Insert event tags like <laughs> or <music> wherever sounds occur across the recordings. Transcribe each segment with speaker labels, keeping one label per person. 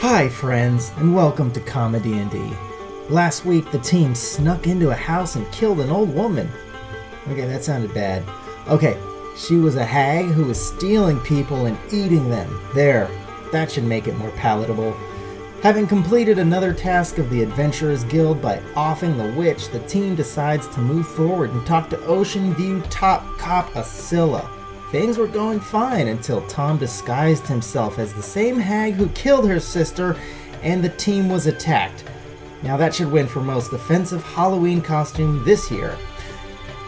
Speaker 1: Hi, friends, and welcome to Comedy and D. Last week, the team snuck into a house and killed an old woman. Okay, that sounded bad. Okay, she was a hag who was stealing people and eating them. There, that should make it more palatable. Having completed another task of the Adventurers Guild by offing the witch, the team decides to move forward and talk to Ocean View top cop Asilla. Things were going fine until Tom disguised himself as the same hag who killed her sister, and the team was attacked. Now that should win for most offensive Halloween costume this year.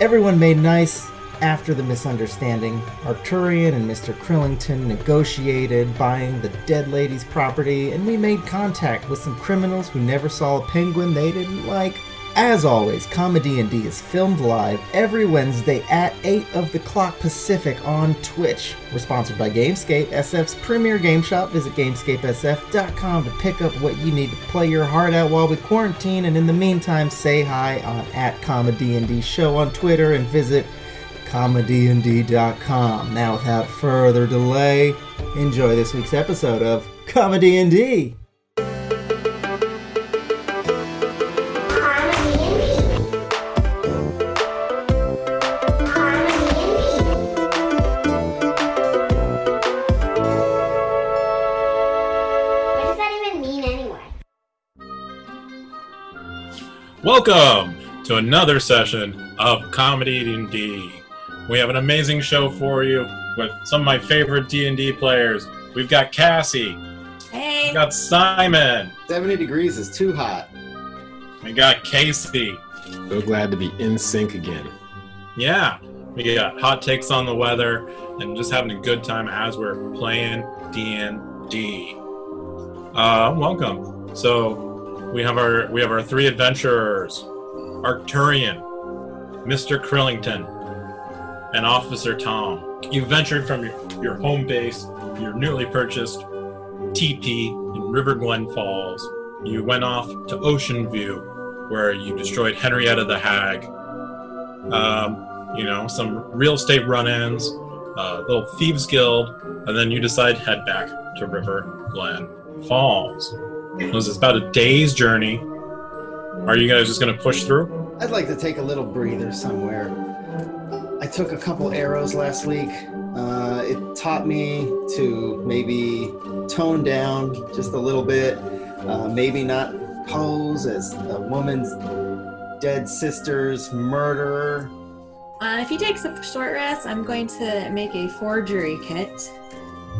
Speaker 1: Everyone made nice after the misunderstanding. Arturian and Mr. Krillington negotiated buying the dead lady's property, and we made contact with some criminals who never saw a penguin they didn't like. As always, Comedy and D is filmed live every Wednesday at 8 of the clock Pacific on Twitch. We're sponsored by Gamescape, SF's premier game shop. Visit GamescapeSF.com to pick up what you need to play your heart out while we quarantine. And in the meantime, say hi on at Comedy and D Show on Twitter and visit comedynd.com. Now, without further delay, enjoy this week's episode of Comedy and D.
Speaker 2: What does that even mean anyway?
Speaker 3: Welcome to another session of Comedy and D. We have an amazing show for you with some of my favorite D&D players. We've got Cassie, we
Speaker 4: Hey.
Speaker 3: got Simon,
Speaker 5: 70 degrees is too hot.
Speaker 3: we got Casey.
Speaker 5: So glad to be in sync again.
Speaker 3: Yeah, we got hot takes on the weather and just having a good time as we're playing D&D. Uh, welcome. So we have our we have our three adventurers: Arcturian, Mr. Krillington, and Officer Tom. You ventured from your, your home base, your newly purchased TP in River Glen Falls. You went off to Ocean View, where you destroyed Henrietta the Hag um, you know, some real estate run-ins, uh, little thieves guild, and then you decide to head back to River Glen Falls. It was about a day's journey. Are you guys just gonna push through?
Speaker 5: I'd like to take a little breather somewhere. I took a couple arrows last week. Uh, it taught me to maybe tone down just a little bit, uh, maybe not pose as a woman's dead sister's murderer.
Speaker 4: Uh, if he takes a short rest, I'm going to make a forgery kit.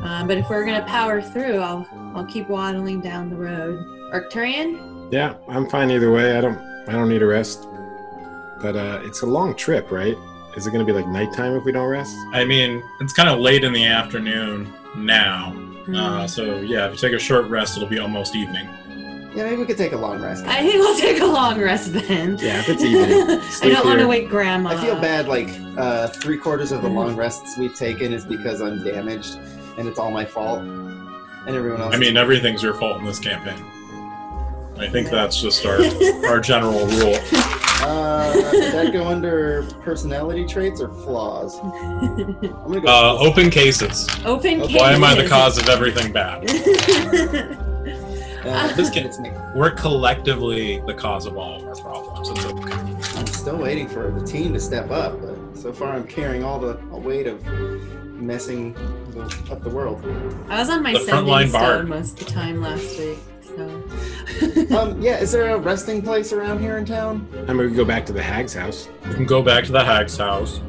Speaker 4: Um, but if we're gonna power through, I'll I'll keep waddling down the road. Arcturian,
Speaker 6: Yeah, I'm fine either way. I don't I don't need a rest. But uh it's a long trip, right? Is it gonna be like nighttime if we don't rest?
Speaker 3: I mean, it's kind of late in the afternoon now, uh, so yeah, if you take a short rest, it'll be almost evening.
Speaker 5: Yeah, maybe we could take a long rest.
Speaker 4: I think we'll take a long rest then.
Speaker 6: Yeah, if it's
Speaker 4: <laughs>
Speaker 6: evening.
Speaker 4: I
Speaker 6: Sleep
Speaker 4: don't want to
Speaker 6: here.
Speaker 4: wake Grandma.
Speaker 5: I feel bad. Like uh, three quarters of the long rests we've taken is because I'm damaged, and it's all my fault, and everyone else.
Speaker 3: I mean, everything's your fault in this campaign. I think that's just our our general rule.
Speaker 5: uh, does that go under personality traits or flaws? I'm gonna go.
Speaker 3: Uh, open cases.
Speaker 4: Open.
Speaker 3: Why am I the
Speaker 4: cases.
Speaker 3: cause of everything bad?
Speaker 5: uh,
Speaker 3: this can-
Speaker 5: it's me.
Speaker 3: We're collectively the cause of all of our problems. It's okay.
Speaker 5: I'm still waiting for the team to step up, but so far I'm carrying all the weight of messing the, up the world.
Speaker 4: <laughs> I was on my
Speaker 3: The
Speaker 4: sending
Speaker 3: frontline
Speaker 4: stone
Speaker 3: bard.
Speaker 4: most of the time last week. So.
Speaker 5: Um, yeah, is there a resting place around here in town?
Speaker 6: I mean we could go back to the hag's house.
Speaker 3: You can go back to the hag's house.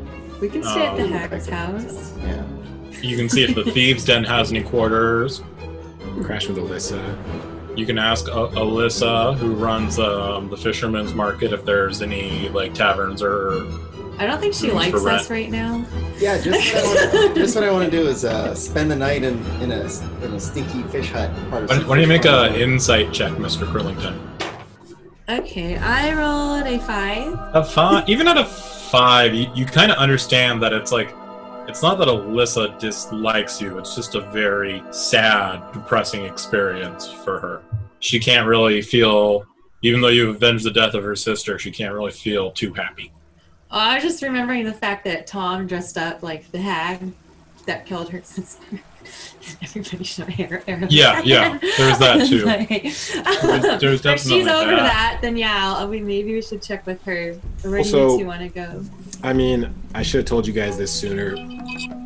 Speaker 4: we can stay at the
Speaker 3: Oh.
Speaker 4: Hag's house.
Speaker 5: Yeah.
Speaker 3: You can see if the thieves den has any quarters.
Speaker 6: Crash with Alyssa.
Speaker 3: You can ask uh, Alyssa, who runs um, the fisherman's market, if there's any like taverns or.
Speaker 4: I don't think she
Speaker 3: Room
Speaker 4: likes
Speaker 3: for
Speaker 4: us right now. <laughs>
Speaker 5: Yeah, just what I wanna, <laughs> just what I want to do is uh, spend the night in, in a in a stinky fish hut. Part of
Speaker 3: Why,
Speaker 5: some
Speaker 3: why don't you make
Speaker 5: fish
Speaker 3: a
Speaker 5: farm.
Speaker 3: insight check, Mr. Curlington?
Speaker 4: Okay, I rolled a five.
Speaker 3: A five, even at a five, you, you kind of understand that it's like, it's not that Alyssa dislikes you. It's just a very sad, depressing experience for her. She can't really feel, even though you avenged the death of her sister, she can't really feel too happy.
Speaker 4: Oh, I was just remembering the fact that Tom dressed up like the hag that killed her sister. <laughs> Everybody's shot hair. arrows.
Speaker 3: Yeah, yeah, there's that too.
Speaker 4: <laughs> Like- <laughs>
Speaker 3: there's
Speaker 4: if she's
Speaker 3: definitely
Speaker 4: over
Speaker 3: that.
Speaker 4: that, then yeah, I'll, we maybe we should check with her. Where do
Speaker 6: Also-
Speaker 4: you two want to go?
Speaker 6: I mean, I should have told you guys this sooner.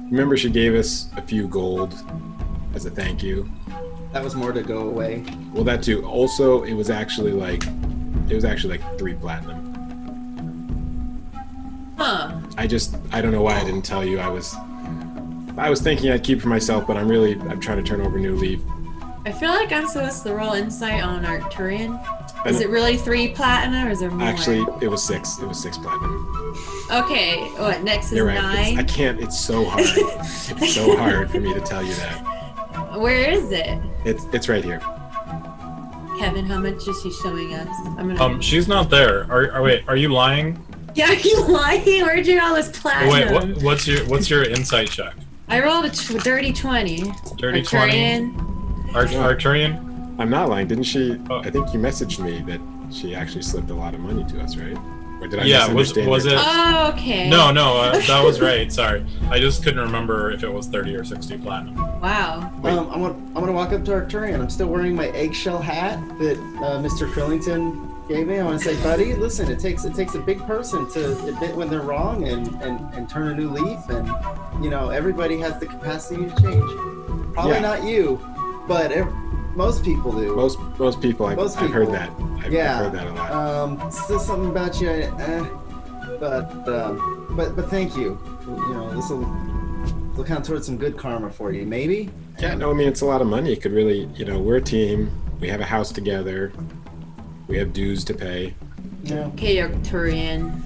Speaker 6: Remember, she gave us a few gold as a thank you.
Speaker 5: That was more to go away.
Speaker 6: Well, that too. Also, it was actually like, it was actually like three platinum.
Speaker 4: Huh?
Speaker 6: I just, I don't know why I didn't tell you. I was, I was thinking I'd keep for myself, but I'm really, I'm trying to turn over a new leaf.
Speaker 4: I feel like I'm supposed to roll insight on Arcturian.
Speaker 6: I
Speaker 4: Is
Speaker 6: don't-
Speaker 4: it really three platinum or is there more?
Speaker 6: Actually, it was six. It was six platinum.
Speaker 4: Okay. What next is
Speaker 6: You're right. It's, I
Speaker 4: nine?
Speaker 6: can't. It's so
Speaker 4: <laughs>
Speaker 6: hard. it's so hard for me to tell you that.
Speaker 4: Where is it,
Speaker 6: It's it's right here.
Speaker 4: Kevin? How much is she showing us? I'm gonna.
Speaker 3: Um, she's not there. Are, are wait? Are you lying?
Speaker 4: yeah, <laughs> are you lying? Where'd you get all this platinum?
Speaker 3: Wait, what, what's your what's your insight check?
Speaker 4: I rolled a t- dirty twenty.
Speaker 3: Dirty twenty.
Speaker 4: Arcturian.
Speaker 3: Art- Arturian.
Speaker 6: I'm not lying. Didn't she?
Speaker 3: Oh.
Speaker 6: I think you messaged me that she actually slipped a lot of money to us, right? Or did I
Speaker 3: Yeah, was-
Speaker 6: misunderstand?
Speaker 3: was
Speaker 6: your-
Speaker 3: it-
Speaker 4: Oh, okay.
Speaker 3: No, no, uh, that was right. Sorry, I just couldn't remember if it was thirty or sixty platinum.
Speaker 4: Wow.
Speaker 6: Wait.
Speaker 5: Um, I'm gonna I'm gonna walk up to Arcturian. I'm still wearing my eggshell hat that uh, Mr. Krillington gave me. I want to say, buddy, listen, it takes it takes a big person to admit when they're wrong and and, and turn a new leaf. And you know, everybody has the capacity to change. Probably
Speaker 6: Yeah.
Speaker 5: not you, but ev- most people do.
Speaker 6: Most most people. I've,
Speaker 5: Most
Speaker 6: I've heard
Speaker 5: people.
Speaker 6: that. I've
Speaker 5: Yeah.
Speaker 6: heard that a lot.
Speaker 5: Um, still something about you, eh, but um, but but thank you. You know, this will will count towards some good karma for you, maybe.
Speaker 6: yeah. No, I mean it's a lot of money. It could really, you know, we're a team. We have a house together. We have dues to pay.
Speaker 5: Yeah.
Speaker 4: Okay, Arcturian.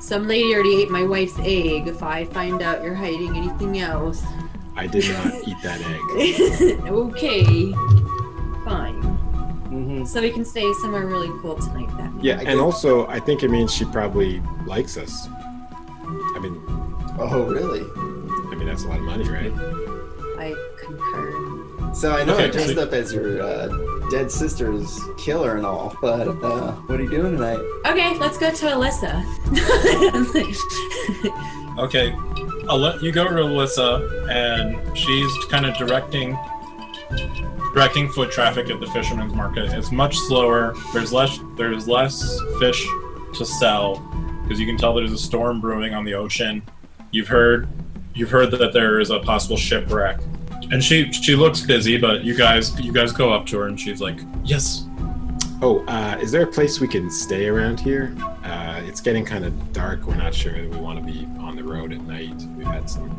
Speaker 4: Some lady already ate my wife's egg. If I find out you're hiding anything
Speaker 6: <laughs>
Speaker 4: else,
Speaker 6: I did
Speaker 5: <laughs>
Speaker 6: not eat that egg.
Speaker 4: okay, fine.
Speaker 5: Mm-hmm.
Speaker 4: So we can stay somewhere really cool tonight. Then.
Speaker 6: Yeah,
Speaker 5: I
Speaker 6: and
Speaker 5: did.
Speaker 6: also I think it means she probably likes us. I mean,
Speaker 5: Oh, really?
Speaker 6: I mean that's a lot of money, right?
Speaker 4: I concur.
Speaker 5: So I know I
Speaker 3: Okay,
Speaker 5: dressed
Speaker 3: so-
Speaker 5: up as your uh, dead sister's killer and all, but uh, what are you doing tonight?
Speaker 4: Okay, let's go
Speaker 6: <laughs>
Speaker 4: to Alyssa. <laughs>
Speaker 3: Okay, I'll let you go to Alyssa, and she's kind of directing directing foot traffic at the fisherman's market. It's much slower. There's less there's less fish to sell because you can tell there's a storm brewing on the ocean. You've heard you've heard that there is a possible shipwreck. And she she looks busy, but you guys you guys go up to her and she's like, "Yes,
Speaker 6: Oh, uh, is there a place we can stay around here? Uh, it's getting kind of dark. We're not sure that we want to be on the road at night. We've had some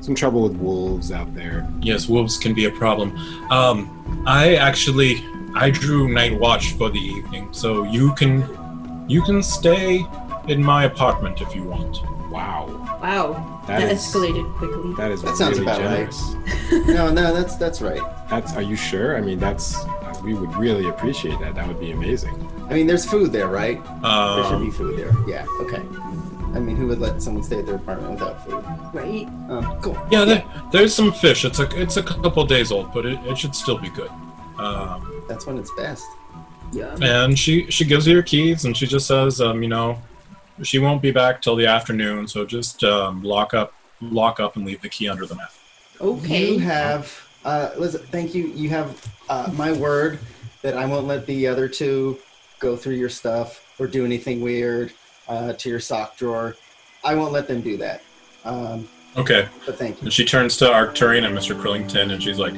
Speaker 6: some trouble with wolves out there.
Speaker 3: Yes, wolves can be a problem. Um, I actually I drew night watch for the evening, so you can you can stay in my apartment if you want.
Speaker 6: Wow,
Speaker 4: wow,
Speaker 6: that
Speaker 4: that
Speaker 6: is-
Speaker 4: escalated quickly.
Speaker 6: that is
Speaker 5: That sounds
Speaker 6: really
Speaker 5: about right.
Speaker 6: generous.
Speaker 5: no, no, that's that's right.
Speaker 6: That's are you sure? I mean, that's uh, we would really appreciate that. That would be amazing.
Speaker 5: I mean, there's food there, right? there should
Speaker 3: Um,
Speaker 5: be food there. Yeah. Okay. I mean, who would let someone stay at their apartment without food?
Speaker 4: Right?
Speaker 5: Um, cool.
Speaker 3: yeah, there, there's some fish. It's a it's a couple days old, but it, it should still be good. Um,
Speaker 5: That's when it's best.
Speaker 4: Yeah.
Speaker 3: and she she gives you her keys, and she just says, um, you know, she won't be back till the afternoon, so just um, lock up lock up and leave the key under the mat.
Speaker 5: You
Speaker 4: Okay.
Speaker 5: have, uh, listen, thank you. You have uh, my word that I won't let the other two go through your stuff or do anything weird uh, to your sock drawer. I won't let them do that. Um,
Speaker 3: Okay.
Speaker 5: but thank you.
Speaker 3: And she turns to Arcturian and Mr. Krillington and she's like,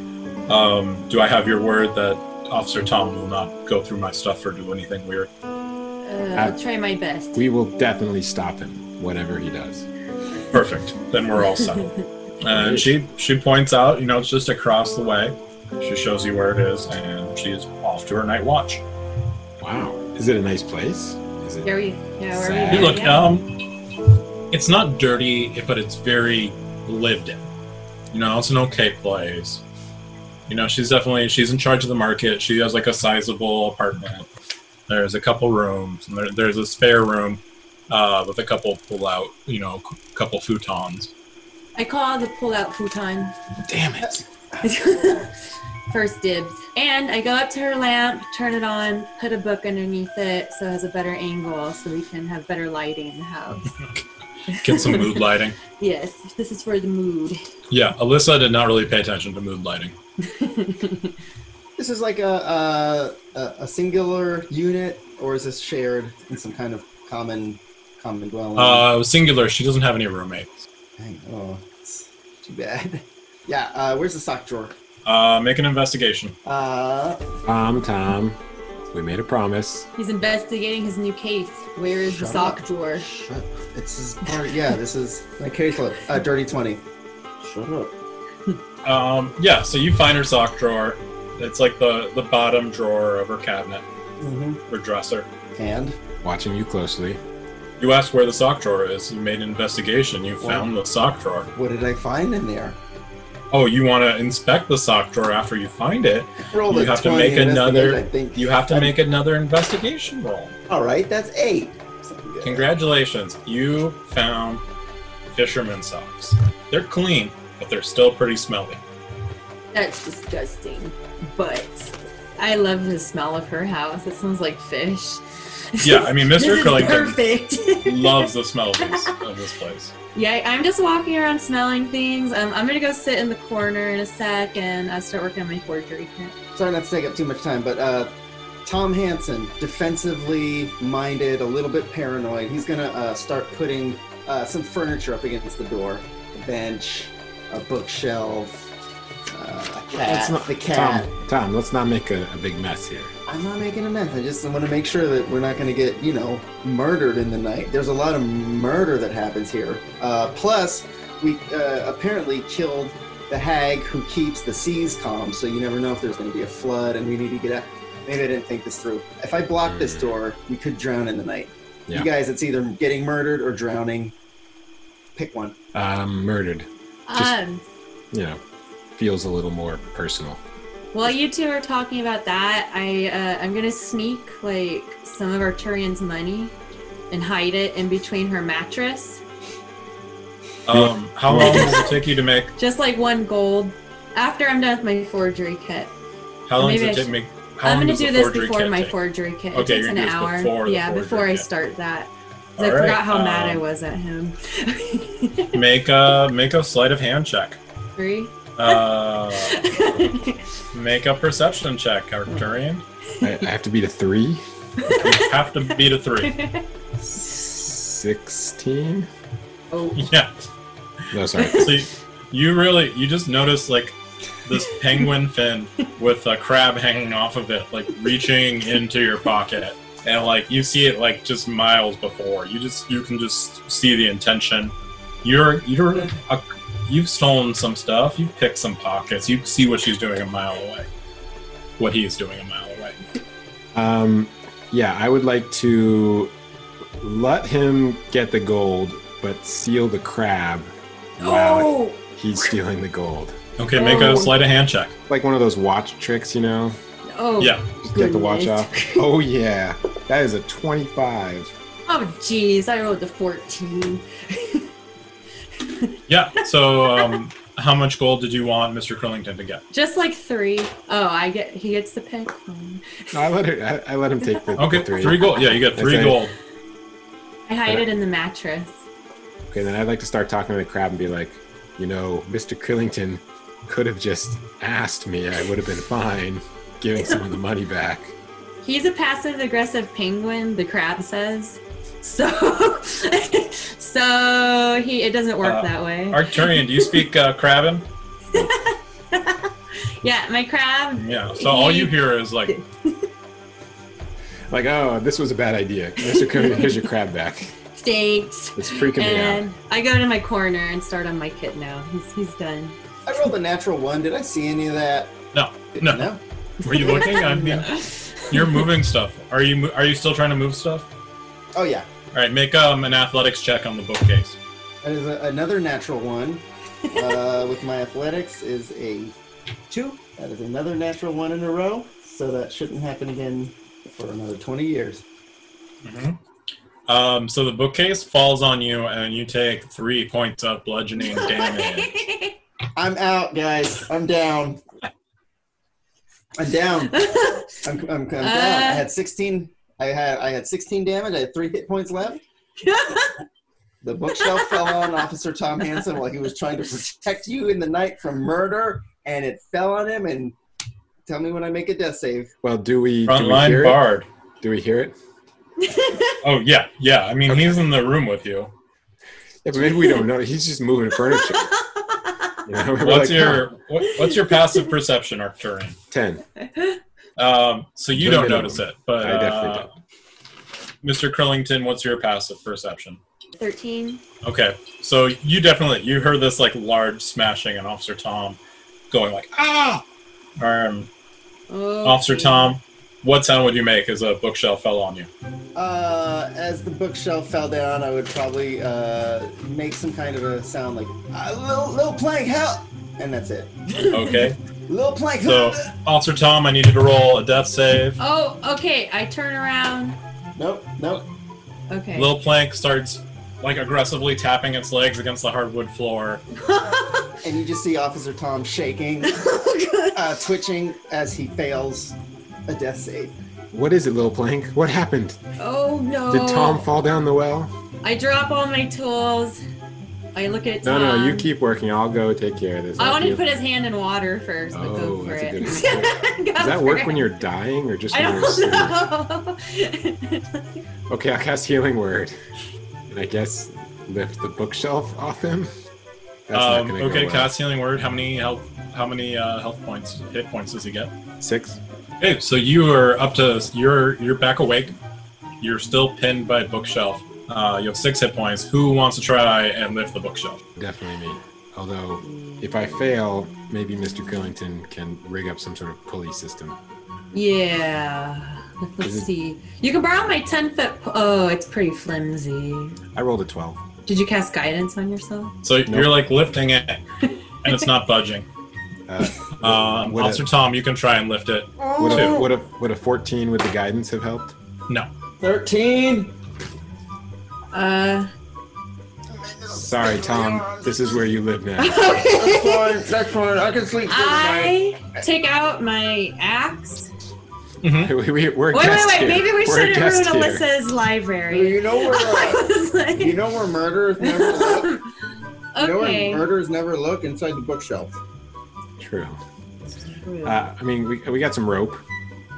Speaker 3: um, Do I have your word that Officer Tom will not go through my stuff or do anything weird?
Speaker 4: Uh, I'll try my best.
Speaker 6: We will definitely stop him, whatever he does.
Speaker 3: Perfect. Then we're all settled. and she, she points out, you know, it's just across the way. She shows you where it is and she's off to her night watch.
Speaker 6: Wow, is it a nice place? Is it?
Speaker 4: There we. Yeah, where
Speaker 6: Sad.
Speaker 4: we
Speaker 3: You
Speaker 4: at?
Speaker 3: look,
Speaker 4: Yeah.
Speaker 3: um, it's not dirty, but it's very lived in. You know, it's an okay place. You know, she's definitely she's in charge of the market. She has like a sizable apartment. There's a couple rooms, and there, there's a spare room uh, with a couple pull out, you know, c- couple futons.
Speaker 4: I call the pull-out futon.
Speaker 6: Damn it!
Speaker 4: <laughs> First dibs. And I go up to her lamp, turn it on,
Speaker 3: <laughs>
Speaker 4: put a book underneath it so it has a better angle so we can have better lighting in the house.
Speaker 3: Get some mood
Speaker 6: <laughs>
Speaker 3: lighting.
Speaker 4: Yes, this is for the mood.
Speaker 3: Yeah, Alyssa did not really pay attention to mood lighting.
Speaker 5: This is like a, a a- a singular unit, or is this shared in some kind of common common dwelling?
Speaker 3: Uh, singular, she doesn't have any roommates.
Speaker 5: Dang, oh, it's too bad. <laughs> Yeah, uh, where's the sock drawer?
Speaker 3: Uh, make an investigation.
Speaker 5: Uh,
Speaker 6: Tom, Tom, we made a promise.
Speaker 4: He's investigating his new case. Where is the
Speaker 5: Shut
Speaker 4: sock
Speaker 5: up.
Speaker 4: drawer?
Speaker 5: shut. This is part. Yeah, this is my case. Look, uh, dirty twenty. Shut up.
Speaker 3: Um, yeah, so you find her sock drawer. It's like the, the bottom drawer of her cabinet
Speaker 5: Mm-hmm.
Speaker 3: or dresser.
Speaker 5: And
Speaker 6: Watching you closely.
Speaker 3: You asked where the sock drawer is. You made an investigation. You found the sock drawer.
Speaker 5: what did I find in there?
Speaker 3: Oh, you want to inspect the sock drawer after you find it?
Speaker 5: Roll
Speaker 3: You
Speaker 5: a
Speaker 3: have to
Speaker 5: 20
Speaker 3: make another-
Speaker 5: investigate, I think.
Speaker 3: You have to make another investigation roll.
Speaker 5: All right, that's eight. Something good.
Speaker 3: Congratulations, you found fisherman socks. They're clean, but they're still pretty smelly.
Speaker 4: That's disgusting. But I love the smell of her house. It smells like fish.
Speaker 3: Yeah, I mean,
Speaker 4: <laughs> This
Speaker 3: Mr.
Speaker 4: is
Speaker 3: Curlington
Speaker 4: perfect. <laughs>
Speaker 3: loves the smell of, these, of this place.
Speaker 4: Yeah, I'm just walking around smelling things. Um, I'm gonna go sit in the corner in a sec and uh, start working on my forgery kit.
Speaker 5: Sorry not to take up too much time, but uh, Tom Hansen, defensively minded, a little bit paranoid. He's gonna uh, start putting uh, some furniture up against the door, a bench, a bookshelf, uh, a cat.
Speaker 6: Let's not-
Speaker 5: the cat.
Speaker 6: Tom, Tom, let's not make a, a big mess here.
Speaker 5: I'm not making a mess. I just want to make sure that we're not going to get, you know, murdered in the night. There's a lot of murder that happens here. Uh, plus, we uh, apparently killed the hag who keeps the seas calm, so you never know if there's going to be a flood and we need to get out. Maybe I didn't think this through. If I block this door, we could drown in the night.
Speaker 6: Yeah.
Speaker 5: You guys, it's either getting murdered or drowning. Pick one.
Speaker 6: Um, murdered. Just-
Speaker 4: Um,
Speaker 6: You know, feels a little more personal.
Speaker 4: while you two are talking about that, I uh, I'm gonna sneak like some of Arturian's money and hide it in between her mattress,
Speaker 3: Um, how long does it take you to make?
Speaker 4: just like one gold. After I'm done with my forgery kit,
Speaker 3: How long does
Speaker 4: Maybe I
Speaker 3: it take
Speaker 4: should-
Speaker 3: make? How
Speaker 4: I'm
Speaker 3: long
Speaker 4: gonna
Speaker 3: does
Speaker 4: do
Speaker 3: the
Speaker 4: this
Speaker 3: forgery
Speaker 4: before
Speaker 3: kit
Speaker 4: my
Speaker 3: take?
Speaker 4: forgery kit.
Speaker 3: Okay,
Speaker 4: it takes
Speaker 3: you're
Speaker 4: an
Speaker 3: gonna do this
Speaker 4: hour.
Speaker 3: before the
Speaker 4: yeah,
Speaker 3: forgery
Speaker 4: before I
Speaker 3: kit.
Speaker 4: start that. 'Cause
Speaker 3: All
Speaker 4: I
Speaker 3: right,
Speaker 4: forgot how mad I
Speaker 3: um,
Speaker 4: was at him. <laughs>
Speaker 3: Make a make a sleight of hand check. <laughs>
Speaker 4: Three.
Speaker 3: Uh, <laughs>
Speaker 4: <laughs>
Speaker 3: make a perception check, Arcturian.
Speaker 6: I, I have to beat a
Speaker 5: <laughs>
Speaker 6: three.
Speaker 3: You have to beat a
Speaker 4: <laughs>
Speaker 3: three.
Speaker 6: 16?
Speaker 5: Oh,
Speaker 3: Yeah.
Speaker 6: No, sorry.
Speaker 3: So you, you really you just notice like this penguin fin with a crab hanging off of it, like reaching into your pocket, and like you see it like just miles before. You just you can just see the intention. You're you're a, you've stolen some stuff. You've picked some pockets. You see what she's doing a mile away. What he is doing a mile away.
Speaker 6: Um, yeah, I would like to let him get the gold, but seal the crab while
Speaker 4: Oh,
Speaker 6: he's stealing the gold.
Speaker 3: Okay, make
Speaker 4: Oh.
Speaker 3: a sleight of hand check.
Speaker 6: Like one of those watch tricks, you know?
Speaker 4: oh,
Speaker 3: Yeah,
Speaker 6: Just get the watch
Speaker 4: Goodness.
Speaker 6: off. Oh, yeah. That is a 25.
Speaker 4: <laughs> Oh, jeez, I rolled a 14.
Speaker 3: yeah. So, um, how much gold did you want Mr. Curlington to get?
Speaker 4: Just like three. Oh, I get. He gets the pick. Um,
Speaker 6: No, I let, her, I, I let him take the, the
Speaker 3: Okay, three, gold. Yeah, you got three
Speaker 6: Okay.
Speaker 3: gold.
Speaker 4: I hide it in the mattress.
Speaker 6: Okay, then I'd like to start talking to the crab and be like, you know, Mr. Curlington could have just asked me. I would have been fine giving some of the money back.
Speaker 4: He's a passive aggressive penguin. The crab says. <laughs> So, so he it doesn't work
Speaker 3: Uh,
Speaker 4: that way.
Speaker 3: Arcturian, do you speak uh, Krabbin?
Speaker 4: yeah, my crab.
Speaker 3: Yeah. So all you hear is like,
Speaker 6: Like, oh, this was a bad idea. Mr. Curlington, here's your crab back.
Speaker 4: Thanks.
Speaker 6: It's freaking me out.
Speaker 4: And I go to my corner and start on my kit now. He's, he's done.
Speaker 5: I rolled a natural one. Did I see any of that?
Speaker 3: no, no.
Speaker 5: No?
Speaker 3: Were you looking? I
Speaker 4: <laughs>
Speaker 3: mean, you're moving stuff. Are you mo- are you still trying to move stuff?
Speaker 5: Oh, yeah.
Speaker 3: All right, make um, an athletics check on the bookcase.
Speaker 5: That is a, another natural one. uh, with my athletics is a two. That is another natural one in a row. So that shouldn't happen again for another 20 years.
Speaker 3: Um, so the bookcase falls on you, and you take three points of bludgeoning
Speaker 4: <laughs>
Speaker 3: damage.
Speaker 5: I'm out, guys. I'm down. I'm down. I'm, I'm, I'm down. I had 16. I had I had 16 damage. I had three hit points left. The bookshelf fell on Officer Tom Hansen while he was trying to protect you in the night from murder, and it fell on him. And tell me when I make a death save.
Speaker 6: Well, do we, do we
Speaker 3: Frontline
Speaker 6: hear it?
Speaker 3: bard.
Speaker 6: Do we hear it?
Speaker 3: Oh yeah, yeah. I mean, he's in the room with you.
Speaker 6: Yeah, but maybe we don't know. He's just moving furniture. You know? <laughs> <laughs> We're
Speaker 3: What's
Speaker 6: like,
Speaker 3: your what, what's your passive perception, Arcturian?
Speaker 6: "Huh, ten?
Speaker 3: Um, so you
Speaker 6: Don't
Speaker 3: don't
Speaker 6: get it.
Speaker 3: notice it, but
Speaker 6: I definitely
Speaker 3: uh, Mr. Curlington, what's your passive perception?
Speaker 4: 13.
Speaker 3: Okay, so you definitely you heard this like large smashing, and Officer Tom going like ah. Um,
Speaker 4: Oh,
Speaker 3: Officer
Speaker 4: geez.
Speaker 3: Tom, what sound would you make as a bookshelf fell on you?
Speaker 5: Uh, as the bookshelf fell down, I would probably uh, make some kind of a sound like uh, "Little Little Plank help," and that's it.
Speaker 3: Okay,
Speaker 5: Little Plank
Speaker 3: so
Speaker 5: <laughs> help.
Speaker 3: Officer Tom, I need you to roll a death save.
Speaker 4: Oh, okay. I turn around.
Speaker 5: Nope, nope.
Speaker 4: Okay.
Speaker 3: Lil Plank starts like aggressively tapping its legs against the hardwood floor.
Speaker 5: And you just see Officer Tom shaking, uh, twitching as he fails a death save.
Speaker 6: What is it, little plank? What happened?
Speaker 4: <laughs> oh, no.
Speaker 6: Did Tom fall down the well?
Speaker 4: I drop all my tools. I look at
Speaker 6: No,
Speaker 4: Tom.
Speaker 6: no, you keep working. I'll go take care of this.
Speaker 4: Um, I
Speaker 6: I'll
Speaker 4: wanted to
Speaker 6: heal-
Speaker 4: put his hand in water first, but
Speaker 6: Oh,
Speaker 4: go for
Speaker 6: that's a
Speaker 4: it.
Speaker 6: good
Speaker 4: <laughs>
Speaker 6: idea.
Speaker 4: Go
Speaker 6: Does that
Speaker 4: for
Speaker 6: work
Speaker 4: it.
Speaker 6: when you're dying or just
Speaker 4: I
Speaker 6: when you're
Speaker 4: <laughs>
Speaker 6: asleep?
Speaker 4: don't <laughs> know.
Speaker 6: Okay, I'll cast Healing Word. And I guess lift the bookshelf off him. That's
Speaker 3: Um,
Speaker 6: not gonna
Speaker 3: okay,
Speaker 6: go well.
Speaker 3: cast healing word. How many health? How many uh, health points? Hit points does he get?
Speaker 6: Six.
Speaker 3: Okay, so you are up to you're you're back awake. You're still pinned by bookshelf. Uh, you have six hit points. Who wants to try and lift the bookshelf?
Speaker 6: Definitely me. Although, if I fail, maybe Mr. Curlington can rig up some sort of pulley system.
Speaker 4: yeah. Let's
Speaker 6: Is it-
Speaker 4: see. You can borrow my 10 foot. Oh, it's pretty flimsy.
Speaker 6: I rolled a 12.
Speaker 4: Did you cast guidance on yourself?
Speaker 3: So
Speaker 6: Nope.
Speaker 3: you're like lifting it, and it's not
Speaker 6: <laughs>
Speaker 3: budging.
Speaker 6: Uh,
Speaker 3: Um,
Speaker 6: Would it-
Speaker 3: Officer Tom, you can try and lift it.
Speaker 6: would, a,
Speaker 3: Two.
Speaker 6: would, a, would a 14 with the guidance have helped?
Speaker 3: No.
Speaker 5: Thirteen.
Speaker 6: <laughs>
Speaker 4: Uh,
Speaker 6: Sorry, Tom. This is where you live now. <laughs>
Speaker 5: That's fine. That's fine. I can sleep.
Speaker 4: I take out my axe.
Speaker 6: we, we, we're
Speaker 4: Wait, wait,
Speaker 6: guests
Speaker 4: wait.
Speaker 6: here.
Speaker 4: Maybe we
Speaker 6: We're
Speaker 4: shouldn't ruin
Speaker 6: guests here.
Speaker 4: Alyssa's library. <laughs>
Speaker 5: You know where.
Speaker 4: I
Speaker 5: Uh,
Speaker 4: was like-
Speaker 5: you know where murder is never look. You know
Speaker 4: okay.
Speaker 5: where murderers never look inside the bookshelf.
Speaker 6: True.
Speaker 4: <laughs>
Speaker 6: Uh, I mean, we, we got some rope,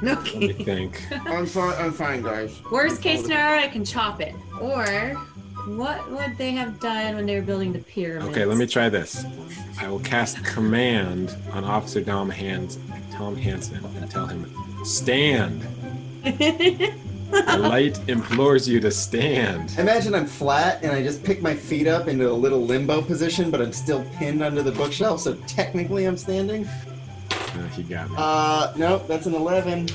Speaker 6: I
Speaker 4: okay.
Speaker 6: think.
Speaker 5: I'm fine. I'm fine, guys.
Speaker 4: Worst case scenario, I can chop it. Or, what would they have done when they were building the pyramid?
Speaker 6: Okay, let me try this. I will cast command on Officer Tom Hans Tom Hansen and tell him, stand.
Speaker 4: <laughs>
Speaker 6: The light implores you to stand.
Speaker 5: Imagine I'm flat and I just pick my feet up into a little limbo position, but I'm still pinned under the bookshelf, so technically I'm standing.
Speaker 6: Uh, he got me.
Speaker 5: Uh, nope, that's an 11.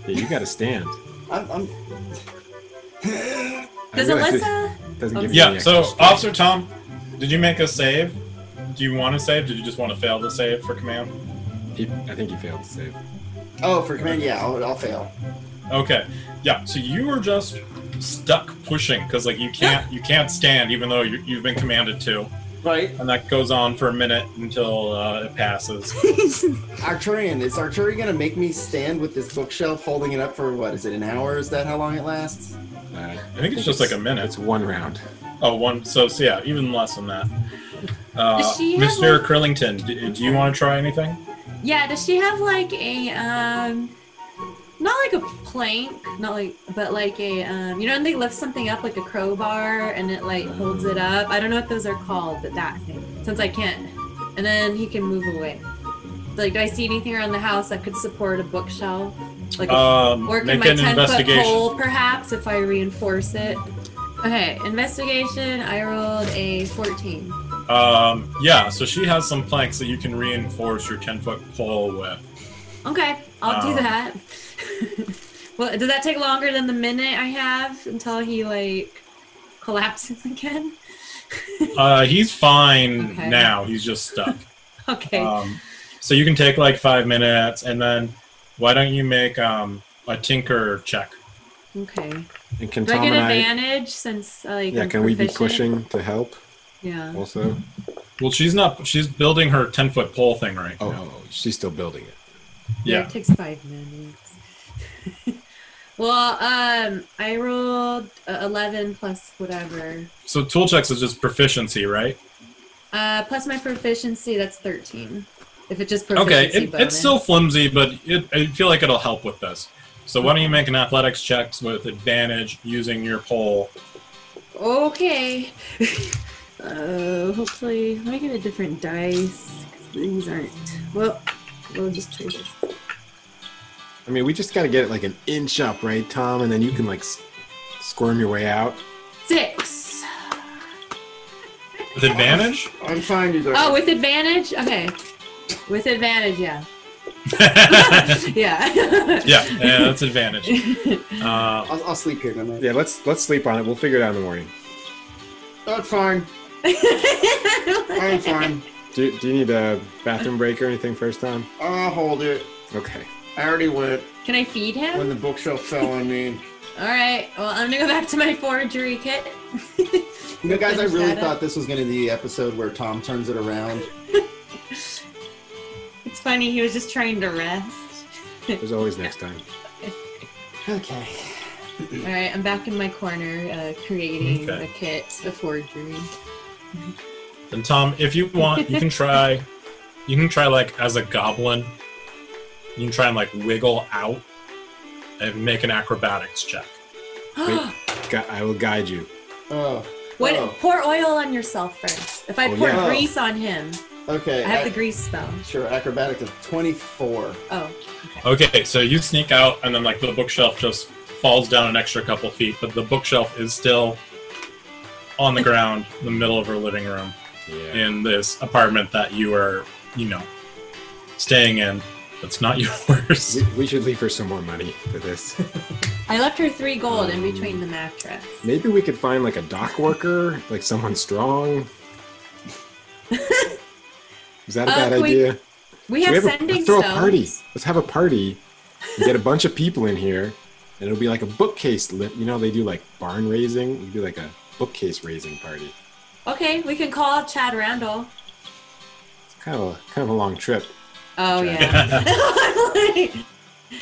Speaker 6: Yeah, you gotta stand.
Speaker 5: I'm, <sighs> I'm
Speaker 6: I
Speaker 4: Does
Speaker 6: realize it
Speaker 4: Alyssa?
Speaker 6: doesn't give you
Speaker 3: Yeah.
Speaker 6: any
Speaker 3: So
Speaker 6: extra strength.
Speaker 3: Officer Tom, did you make a save? Do you want to save? Did you just want to fail the save for command? uh,
Speaker 6: He, I think he failed to save.
Speaker 5: Oh, for command, yeah, I'll, I'll fail.
Speaker 3: Okay. Yeah. So you were just stuck pushing because like you can't you can't stand even though you, you've been commanded to,
Speaker 5: Right.
Speaker 3: and that goes on for a minute until uh, it passes.
Speaker 5: Arturian, is Arturian gonna make me stand with this bookshelf holding it up for what? Is it an hour? Is that how long it lasts?
Speaker 6: Uh, I
Speaker 3: I think it's just like a minute.
Speaker 6: It's one round.
Speaker 3: Oh, one. So, so yeah, even less than that. Uh,
Speaker 4: Does she have,
Speaker 3: Mr.
Speaker 4: like-
Speaker 3: Curlington, do, do you want to try anything?
Speaker 4: Yeah, does she have like a um not like a plank, not like but like a um you know when they lift something up like a crowbar and it like holds it up. I don't know what those are called, but that thing. Since I can't. And then he can move away. Like do I see anything around the house that could support a bookshelf? Like a
Speaker 3: Um,
Speaker 4: Or can
Speaker 3: make
Speaker 4: my
Speaker 3: an
Speaker 4: 10 foot
Speaker 3: investigation.
Speaker 4: hole perhaps if I reinforce it? Okay, investigation. I rolled a 14.
Speaker 3: Um, yeah, so she has some planks that you can reinforce your 10 foot pole with.
Speaker 4: Okay, I'll
Speaker 3: Um,
Speaker 4: do that. <laughs> well, does that take longer than the minute I have until he like collapses <laughs> again?
Speaker 3: Uh, he's fine
Speaker 4: Okay.
Speaker 3: now, he's just stuck.
Speaker 4: <laughs> Okay.
Speaker 3: um, so you can take like five minutes, and then why don't you make um, a tinker check?
Speaker 4: okay.
Speaker 6: And can
Speaker 4: Do I
Speaker 6: Tom
Speaker 4: get
Speaker 6: and I?
Speaker 4: advantage since like
Speaker 6: Yeah,
Speaker 4: I'm
Speaker 6: can we be
Speaker 4: proficient?
Speaker 6: pushing to help
Speaker 4: Yeah.
Speaker 6: also?
Speaker 3: Well, she's not, she's building her 10 foot pole thing right
Speaker 6: Oh,
Speaker 3: now.
Speaker 6: oh, she's still building it.
Speaker 4: Yeah,
Speaker 3: Yeah.
Speaker 4: It takes five minutes. <laughs> Well, um, I rolled uh, 11 plus whatever.
Speaker 3: So tool checks is just proficiency, right?
Speaker 4: Uh, plus my proficiency, that's 13. If it just
Speaker 3: Okay,
Speaker 4: proficiency
Speaker 3: it, it's still flimsy, but it, I feel like it'll help with this. So why don't you make an athletics checks with advantage using your pole?
Speaker 4: Okay. <laughs> uh, hopefully, let me get a different dice. 'cause These aren't. Well, we'll just try this.
Speaker 6: I mean, we just got to get it like an inch up, right, Tom? And then you can like s- squirm your way out.
Speaker 4: Six.
Speaker 3: With advantage?
Speaker 5: I'm fine, you guys.
Speaker 4: Oh, with advantage? Okay. With
Speaker 3: <laughs>
Speaker 4: advantage, yeah.
Speaker 3: yeah,
Speaker 4: yeah.
Speaker 3: yeah, that's advantage. Uh,
Speaker 5: I'll, I'll sleep here tonight.
Speaker 6: Yeah, let's let's sleep on it. We'll figure it out in the morning.
Speaker 5: That's fine. I'm fine.
Speaker 6: Do, do you need a bathroom break or anything first time?
Speaker 5: I'll hold it.
Speaker 4: <laughs>
Speaker 6: Okay.
Speaker 5: I already went
Speaker 4: <laughs> Can I feed
Speaker 5: when
Speaker 4: him?
Speaker 5: the bookshelf fell on me.
Speaker 4: All right. Well, I'm gonna go back to my forgery kit. <laughs>
Speaker 5: You know, guys, I really
Speaker 4: Shadow.
Speaker 5: thought this was going to be the episode where Tom turns it around.
Speaker 4: It's funny. He was just trying to rest.
Speaker 6: There's always next time.
Speaker 1: Okay.
Speaker 4: All right. I'm back in my corner, uh, creating
Speaker 3: Okay.
Speaker 4: a kit, a forgery.
Speaker 3: and Tom, if you want, you can try. You can try like as a goblin. You can try and like wiggle out and make an acrobatics check.
Speaker 6: Wait. Gu- I will guide you.
Speaker 5: Oh,
Speaker 4: What?
Speaker 5: Oh.
Speaker 4: Pour oil on yourself first. If I
Speaker 6: Oh,
Speaker 4: pour
Speaker 6: yeah.
Speaker 4: grease on him,
Speaker 5: okay.
Speaker 4: I have the
Speaker 5: ac-
Speaker 4: grease spell.
Speaker 5: Sure, acrobatic is 24.
Speaker 4: Oh,
Speaker 3: Okay, so you sneak out, and then like the bookshelf just falls down an extra couple feet, but the bookshelf is still on the ground, in the middle of her living room,
Speaker 6: Yeah.
Speaker 3: in this apartment that you are, you know, staying in. That's not <laughs> yours.
Speaker 6: We, we should leave her some more money for this. <laughs>
Speaker 4: I left her three gold in between the mattress.
Speaker 6: Maybe we could find like a dock worker, like someone strong. Is that a
Speaker 4: Uh,
Speaker 6: bad
Speaker 4: can we-
Speaker 6: idea?
Speaker 4: We have
Speaker 6: Should we have a-
Speaker 4: sending
Speaker 6: let's throw
Speaker 4: stones.
Speaker 6: a party. Let's have a party and get a bunch of people in here, and it'll be like a bookcase. Lit. You know, they do like barn raising. We do like a bookcase raising party.
Speaker 4: Okay, we can call Chad Randall.
Speaker 6: It's kind of a, kind of a long trip.
Speaker 4: Oh
Speaker 6: Chad.
Speaker 4: yeah.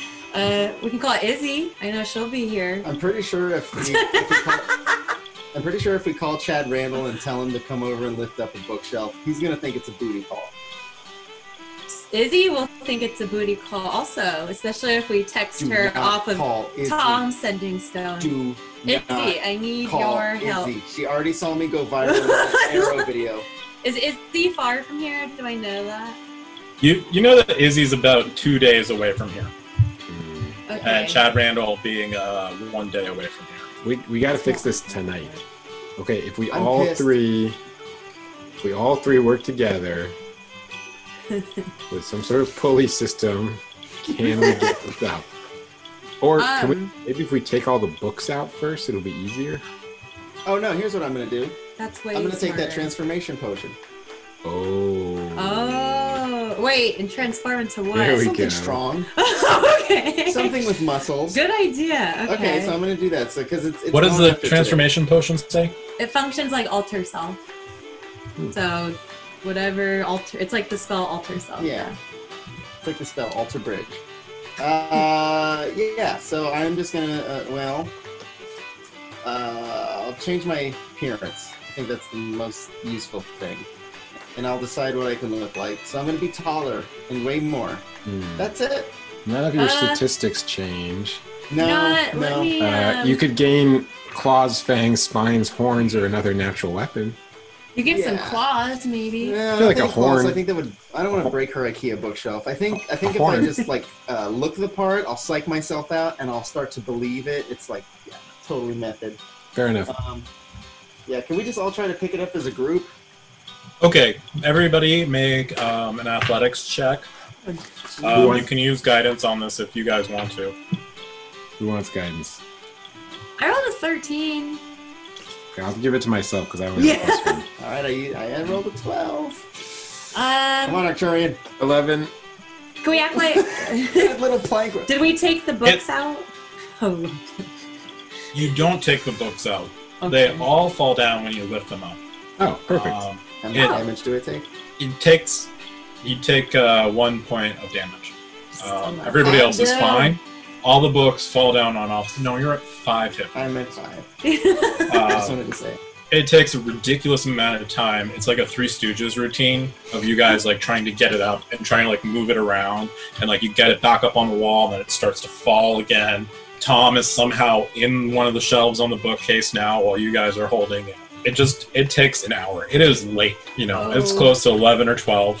Speaker 4: <laughs> uh, we can call Izzy. I know she'll be here.
Speaker 5: I'm pretty sure if we, if we call,
Speaker 4: <laughs>
Speaker 5: I'm pretty sure if we call Chad Randall and tell him to come over and lift up a bookshelf, he's gonna think it's a booty call.
Speaker 4: Izzy will think it's a booty call, also, especially if we text
Speaker 5: Do
Speaker 4: her
Speaker 5: not
Speaker 4: off of
Speaker 5: call Izzy.
Speaker 4: Tom sending stone.
Speaker 5: Do
Speaker 4: Izzy,
Speaker 5: not
Speaker 4: I need
Speaker 5: call
Speaker 4: your
Speaker 5: Izzy.
Speaker 4: help.
Speaker 5: She already saw me go viral in
Speaker 4: <laughs>
Speaker 5: that arrow video.
Speaker 4: Is Izzy far from here? Do I know that?
Speaker 3: You you know that Izzy's about two days away from here,
Speaker 6: Mm.
Speaker 4: Okay.
Speaker 3: and Chad Randall being uh, one day away from here.
Speaker 6: We we got to fix this tonight. Okay, if we
Speaker 5: I'm
Speaker 6: all
Speaker 5: pissed.
Speaker 6: three, if we all three work together with some sort of pulley system, can we
Speaker 5: <laughs>
Speaker 6: get this out? Or can
Speaker 4: Um.
Speaker 6: we, maybe if we take all the books out first, it'll be easier.
Speaker 5: Oh no, here's what I'm gonna do.
Speaker 4: That's way
Speaker 5: I'm gonna take that
Speaker 4: smarter.
Speaker 5: transformation potion.
Speaker 6: Oh.
Speaker 4: Oh, wait, and transform into what?
Speaker 6: There we
Speaker 5: Something
Speaker 6: go.
Speaker 5: strong.
Speaker 4: <laughs> okay.
Speaker 5: Something with muscles.
Speaker 4: <laughs> Good idea. Okay.
Speaker 5: Okay, so I'm gonna do that. So because it's, it's
Speaker 3: What does
Speaker 5: on
Speaker 3: the
Speaker 5: after today.
Speaker 3: transformation potion say?
Speaker 4: it functions like alter self.
Speaker 6: Hmm.
Speaker 4: So, whatever alter, it's like the spell alter self.
Speaker 5: Yeah. It's like the spell alter bridge. Uh, yeah. So I'm just gonna uh, well, uh, I'll change my appearance. I think that's the most useful thing, and I'll decide what I can look like. So I'm gonna be taller and weigh more.
Speaker 6: Hmm.
Speaker 5: That's it.
Speaker 6: None of your
Speaker 4: Uh,
Speaker 6: statistics change.
Speaker 5: No,
Speaker 4: Not,
Speaker 5: no.
Speaker 4: Let me,
Speaker 6: Uh,
Speaker 4: um,
Speaker 6: you could gain claws, fangs, spines, horns, or another natural weapon.
Speaker 4: you get some
Speaker 5: yeah.
Speaker 4: claws, maybe.
Speaker 5: Yeah, I
Speaker 6: feel like
Speaker 5: think
Speaker 6: a
Speaker 5: claws,
Speaker 6: horn-
Speaker 5: I think that would. I don't want to break her IKEA bookshelf. I think. I think
Speaker 6: A
Speaker 5: if I
Speaker 6: horn.
Speaker 5: just like uh, look the part, I'll psych myself out and I'll start to believe it. It's like yeah, totally method.
Speaker 6: Fair enough.
Speaker 5: Um, yeah, can we just all try to pick it up as a group?
Speaker 3: Okay, everybody make um, an athletics check. Um, you can use guidance on this if you guys want to.
Speaker 6: Who wants guidance?
Speaker 4: I rolled a 13.
Speaker 6: Okay, I'll give it to myself because I only
Speaker 4: Yeah.
Speaker 6: have plus one.
Speaker 5: All right, I, I rolled a 12. Come
Speaker 4: Um,
Speaker 5: on, Arcturian.
Speaker 6: Eleven.
Speaker 4: can we
Speaker 5: <laughs>
Speaker 4: act like.
Speaker 5: Good little plank.
Speaker 4: Did we take the books out? Oh,
Speaker 3: You don't take the books out.
Speaker 4: okay.
Speaker 3: They all fall down when you lift them up.
Speaker 6: Oh, perfect.
Speaker 3: Um,
Speaker 5: How much
Speaker 3: Yeah.
Speaker 5: damage do I take?
Speaker 3: it takes you take uh, one point of damage.
Speaker 4: So
Speaker 3: Um,
Speaker 4: much.
Speaker 3: everybody else is
Speaker 4: Yeah.
Speaker 3: fine. all the books fall down on Officer. No, you're at five hit.
Speaker 5: I'm at five. <laughs> I just
Speaker 3: Uh,
Speaker 5: wanted to say.
Speaker 3: it takes a ridiculous amount of time. It's like a Three Stooges routine of you guys like trying to get it up and trying to like move it around, and like you get it back up on the wall, and then it starts to fall again. Tom is somehow in one of the shelves on the bookcase now, while you guys are holding it. It just it takes an hour. It is late, you know. It's
Speaker 4: Oh.
Speaker 3: close to eleven or twelve.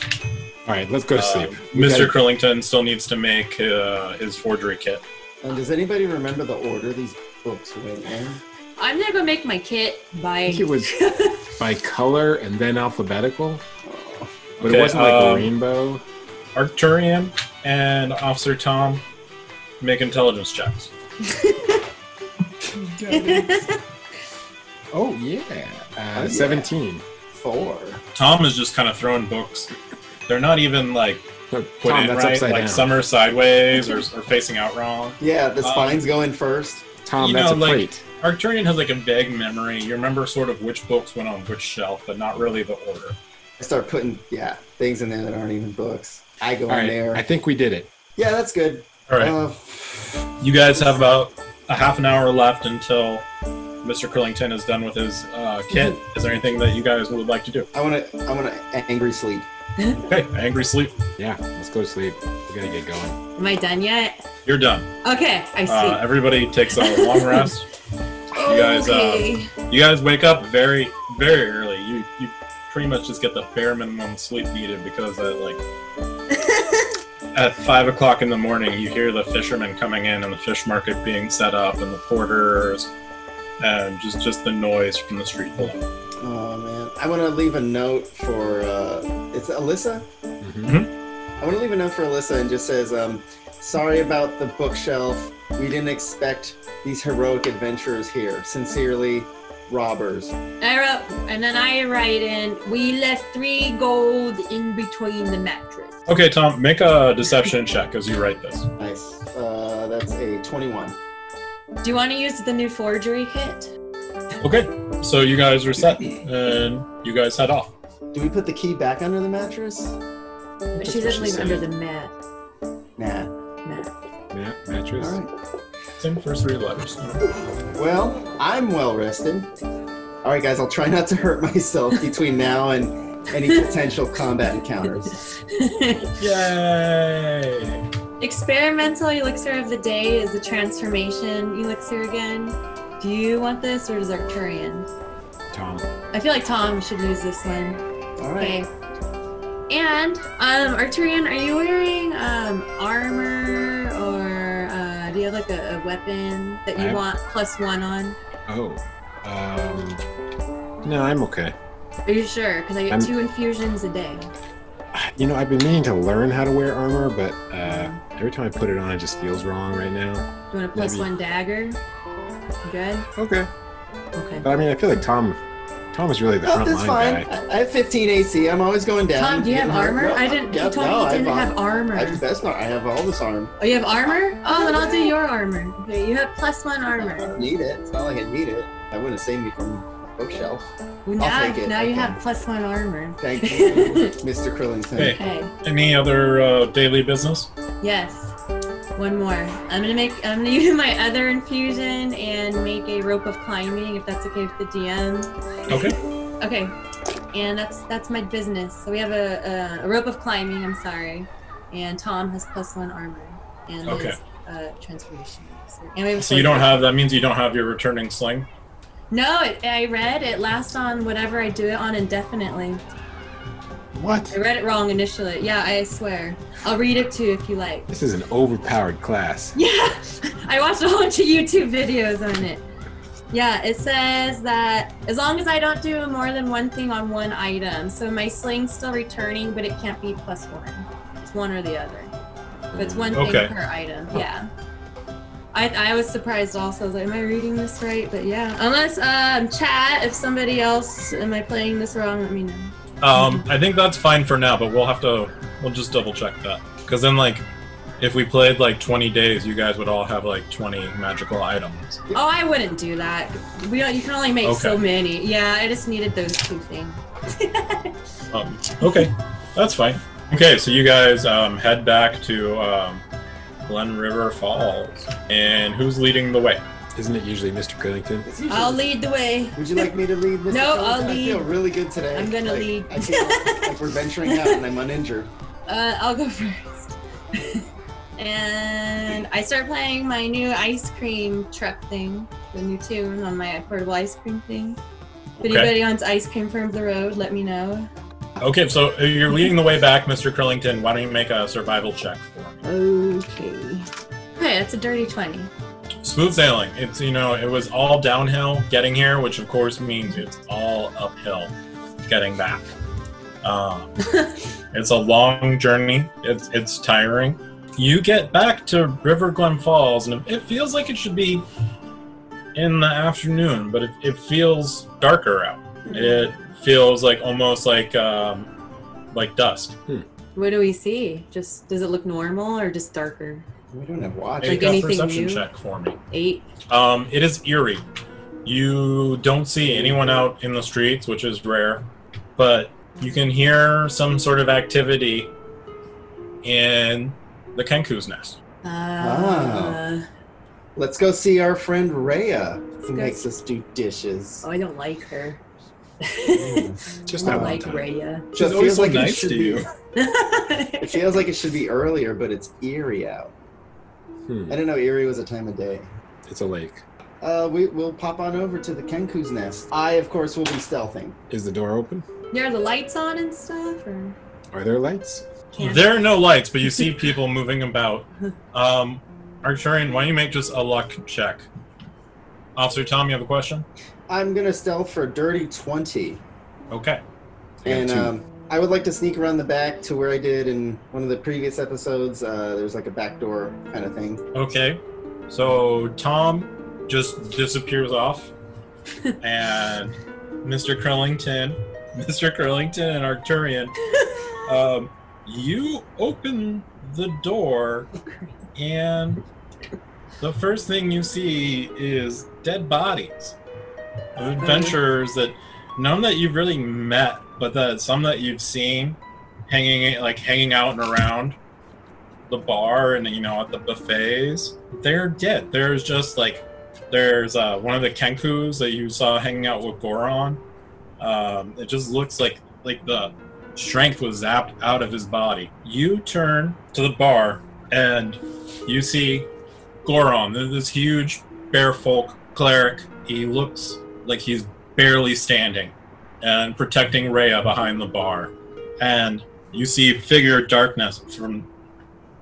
Speaker 6: All right, let's go to
Speaker 3: Uh,
Speaker 6: sleep.
Speaker 3: Mr.
Speaker 6: gotta-
Speaker 3: Curlington still needs to make uh, his forgery kit.
Speaker 5: And does anybody remember the order these books went in?
Speaker 4: <laughs> I'm gonna go make my kit.
Speaker 6: I
Speaker 4: Bye.
Speaker 6: think it was <laughs> by color and then alphabetical,
Speaker 5: Oh,
Speaker 6: but
Speaker 3: Okay,
Speaker 6: it wasn't like a
Speaker 3: um,
Speaker 6: rainbow.
Speaker 3: Arcturian and Officer Tom make intelligence checks.
Speaker 6: Oh yeah, uh,
Speaker 5: yeah.
Speaker 6: seventeen.
Speaker 5: four.
Speaker 3: Tom is just kind of throwing books. They're not even like
Speaker 6: No,
Speaker 3: put
Speaker 6: Tom,
Speaker 3: in
Speaker 6: that's
Speaker 3: right.
Speaker 6: upside
Speaker 3: Like
Speaker 6: down.
Speaker 3: some are sideways or, or facing out wrong.
Speaker 5: Yeah, the
Speaker 3: Um,
Speaker 5: spine's going first.
Speaker 6: Tom,
Speaker 3: you
Speaker 6: that's
Speaker 3: know,
Speaker 6: a
Speaker 3: like-
Speaker 6: plate.
Speaker 3: Arcturian has like a vague memory. You remember sort of which books went on which shelf, but not really the order.
Speaker 5: I start putting yeah things in there that aren't even books. I go
Speaker 6: All
Speaker 5: in
Speaker 6: right,
Speaker 5: there.
Speaker 6: I think we did it.
Speaker 5: yeah, that's good.
Speaker 3: All right,
Speaker 5: Uh,
Speaker 3: you guys have about a half an hour left until Mr. Curlington is done with his uh, kit.
Speaker 4: Mm-hmm.
Speaker 3: Is there anything that you guys would like to do?
Speaker 5: I want to. I want to angry sleep.
Speaker 3: Okay, angry sleep.
Speaker 6: Yeah, let's go to sleep. We gotta get going.
Speaker 4: Am I done yet?
Speaker 3: You're done.
Speaker 4: Okay, I see.
Speaker 3: Uh, everybody takes a long rest. you guys, uh,
Speaker 4: okay.
Speaker 3: You guys wake up very, very early. You you pretty much just get the bare minimum sleep needed because at like at five o'clock in the morning, you hear the fishermen coming in and the fish market being set up and the porters and just just the noise from the street below.
Speaker 5: Oh man, I want to leave a note for. Uh, it's Alyssa.
Speaker 6: Mhm.
Speaker 5: I want to leave a note for Alyssa and just says, um, "Sorry about the bookshelf. We didn't expect these heroic adventurers here. Sincerely, robbers."
Speaker 4: I wrote, and then I write in, we left three gold in between the mattress.
Speaker 3: Okay, Tom, make a deception check as you write this.
Speaker 5: Nice. Uh, that's a twenty-one.
Speaker 4: Do you want to use the new forgery kit?
Speaker 3: Okay, so you guys are set and you guys head off.
Speaker 5: Do we put the key back under the mattress?
Speaker 6: That's
Speaker 4: she
Speaker 6: what
Speaker 4: doesn't leave it
Speaker 6: said.
Speaker 4: under the mat.
Speaker 5: Nah.
Speaker 4: mat.
Speaker 6: Yeah, mattress.
Speaker 5: All right.
Speaker 3: Same first three letters.
Speaker 5: Well, I'm well rested. All right, guys, I'll try not to hurt <laughs> myself between now and any potential combat encounters.
Speaker 3: Yay!
Speaker 4: <laughs> Experimental elixir of the day is the transformation elixir again. Do you want this or is Arcturian?
Speaker 6: Tom.
Speaker 4: I feel like Tom should use this one.
Speaker 5: All right.
Speaker 4: Okay. And um, Arturian, are you wearing um, armor or uh, do you have like a, a weapon that you
Speaker 6: I-
Speaker 4: want plus one on?
Speaker 6: Oh. Um. No, I'm okay.
Speaker 4: Are you sure? Because I get
Speaker 6: I'm-
Speaker 4: two infusions a day.
Speaker 6: You know, I've been meaning to learn how to wear armor, but uh, every time I put it on, it just feels wrong right now.
Speaker 4: Do you want a plus
Speaker 6: Maybe.
Speaker 4: one dagger? You Good.
Speaker 6: Okay.
Speaker 4: Okay.
Speaker 6: But I mean, I feel like Tom. Tom is really the
Speaker 5: Oh,
Speaker 6: front
Speaker 5: that's fine.
Speaker 6: line guy.
Speaker 5: I I have 15 AC. I'm always going down.
Speaker 4: Tom, do you have
Speaker 5: Getting hurt.
Speaker 4: armor?
Speaker 5: No,
Speaker 4: I didn't.
Speaker 5: yeah,
Speaker 4: you told
Speaker 5: no,
Speaker 4: me you didn't
Speaker 5: I've-
Speaker 4: have armor.
Speaker 5: I have best not. I have all this armor.
Speaker 4: oh, you have armor? Oh, then I'll do your armor. Okay, you have plus one
Speaker 5: I
Speaker 4: armor.
Speaker 5: don't need it. It's not like I need it. That wouldn't have saved me from a bookshelf.
Speaker 4: now,
Speaker 5: take it,
Speaker 4: now you
Speaker 5: okay.
Speaker 4: have plus one armor. <laughs>
Speaker 5: Thank you, Mr. Curlington.
Speaker 3: Hey.
Speaker 4: Okay.
Speaker 3: Any other uh, daily business?
Speaker 4: Yes. One more. I'm gonna make. I'm gonna <laughs> use my other infusion and make a rope of climbing, if that's okay with the DM.
Speaker 3: Okay.
Speaker 4: Okay, and that's that's my business. So we have a, a, a rope of climbing. I'm sorry, and Tom has plus one armor and his,
Speaker 3: Okay.
Speaker 4: uh, transformation. So, and we have a
Speaker 3: So you
Speaker 4: sword.
Speaker 3: don't have that means you don't have your returning sling.
Speaker 4: No, it, I read it lasts on whatever I do it on indefinitely.
Speaker 6: What?
Speaker 4: I read it wrong initially. Yeah, I swear. I'll read it too if you like.
Speaker 6: This is an overpowered class.
Speaker 4: Yeah, I watched a whole bunch of YouTube videos on it. Yeah, it says that as long as I don't do more than one thing on one item, so my sling's still returning, but it can't be plus one. It's one or the other. But it's one
Speaker 3: Okay.
Speaker 4: thing per item. Yeah. I, I was surprised also. I was like, am I reading this right? But yeah. Unless, um, chat, if somebody else, am I playing this wrong? Let me know.
Speaker 3: Um, I think that's fine for now, but we'll have to we'll just double check that because then like if we played like 20 days, you guys would all have like 20 magical items.
Speaker 4: Oh, I wouldn't do that. We don't, you can only make so
Speaker 3: Okay.
Speaker 4: many. Yeah, I just needed those two things.
Speaker 3: Um, okay, that's fine. Okay, so you guys um, head back to um, Glen River Falls. And who's leading the way?
Speaker 6: Isn't it usually Mr. Goodington?
Speaker 5: It's usually
Speaker 4: I'll
Speaker 5: the-
Speaker 4: lead the way.
Speaker 5: Would you like me to lead? Mr.
Speaker 4: No, I'll
Speaker 5: I feel
Speaker 4: lead.
Speaker 5: really good today.
Speaker 4: I'm gonna
Speaker 5: Like,
Speaker 4: lead.
Speaker 5: I feel like we're venturing out and I'm uninjured.
Speaker 4: Uh, I'll go <laughs> first. and I start playing my new ice cream truck thing, the new tune on my portable ice cream thing. If
Speaker 3: Okay.
Speaker 4: anybody wants ice cream from the road, let me know.
Speaker 3: Okay, so uh, you're leading the way back, Mr. Curlington. Why don't you make a survival check for me?
Speaker 4: Okay. Okay, that's a dirty 20.
Speaker 3: Smooth sailing. It's you know, it was all downhill getting here, which of course means it's all uphill getting back.
Speaker 4: <laughs>
Speaker 3: Um, it's a long journey. It's it's tiring. You get back to River Glen Falls, and it feels like it should be in the afternoon, but it, it feels darker out.
Speaker 4: Mm-hmm.
Speaker 3: It feels like almost like um, like dusk.
Speaker 4: What do we see? Just does it look normal or just darker?
Speaker 5: We don't have watch.
Speaker 4: Like
Speaker 3: Make a
Speaker 4: anything
Speaker 3: perception
Speaker 4: new?
Speaker 3: check for me.
Speaker 4: Eight.
Speaker 3: Um, it is eerie. You don't see anyone out in the streets, which is rare, but you can hear some sort of activity in the Kenku's nest.
Speaker 4: Uh,
Speaker 6: Ah.
Speaker 5: Wow. Let's go see our friend Rhea, who
Speaker 4: go
Speaker 5: makes us do dishes.
Speaker 4: Oh, I don't like her.
Speaker 6: <laughs> Just that
Speaker 4: I don't
Speaker 5: Oh.
Speaker 6: one
Speaker 4: like
Speaker 6: time.
Speaker 4: Raya. <laughs>
Speaker 5: It feels
Speaker 3: always so
Speaker 5: like it
Speaker 3: nice
Speaker 5: should
Speaker 3: to
Speaker 5: be- <laughs>
Speaker 3: you.
Speaker 5: It feels like it should be earlier, but it's eerie out.
Speaker 6: Hmm,
Speaker 5: I didn't know eerie was a time of day.
Speaker 6: It's a lake.
Speaker 5: Uh, we, we'll pop on over to the Kenku's nest. I, of course, will be stealthing.
Speaker 6: Is the door open?
Speaker 4: Yeah, are the lights on and stuff? Or
Speaker 6: Are there lights?
Speaker 4: can't?
Speaker 3: There are no lights, but you see people moving about. Um, Arcturian, why don't you make just a luck check? Officer Tom, you have a question?
Speaker 5: I'm gonna stealth for a dirty twenty,
Speaker 3: Okay.
Speaker 6: I got
Speaker 5: and
Speaker 6: two.
Speaker 5: um, I would like to sneak around the back to where I did in one of the previous episodes. Uh, there's like a back door kind of thing.
Speaker 3: Okay. So Tom just disappears off, and Mr. Curlington, <laughs> Mr. Curlington, and Arcturian,
Speaker 4: <laughs>
Speaker 3: um, you open the door, and the first thing you see is dead bodies of adventurers that none that you've really met, but that some that you've seen hanging like hanging out and around the bar and you know at the buffets they're dead there's just like there's uh, one of the kenkus that you saw hanging out with goron um, it just looks like like the strength was zapped out of his body you turn to the bar and you see goron There's this huge bear folk cleric he looks like he's barely standing and protecting Rhea behind the bar and you see figure darkness from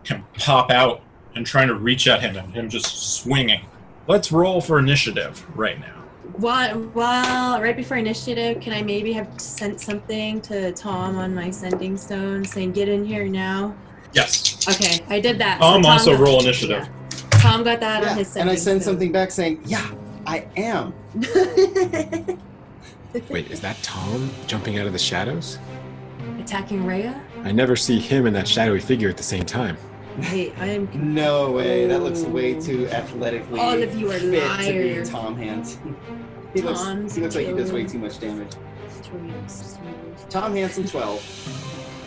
Speaker 3: him pop out and trying to reach at him and him just swinging. Let's roll for initiative right now.
Speaker 4: While, while right before initiative, can I maybe have sent something to Tom on my sending stone saying get in here now?
Speaker 3: Yes.
Speaker 4: Okay, I did that. So
Speaker 3: Tom also
Speaker 4: got-
Speaker 3: roll initiative.
Speaker 4: yeah. Tom got that on
Speaker 5: Yeah,
Speaker 4: his
Speaker 5: and I
Speaker 4: sending
Speaker 5: send something back saying, "Yeah, I am."
Speaker 4: stone.
Speaker 6: Wait, is that Tom jumping out of the shadows?
Speaker 4: <laughs> Attacking Raya?
Speaker 6: I never see him and that shadowy figure at the same time.
Speaker 4: Wait, I am
Speaker 5: No way. That looks way too athletically.
Speaker 4: Oh. All of you are
Speaker 5: fit to
Speaker 4: liars.
Speaker 5: be Tom Hansen. He looks,
Speaker 4: Tom's
Speaker 5: he looks like he does way
Speaker 4: children.
Speaker 5: too much damage. Tom Hansen, twelve.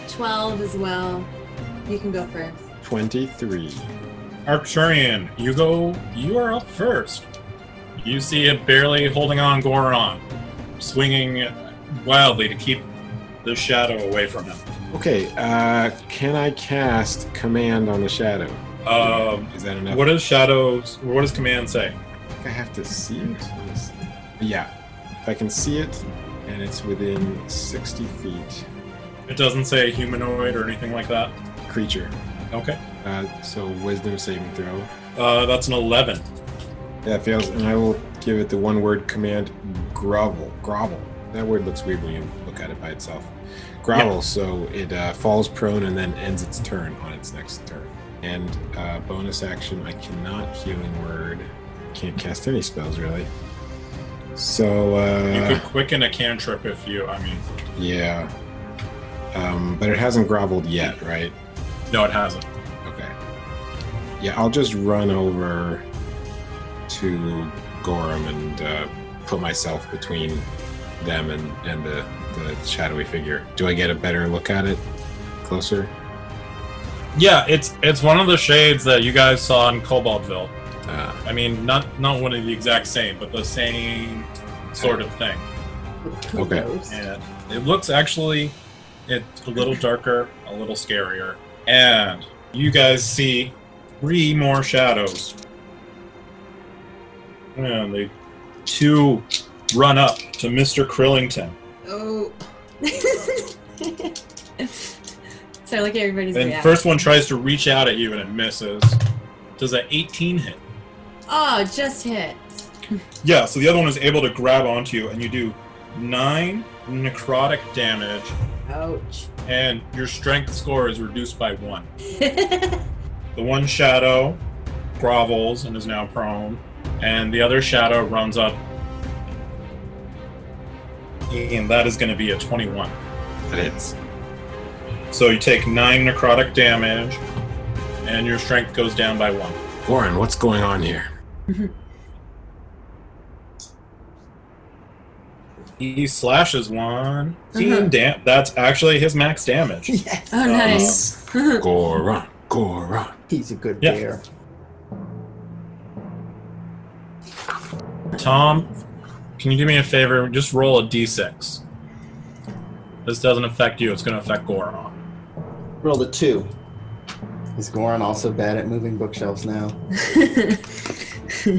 Speaker 4: 12 as well. You can go first.
Speaker 6: 23.
Speaker 3: Arcturian, you go you are up first. You see it barely holding on Goron, swinging wildly to keep the shadow away from him.
Speaker 6: Okay, uh, can I cast command on the shadow?
Speaker 3: Um,
Speaker 6: Is that enough?
Speaker 3: what does shadows what does command say?
Speaker 6: I think I have to see it. Let me see. Yeah, if I can see it and it's within 60 feet.
Speaker 3: It doesn't say humanoid or anything like that.
Speaker 6: Creature.
Speaker 3: Okay.
Speaker 6: Uh, so wisdom saving throw.
Speaker 3: Uh, that's an eleven.
Speaker 6: That fails, and I will give it the one word command grovel. Grovel. That word looks weird when you look at it by itself. Grovel, so it uh, falls prone and then ends its turn on its next turn. And uh, bonus action, I cannot healing word. Can't cast any spells really. So
Speaker 3: You could
Speaker 6: uh,
Speaker 3: quicken a cantrip if you I mean
Speaker 6: yeah, um, but it hasn't groveled yet, right?
Speaker 3: no it hasn't.
Speaker 6: Okay. Yeah, I'll just run over to Gorham and uh, put myself between them and, and the, the shadowy figure. Do I get a better look at it? Closer?
Speaker 3: Yeah, it's it's one of the shades that you guys saw in Cobaltville.
Speaker 6: Ah,
Speaker 3: I mean, not not one of the exact same, but the same sort of thing.
Speaker 6: okay.
Speaker 3: And it looks actually it's a little darker, a little scarier. And you guys see three more shadows. And they two run up to Mr. Krillington.
Speaker 4: Oh. <laughs> so like everybody's
Speaker 3: And
Speaker 4: yeah.
Speaker 3: first one tries to reach out at you and it misses. Does that 18 hit?
Speaker 4: Oh, just hit. <laughs>
Speaker 3: Yeah, so the other one is able to grab onto you and you do nine necrotic damage
Speaker 4: Ouch.
Speaker 3: and your strength score is reduced by one. The one shadow grovels and is now prone, and the other shadow runs up. And that is going to be a 21.
Speaker 6: That hits.
Speaker 3: So you take 9 necrotic damage, and your strength goes down by 1.
Speaker 6: Warren, what's going on here?
Speaker 3: He slashes one.
Speaker 4: Uh-huh.
Speaker 3: Dam- that's actually his max damage.
Speaker 5: Yes.
Speaker 4: oh, nice.
Speaker 6: Goron, Goron.
Speaker 5: He's a good
Speaker 3: Yeah.
Speaker 5: bear.
Speaker 3: Tom, can you do me a favor? Just roll a d6. This doesn't affect you, it's going to affect Goron.
Speaker 5: Rolled a two. Is Goron also bad at moving bookshelves now?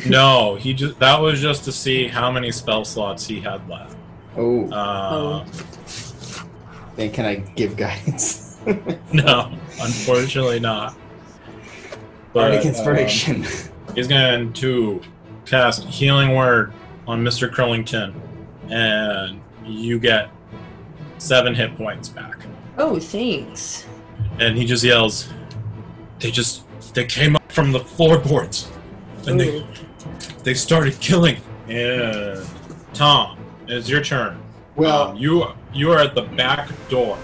Speaker 3: no, he just that was just to see how many spell slots he had left.
Speaker 5: Oh,
Speaker 3: Uh,
Speaker 5: then can I give guidance?
Speaker 3: <laughs> No, unfortunately not.
Speaker 5: Bardic <laughs>
Speaker 3: um,
Speaker 5: inspiration.
Speaker 3: he's going to cast Healing Word on Mr. Curlington, and you get seven hit points back.
Speaker 4: <laughs> oh, thanks.
Speaker 3: And he just yells, "They just they came up from the floorboards, and they
Speaker 4: Ooh.
Speaker 3: they started killing." And Tom, it's your turn.
Speaker 5: well,
Speaker 3: Um, you you are at the back door.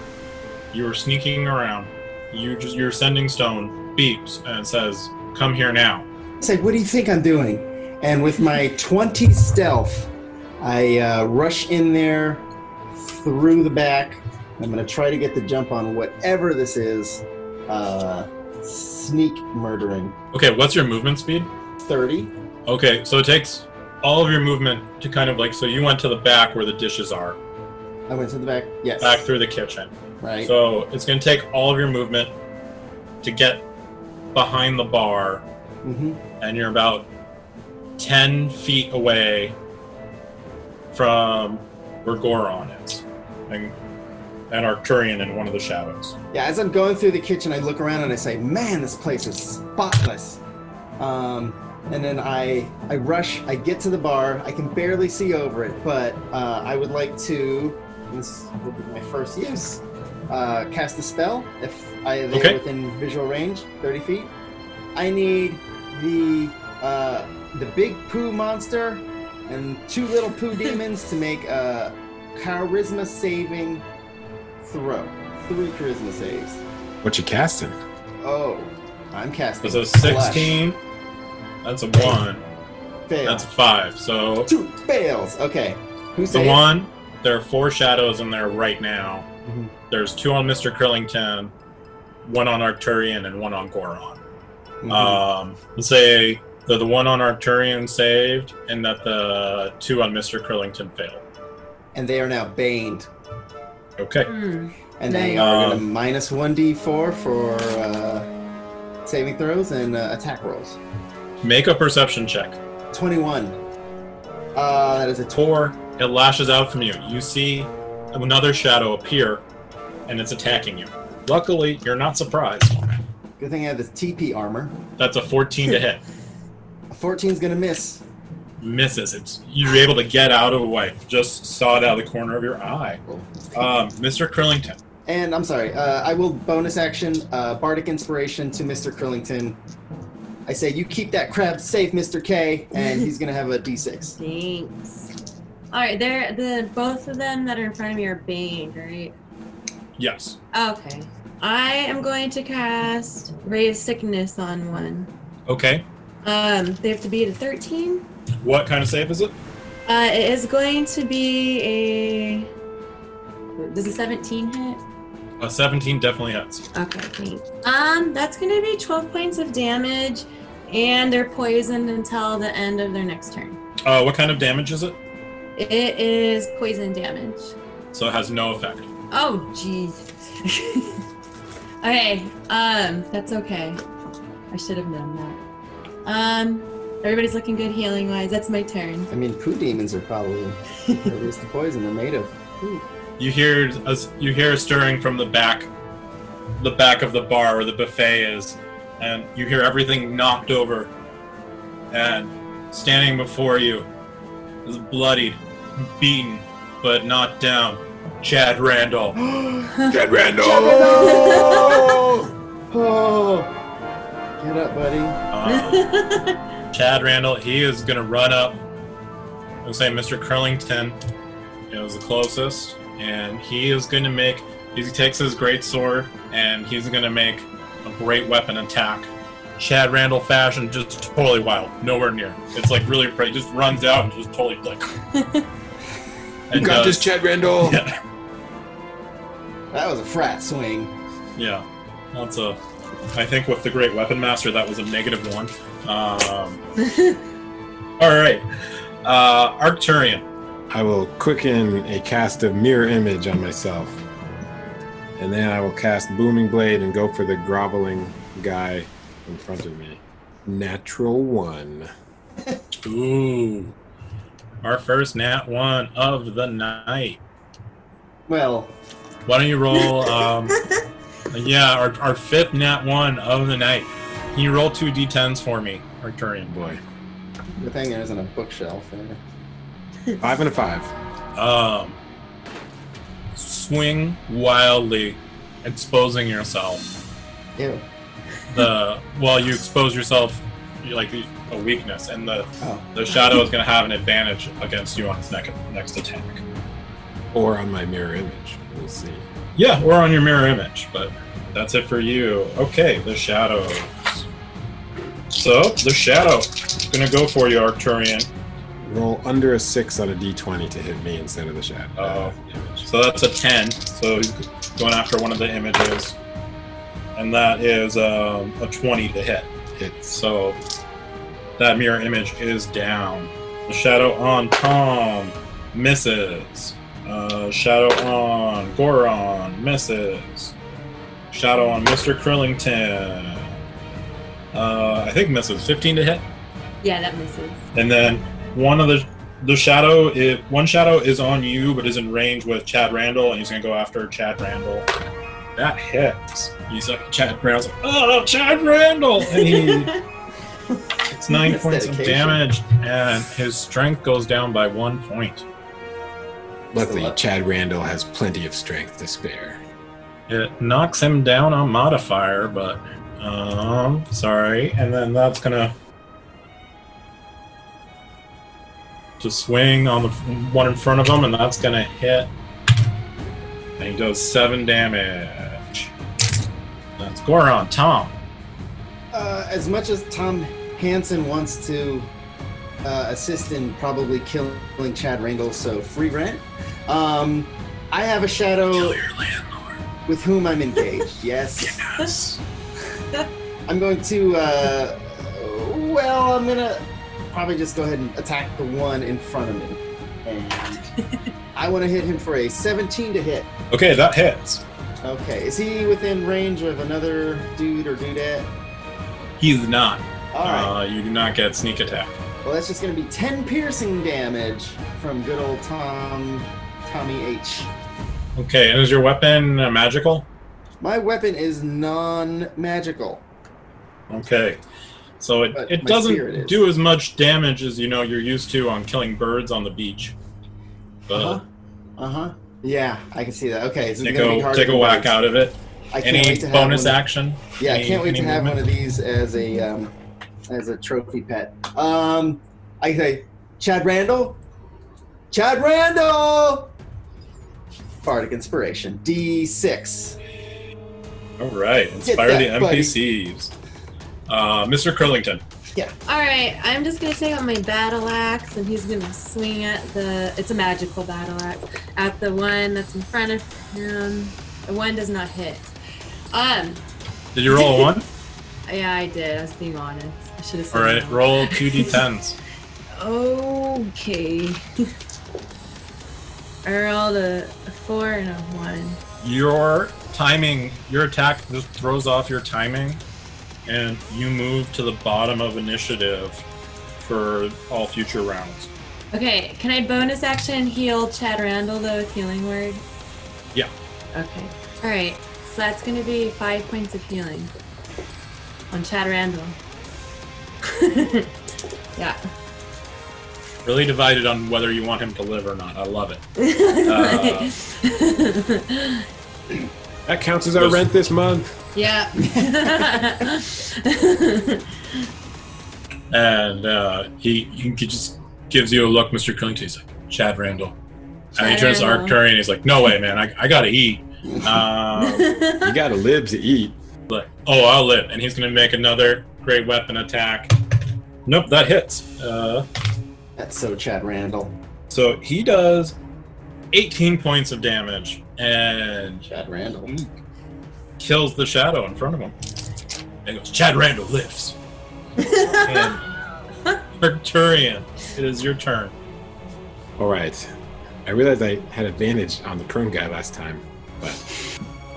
Speaker 3: You are sneaking around. You just your sending stone beeps and says, "Come here now."
Speaker 5: It's like, what do you think I'm doing? And with my 20 stealth, I uh, rush in there through the back. I'm going to try to get the jump on whatever this is. Uh, sneak murdering.
Speaker 3: Okay, what's your movement speed?
Speaker 5: 30.
Speaker 3: Okay, so it takes all of your movement to kind of like so you went to the back where the dishes are,
Speaker 5: I went to the back. Yes.
Speaker 3: back through the kitchen.
Speaker 5: Right.
Speaker 3: So it's going to take all of your movement to get behind the bar,
Speaker 5: hmm
Speaker 3: and you're about ten feet away from where Goron is, and and Arcturian in one of the shadows.
Speaker 5: Yeah, as I'm going through the kitchen, I look around and I say, "Man, this place is spotless." Um, and then I I rush. I get to the bar. I can barely see over it, but uh, I would like to. This will be my first use. Uh, cast a spell if I am
Speaker 3: Okay.
Speaker 5: within visual range, thirty feet. I need the uh, the big poo monster and two little poo demons to make a charisma saving throw. Three charisma saves.
Speaker 6: What you casting?
Speaker 5: Oh, I'm casting.
Speaker 3: So
Speaker 5: Flush.
Speaker 3: sixteen. That's a one.
Speaker 5: Fail.
Speaker 3: That's a five. So
Speaker 5: Two fails. Okay. Who
Speaker 3: the
Speaker 5: saved?
Speaker 3: one. There are four shadows in there right now.
Speaker 5: Mhm.
Speaker 3: There's two on Mr. Curlington, one on Arcturian, and one on Goron.
Speaker 5: Mhm.
Speaker 3: Um, let's say the, the one on Arcturian saved, and that the two on Mr. Curlington failed.
Speaker 5: and they are now baned.
Speaker 3: Okay.
Speaker 4: Hmm.
Speaker 5: And they
Speaker 4: Nice.
Speaker 5: are going to
Speaker 3: Um,
Speaker 5: minus 1d4 for uh, saving throws and uh, attack rolls.
Speaker 3: Make a perception check.
Speaker 5: 21. Uh, that is a 12.
Speaker 3: Tor, it lashes out from you. You see another shadow appear, and it's attacking you. Luckily, you're not surprised.
Speaker 5: Good thing I have this TP armor.
Speaker 3: That's a 14 to hit.
Speaker 5: A 14 is going to miss.
Speaker 3: misses. It's you're able to get out of the way. Just saw it out of the corner of your eye. Um, Mr. Curlington.
Speaker 5: And I'm sorry, uh, I will bonus action uh, Bardic Inspiration to Mr. Curlington. I say, you keep that crab safe, Mr. K, and he's going to have a d6.
Speaker 4: Thanks. All right, they're the both of them that are in front of me are Bane, right?
Speaker 3: Yes.
Speaker 4: Okay. I am going to cast Ray of Sickness on one.
Speaker 3: Okay.
Speaker 4: Um, they have to beat a 13.
Speaker 3: What kind of save is it?
Speaker 4: Uh, it is going to be a. Does a 17 hit?
Speaker 3: A 17 definitely hits.
Speaker 4: Okay, thanks. Um, that's gonna be 12 points of damage, and they're poisoned until the end of their next turn.
Speaker 3: Uh, what kind of damage is it?
Speaker 4: It is poison damage.
Speaker 3: So it has no effect.
Speaker 4: Oh, jeez. <laughs> okay, um, that's okay. I should have known that. Um, everybody's looking good healing wise. That's my turn. <laughs>
Speaker 5: I mean, poo demons are probably or at least the poison they're made of.
Speaker 3: You hear as you hear a stirring from the back, the back of the bar where the buffet is, and you hear everything knocked over. And standing before you is bloodied, beaten, but not down, Chad Randall.
Speaker 6: Dead Randall!
Speaker 5: Oh, get up, buddy.
Speaker 3: Uh, Chad Randall, he is gonna run up and say, Mr. Curlington is the closest, and he is gonna make. He takes his great sword and he's gonna make a great weapon attack. Chad Randall fashion, just totally wild, nowhere near. It's like really pretty. Just runs out and just totally like.
Speaker 6: <laughs>
Speaker 3: <laughs>
Speaker 6: You
Speaker 3: and
Speaker 6: got
Speaker 3: does-
Speaker 6: this,
Speaker 3: <laughs>
Speaker 6: Chad Randall!
Speaker 3: Yeah,
Speaker 5: That was a frat swing.
Speaker 3: yeah. That's a. I think with the great weapon master, that was a negative one. Um, all right, uh, Arcturian.
Speaker 6: I will quicken a cast of mirror image on myself. And then I will cast booming blade and go for the groveling guy in front of me. Natural one.
Speaker 3: Ooh. Our first nat one of the night.
Speaker 5: Well,
Speaker 3: Why don't you roll? Um, yeah, our, our fifth nat one of the night. Can you roll two d10s for me, Arcturian?
Speaker 6: Boy.
Speaker 5: the thing there isn't a bookshelf. eh?
Speaker 6: Five and a five.
Speaker 3: Um, swing wildly, exposing yourself.
Speaker 5: Ew.
Speaker 3: The well, you expose yourself you- like a weakness, and the
Speaker 5: Oh.
Speaker 3: the shadow is going to have an advantage against you on its next next attack.
Speaker 6: Or on my mirror image. We'll see.
Speaker 3: Yeah, or on your mirror image, but that's it for you. Okay, the shadows. So, the shadow. Gonna go for you, Arcturian.
Speaker 6: Roll under a six on a d20 to hit me instead of the shadow. uh,
Speaker 3: Oh.
Speaker 6: image.
Speaker 3: So that's a 10. So he's going after one of the images. And that is um, a 20 to hit.
Speaker 6: Hits.
Speaker 3: So that mirror image is down. The shadow on Tom misses. Uh, shadow on Goron misses. Shadow on Mr. Krillington. Uh, I think misses 15 to hit.
Speaker 4: Yeah, that misses.
Speaker 3: And then one of the the shadow is one shadow is on you but is in range with Chad Randall and he's gonna go after Chad Randall. That hits. He's like Chad Randall's like, oh Chad Randall and
Speaker 5: <laughs>
Speaker 3: he it's nine
Speaker 5: That's
Speaker 3: points of
Speaker 5: dedication.
Speaker 3: damage, and his strength goes down by one point.
Speaker 6: Luckily, Chad Randall has plenty of strength to spare.
Speaker 3: It knocks him down on modifier, but um, sorry. And then that's gonna just swing on the f- one in front of him, and that's gonna hit. And he does seven damage. That's Goron, Tom.
Speaker 5: Uh, as much as Tom Hansen wants to uh, assist in probably killing Chad Randall, so free rent, um, I have a shadow with whom I'm engaged. Yes. I'm going to, uh, well, I'm going to probably just go ahead and attack the one in front of me. And I want to hit him for a 17 to hit.
Speaker 3: Okay, that hits.
Speaker 5: Okay. Is he within range of another dude or dudette?
Speaker 3: He's not.
Speaker 5: All right.
Speaker 3: Uh, you do not get sneak attack.
Speaker 5: Well, that's just going to be 10 piercing damage from good old Tom, Tommy H.
Speaker 3: Okay, and is your weapon uh, magical?
Speaker 5: My weapon is non magical.
Speaker 3: Okay. So it,
Speaker 5: But
Speaker 3: it
Speaker 5: my spirit
Speaker 3: doesn't
Speaker 5: is.
Speaker 3: do as much damage as you know you're used to on killing birds on the beach. But
Speaker 5: Uh huh. Uh huh. Yeah, I can see that. Okay, so it's
Speaker 3: Uh-huh. take
Speaker 5: going to be
Speaker 3: a
Speaker 5: hard
Speaker 3: take
Speaker 5: to
Speaker 3: a whack
Speaker 5: dodge.
Speaker 3: out of it.
Speaker 5: I can't
Speaker 3: Any
Speaker 5: wait to have
Speaker 3: bonus
Speaker 5: one of-
Speaker 3: action?
Speaker 5: Yeah, I
Speaker 3: Any-
Speaker 5: can't wait to
Speaker 3: any
Speaker 5: have one
Speaker 3: movement?
Speaker 5: of these as a um, as a trophy pet. Um, I say, Chad Randall, Chad Randall, Bardic Inspiration, D six.
Speaker 3: All right, inspire
Speaker 5: that,
Speaker 3: the
Speaker 5: buddy.
Speaker 3: NPCs. Uh, Mr. Curlington.
Speaker 4: All right, I'm just gonna take out my battle axe, and he's gonna swing at the. It's a magical battle axe at the one that's in front of him. One does not hit. Um,
Speaker 3: Did you roll a
Speaker 5: <laughs>
Speaker 3: one?
Speaker 4: yeah, I did. I was being honest. I should have said.
Speaker 3: All right,
Speaker 4: that.
Speaker 3: roll two d10s.
Speaker 4: Okay. <laughs> I rolled a, a four and a one.
Speaker 3: Your timing, your attack just throws off your timing, and you move to the bottom of initiative for all future rounds.
Speaker 4: Okay, can I bonus action heal Chad Randall though with healing word?
Speaker 3: Yeah.
Speaker 4: Okay. All right. So that's going to be five points of healing on Chad Randall. <laughs> yeah. <laughs>
Speaker 3: Really divided on whether you want him to live or not. I love it. Uh,
Speaker 6: That counts as our
Speaker 3: Those-
Speaker 6: rent this month.
Speaker 4: yeah. <laughs>
Speaker 3: and uh, he, he just gives you a look, Mr. Cunt. He's like, Chad Randall. and he
Speaker 4: Chad
Speaker 3: turns to
Speaker 4: Randall.
Speaker 3: Arcturian. He's like, No way, man. I, I gotta eat. Um,
Speaker 6: You gotta live to eat.
Speaker 3: Like, oh, I'll live. And he's going to make another great weapon attack. Nope, that hits. Uh,
Speaker 5: That's so Chad Randall.
Speaker 3: so he does 18 points of damage and
Speaker 5: Chad Randall.
Speaker 3: Mm. kills the shadow in front of him. And he goes, Chad Randall lives. and Arcturian, it is your turn.
Speaker 6: All right. I realized I had advantage on the prune guy last time, but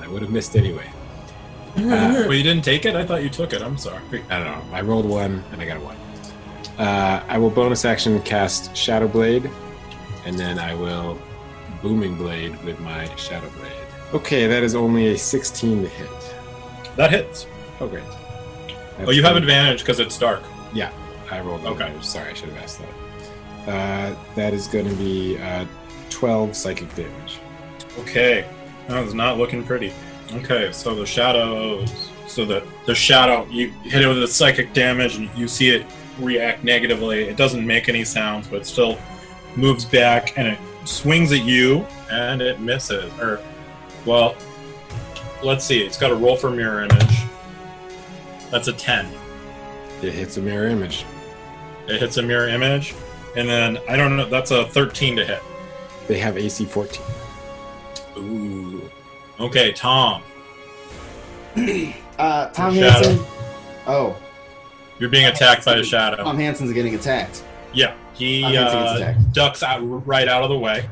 Speaker 6: I would have missed anyway. Uh,
Speaker 3: Well, you didn't take it? I thought you took it. I'm sorry.
Speaker 6: I don't know. I rolled one and I got a one. Uh, I will bonus action cast Shadow Blade, and then I will Booming Blade with my Shadow Blade. Okay, that is only a 16 to hit.
Speaker 3: That hits.
Speaker 6: Oh, great.
Speaker 3: Oh, you have advantage because it's dark.
Speaker 6: I rolled
Speaker 3: Okay.
Speaker 6: okay. Sorry, I should have asked that. Uh, that is going to be uh, 12 psychic damage.
Speaker 3: Okay, that was not looking pretty. Okay, so the shadows, so the the shadow, you hit it with a psychic damage, and you see it react negatively. It doesn't make any sounds, but it still moves back, and it swings at you, and it misses. Or, well, let's see. It's got a roll for mirror image. That's a ten.
Speaker 6: It hits a mirror image.
Speaker 3: It hits a mirror image, and then I don't know. That's a thirteen to hit.
Speaker 6: They have AC 14.
Speaker 3: Ooh. Okay, Tom,
Speaker 5: Uh, Tom
Speaker 3: Shadow.
Speaker 5: Hansen. Oh,
Speaker 3: you're being attacked by the shadow.
Speaker 5: Tom Hansen's getting attacked.
Speaker 3: Yeah, Oh. he
Speaker 5: Tom Hansen gets
Speaker 3: uh,
Speaker 5: attacked.
Speaker 3: ducks out right out of the way.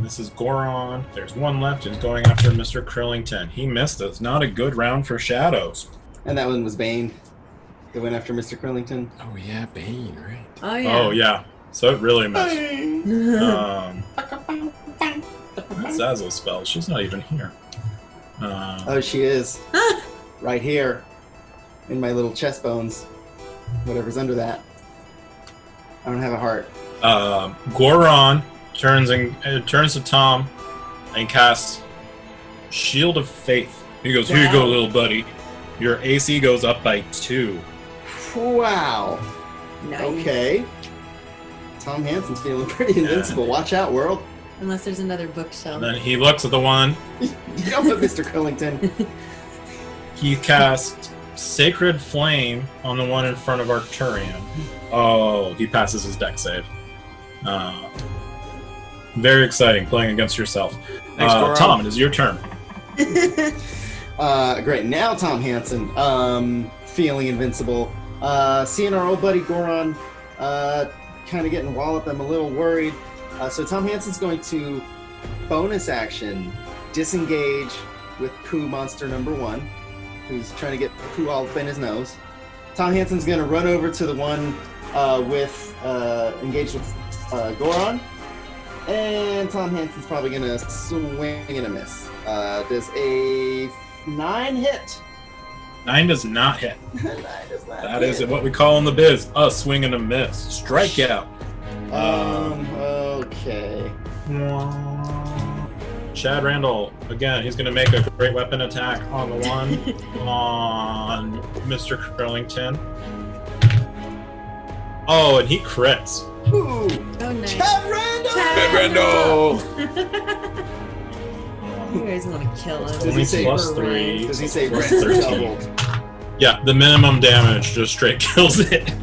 Speaker 3: This is Goron. There's one left. He's going after Mr. Krillington. He missed us. Not a good round for shadows.
Speaker 5: And that one was Bane. That went after Mr. Curlington.
Speaker 6: Oh, yeah, Bane, right?
Speaker 4: oh yeah.
Speaker 3: Oh yeah, so it really missed.
Speaker 4: <laughs>
Speaker 3: um, that's Zazzle's spell. She's not even here. Uh,
Speaker 5: Oh, she is. right here. In my little chest bones. Whatever's under that. I don't have a heart.
Speaker 3: um, Goron turns and uh, turns to Tom and casts Shield of Faith. He goes, "Here you go,
Speaker 4: Wow.
Speaker 3: little buddy. Your AC goes up by two.
Speaker 5: Wow.
Speaker 4: Nice.
Speaker 5: Okay. Tom Hansen's feeling pretty invincible. Watch out, world.
Speaker 4: Unless there's another bookshelf.
Speaker 3: And then he looks at the one
Speaker 5: You don't put Mr. Curlington.
Speaker 3: He casts Sacred Flame on the one in front of Arcturian. Oh, he passes his deck save. Uh, very exciting playing against yourself.
Speaker 6: Thanks,
Speaker 3: Uh,
Speaker 6: Goron.
Speaker 3: Tom, it is your turn.
Speaker 5: Uh, great. Now Tom Hansen, um, feeling invincible. Uh, seeing our old buddy Goron, uh, kind of getting walloped. I'm a little worried. Uh, so Tom Hansen's going to bonus action disengage with Pooh Monster Number One, who's trying to get Pooh all up in his nose. Tom Hansen's going to run over to the one uh, with uh, engaged with uh, Goron. And Tom Hansen's probably gonna swing and a miss. Uh, does a nine hit? <laughs>
Speaker 3: Nine does not hit.
Speaker 5: nine does not
Speaker 3: That
Speaker 5: hit.
Speaker 3: is what we call in the biz a swing and a miss. Strike out.
Speaker 5: Um. Okay.
Speaker 3: Chad Randall, again, he's going to make a great weapon attack on the one on Mr. Curlington. Oh, and he crits.
Speaker 5: Ooh,
Speaker 4: oh nice.
Speaker 5: Chad Randall.
Speaker 4: Chad Randall! You guys want to kill
Speaker 5: Does
Speaker 4: him.
Speaker 5: he
Speaker 3: Only
Speaker 5: say
Speaker 3: plus
Speaker 5: rank?
Speaker 3: three,
Speaker 5: Does he say
Speaker 3: plus
Speaker 5: rank
Speaker 3: 13.
Speaker 5: doubled?
Speaker 3: <laughs> Yeah, the minimum damage just straight kills it.
Speaker 5: <laughs>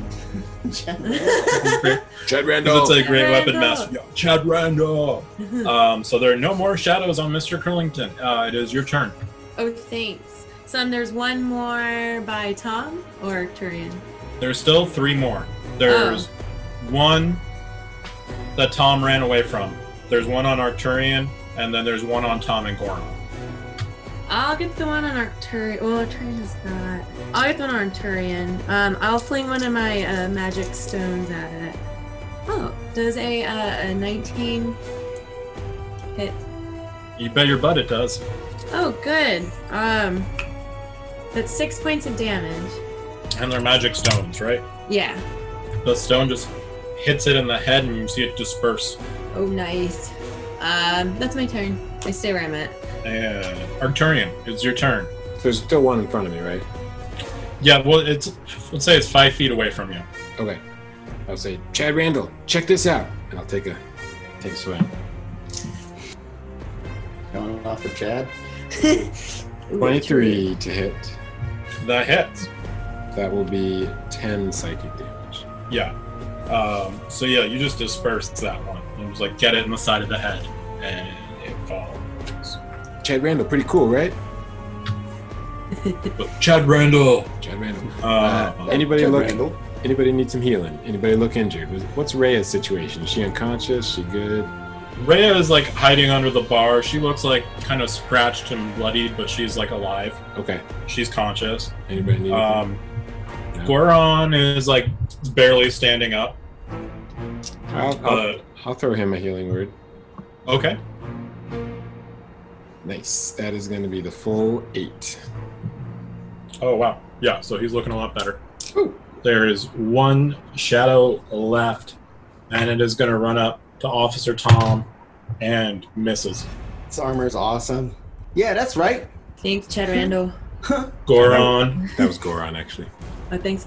Speaker 6: Jed
Speaker 3: It's
Speaker 6: Randolph.
Speaker 3: a great weapon
Speaker 4: Randall.
Speaker 3: master. Yeah, Chad Randall. um, so there are no more shadows on Mr. Curlington. Uh, it is your turn.
Speaker 4: <laughs> oh, thanks. So um, there's one more by Tom or Turian.
Speaker 3: There's still three more. There's one that Tom ran away from. There's one on Arturian, and then there's one on Tom and Gorm.
Speaker 4: I'll get the one on Arcturian. Well, Arcturian is not. I'll get the one on Arcturian. Um, I'll fling one of my uh, magic stones at it. Oh, does a uh, a 19 hit?
Speaker 3: You bet your butt it does.
Speaker 4: Oh, good. Um, that's six points of damage.
Speaker 3: And they're magic stones, right?
Speaker 4: Yeah.
Speaker 3: The stone just hits it in the head, and you see it disperse.
Speaker 4: Oh, nice. Um, that's my turn. I stay where I'm at.
Speaker 3: And Arcturian, it's your turn.
Speaker 6: There's still one in front of me, right?
Speaker 3: Yeah, well, it's let's say it's five feet away from you.
Speaker 6: Okay. I'll say, Chad Randall, check this out, and I'll take a take a swing.
Speaker 5: Going off of Chad.
Speaker 6: Twenty-three to hit.
Speaker 3: That hits.
Speaker 6: That will be ten psychic damage.
Speaker 3: Yeah. Um, so yeah, you just dispersed that one. You just like get it in the side of the head, and it falls.
Speaker 6: Chad Randall, pretty cool, right?
Speaker 3: Chad Randall.
Speaker 6: Chad Randall.
Speaker 3: Uh,
Speaker 6: Uh, anybody
Speaker 5: Chad
Speaker 6: look?
Speaker 5: Randall.
Speaker 6: Anybody need some healing? Anybody look injured? Was- What's Rhea's situation? Is she unconscious? She good?
Speaker 3: Rhea is like hiding under the bar. She looks like kind of scratched and bloodied, but she's like alive.
Speaker 6: Okay.
Speaker 3: She's conscious.
Speaker 6: Anybody need? anything?
Speaker 3: Um, Goron is like barely standing up.
Speaker 6: I'll, I'll,
Speaker 3: Uh,
Speaker 6: I'll throw him a healing word.
Speaker 3: okay.
Speaker 6: Nice. That is going to be the full eight.
Speaker 3: Oh wow. Yeah. So he's looking a lot better. There is one shadow left, and it is going to run up to Officer Tom, and misses.
Speaker 5: This armor is awesome. Yeah, that's right.
Speaker 4: Thanks, Chad Randall.
Speaker 3: Goron.
Speaker 6: That was Goron, actually.
Speaker 4: Oh, thanks.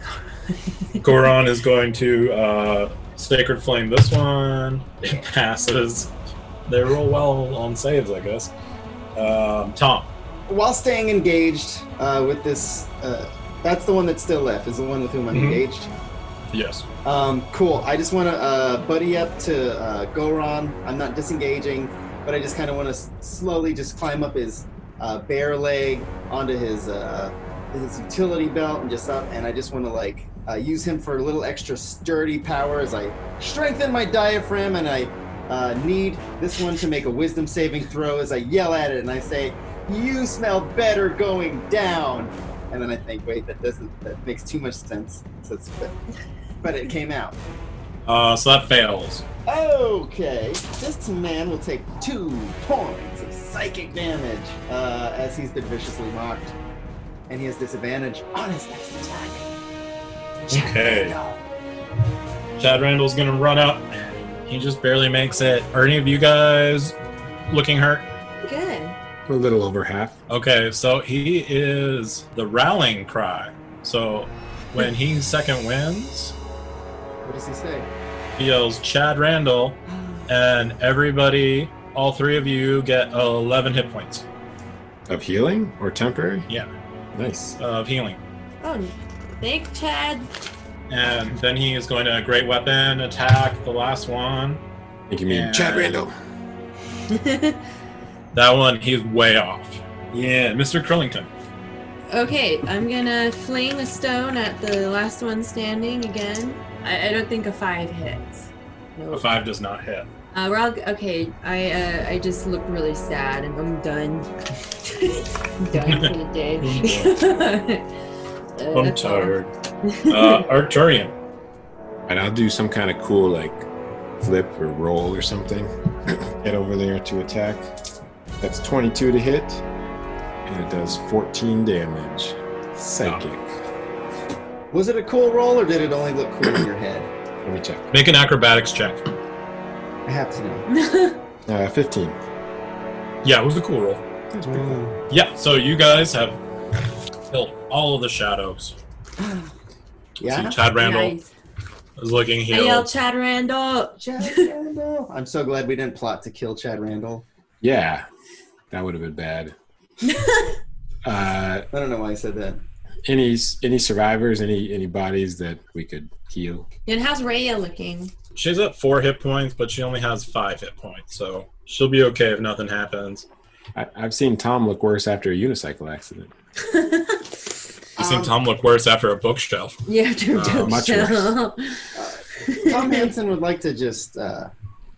Speaker 4: <laughs>
Speaker 3: Goron is going to uh, Sacred Flame this one. <laughs> It passes. They roll well on saves, I guess. Um, Tom.
Speaker 5: While staying engaged uh, with this, uh, that's the one that's still left. Is the one with whom I'm
Speaker 3: Mhm.
Speaker 5: engaged.
Speaker 3: Yes.
Speaker 5: Um, cool. I just want to uh, buddy up to uh, Goron. I'm not disengaging, but I just kind of want to s- slowly just climb up his uh, bare leg onto his uh, his utility belt and just up. And I just want to like uh, use him for a little extra sturdy power as I strengthen my diaphragm and I uh, need this one to make a wisdom saving throw as I yell at it and I say, "You smell better going down." And then I think, wait, that doesn't that makes too much sense. So it's, but it came out.
Speaker 3: Uh, so that fails.
Speaker 5: Okay, this man will take two points of psychic damage uh, as he's been viciously mocked, and he has disadvantage on his next attack.
Speaker 3: Okay. Chad Randall's going to run up. He just barely makes it. Are any of you guys looking hurt?
Speaker 4: Good.
Speaker 6: We're a little over half.
Speaker 3: Okay, so he is the rallying cry. So when he second wins,
Speaker 5: What does he say?
Speaker 3: he yells Chad Randall, and everybody, all three of you, get 11 hit points
Speaker 6: Of healing or temporary?
Speaker 3: Yeah.
Speaker 6: Nice.
Speaker 3: of healing.
Speaker 4: Oh, thanks, Chad. <laughs>
Speaker 3: And then he is going to great weapon attack the last one.
Speaker 6: I think you mean
Speaker 3: Yeah.
Speaker 6: Chad Randall.
Speaker 3: That one, he's way off. Yeah, Mr. Curlington.
Speaker 4: okay, I'm gonna fling a stone at the last one standing again. I, I don't think a five hits.
Speaker 3: A
Speaker 4: No.
Speaker 3: five does not hit.
Speaker 4: Uh, we're all okay. I uh, I just look really sad and I'm done. <laughs> I'm done for the day. <laughs> Uh,
Speaker 3: <laughs> I'm
Speaker 4: that's all. <sighs>
Speaker 3: tired. Uh, Arcturian.
Speaker 6: And I'll do some kind of cool, like, flip or roll or something. <clears throat> Get over there to attack. That's 22 to hit, and it does 14 damage. Psychic.
Speaker 5: Was it a cool roll, or did it only look cool in your head?
Speaker 6: Let me check.
Speaker 3: Make an acrobatics check.
Speaker 5: I have to know.
Speaker 6: Uh, 15.
Speaker 3: Yeah, it was a cool roll.
Speaker 6: That's pretty cool.
Speaker 3: Yeah, so you guys have killed all of the shadows.
Speaker 5: Yeah.
Speaker 3: See, Chad Randall
Speaker 4: Nice.
Speaker 3: is looking
Speaker 4: I yell,
Speaker 3: healed.
Speaker 4: Chad Randall.
Speaker 5: Chad Randall. I'm so glad we didn't plot to kill Chad Randall.
Speaker 6: Yeah. That would have been bad. uh,
Speaker 5: I don't know why I said that.
Speaker 6: Any any survivors? Any any bodies that we could heal?
Speaker 4: And how's Raya <laughs> looking?
Speaker 3: She's at four hit points, but she only has five hit points, so she'll be okay if nothing happens.
Speaker 6: I, I've seen Tom look worse after a unicycle accident.
Speaker 3: I've seen Tom look worse after a bookshelf.
Speaker 4: yeah, Tom.
Speaker 3: Uh,
Speaker 6: Oh, much
Speaker 5: Tom Hansen would like to just uh,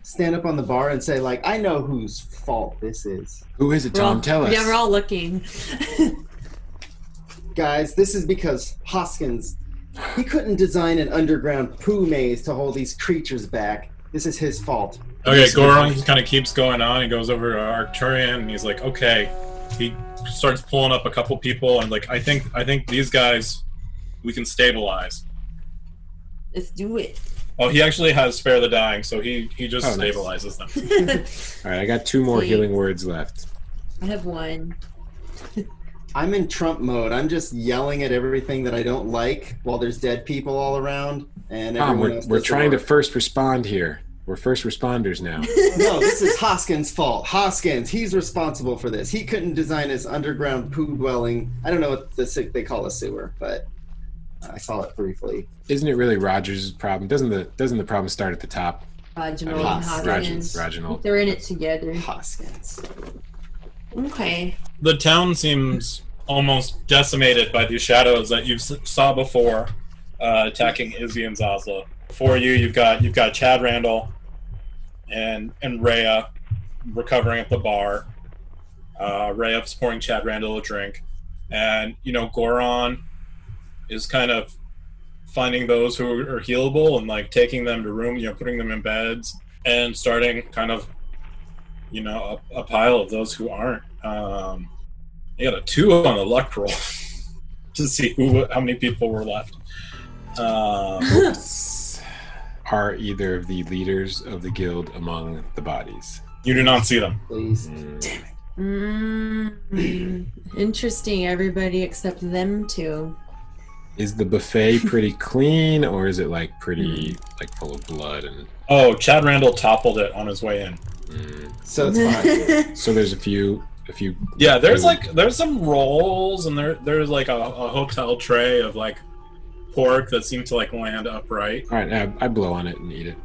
Speaker 5: stand up on the bar and say, like, I know whose fault this is.
Speaker 6: Who is it, Tom? Tell us.
Speaker 4: Yeah, we're all looking.
Speaker 5: Guys, this is because Hoskins, he couldn't design an underground poo maze to hold these creatures back. This is his fault.
Speaker 3: Okay, Goron kind of keeps going on. He goes over to Arcturian and he's like, okay. He starts pulling up a couple people and like, I think, I think these guys, we can stabilize.
Speaker 4: Let's
Speaker 6: <laughs>
Speaker 4: do it.
Speaker 3: Oh, he actually has spare the dying, so he he just
Speaker 6: Oh, nice.
Speaker 3: stabilizes them.
Speaker 6: all right, I got two more
Speaker 4: Sweet.
Speaker 6: healing words left.
Speaker 4: I have one.
Speaker 5: I'm in Trump mode. I'm just yelling at everything that I don't like while there's dead people all around and
Speaker 6: Tom,
Speaker 5: everyone
Speaker 6: we're,
Speaker 5: else
Speaker 6: we're
Speaker 5: does the
Speaker 6: trying to
Speaker 5: work. <laughs>
Speaker 6: first respond here. We're first responders
Speaker 4: <laughs>
Speaker 6: now.
Speaker 5: no, this is Hoskins' fault. Hoskins, he's responsible for this. He couldn't design his underground poo dwelling. I don't know what the se- they call a sewer, but I saw it briefly.
Speaker 6: Isn't it really Rogers' problem? Doesn't the doesn't the problem start at the top?
Speaker 4: Reginald
Speaker 5: I mean,
Speaker 4: and
Speaker 5: Roger-
Speaker 4: Hoskins.
Speaker 6: Reginald.
Speaker 4: They're in it together.
Speaker 5: Hoskins.
Speaker 4: Okay.
Speaker 3: The town seems almost decimated by these shadows that you s- saw before uh, attacking Izzy and Zaza. Before you, you've got you've got Chad Randall and and Rhea recovering at the bar. Uh, Rhea's pouring Chad Randall a drink, and you know Goron is kind of finding those who are healable and like taking them to room, you know, putting them in beds and starting kind of you know a, a pile of those who aren't. Um, they got a two on the luck roll <laughs> to see who how many people were left. Um,
Speaker 6: Are either of the leaders of the guild among the bodies?
Speaker 3: you do not see them.
Speaker 5: Please.
Speaker 4: Mm, <laughs> interesting. Everybody except them two.
Speaker 6: Is the
Speaker 4: <laughs>
Speaker 6: buffet pretty clean, or is it like pretty
Speaker 4: Hmm.
Speaker 6: like full of blood and?
Speaker 3: Oh, Chad Randall toppled it on his way in.
Speaker 6: Mm.
Speaker 5: So
Speaker 4: <laughs>
Speaker 5: it's fine.
Speaker 6: So there's a few, a few.
Speaker 3: Yeah, there's like there's some rolls and there there's like a, a hotel tray of like pork that seemed to like land upright.
Speaker 6: All right, I, I blow on it and eat it.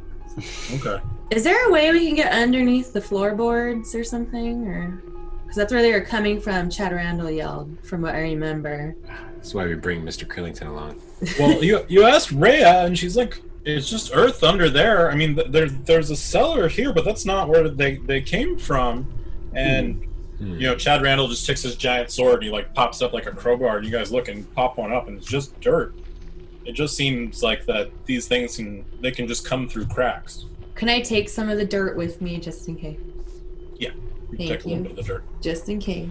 Speaker 3: Okay.
Speaker 4: Is there a way we can get underneath the floorboards or something, or because that's where they were coming from? Chad Randall yelled, from what I remember.
Speaker 6: That's why we bring Mr. Curlington along.
Speaker 3: Well, you you asked Rhea and she's like it's just earth under there. I mean, th- there's there's a cellar here, but that's not where they they came from. And
Speaker 6: Hmm.
Speaker 3: You know, Chad Randall just takes his giant sword and he like pops up like a crowbar, and you guys look and pop one up, and it's just dirt. It just seems like that these things can they can just come through cracks.
Speaker 4: Can I take some of the dirt with me just in case?
Speaker 3: You
Speaker 4: Thank
Speaker 3: take a little
Speaker 4: you.
Speaker 3: bit of the dirt.
Speaker 4: Just in case.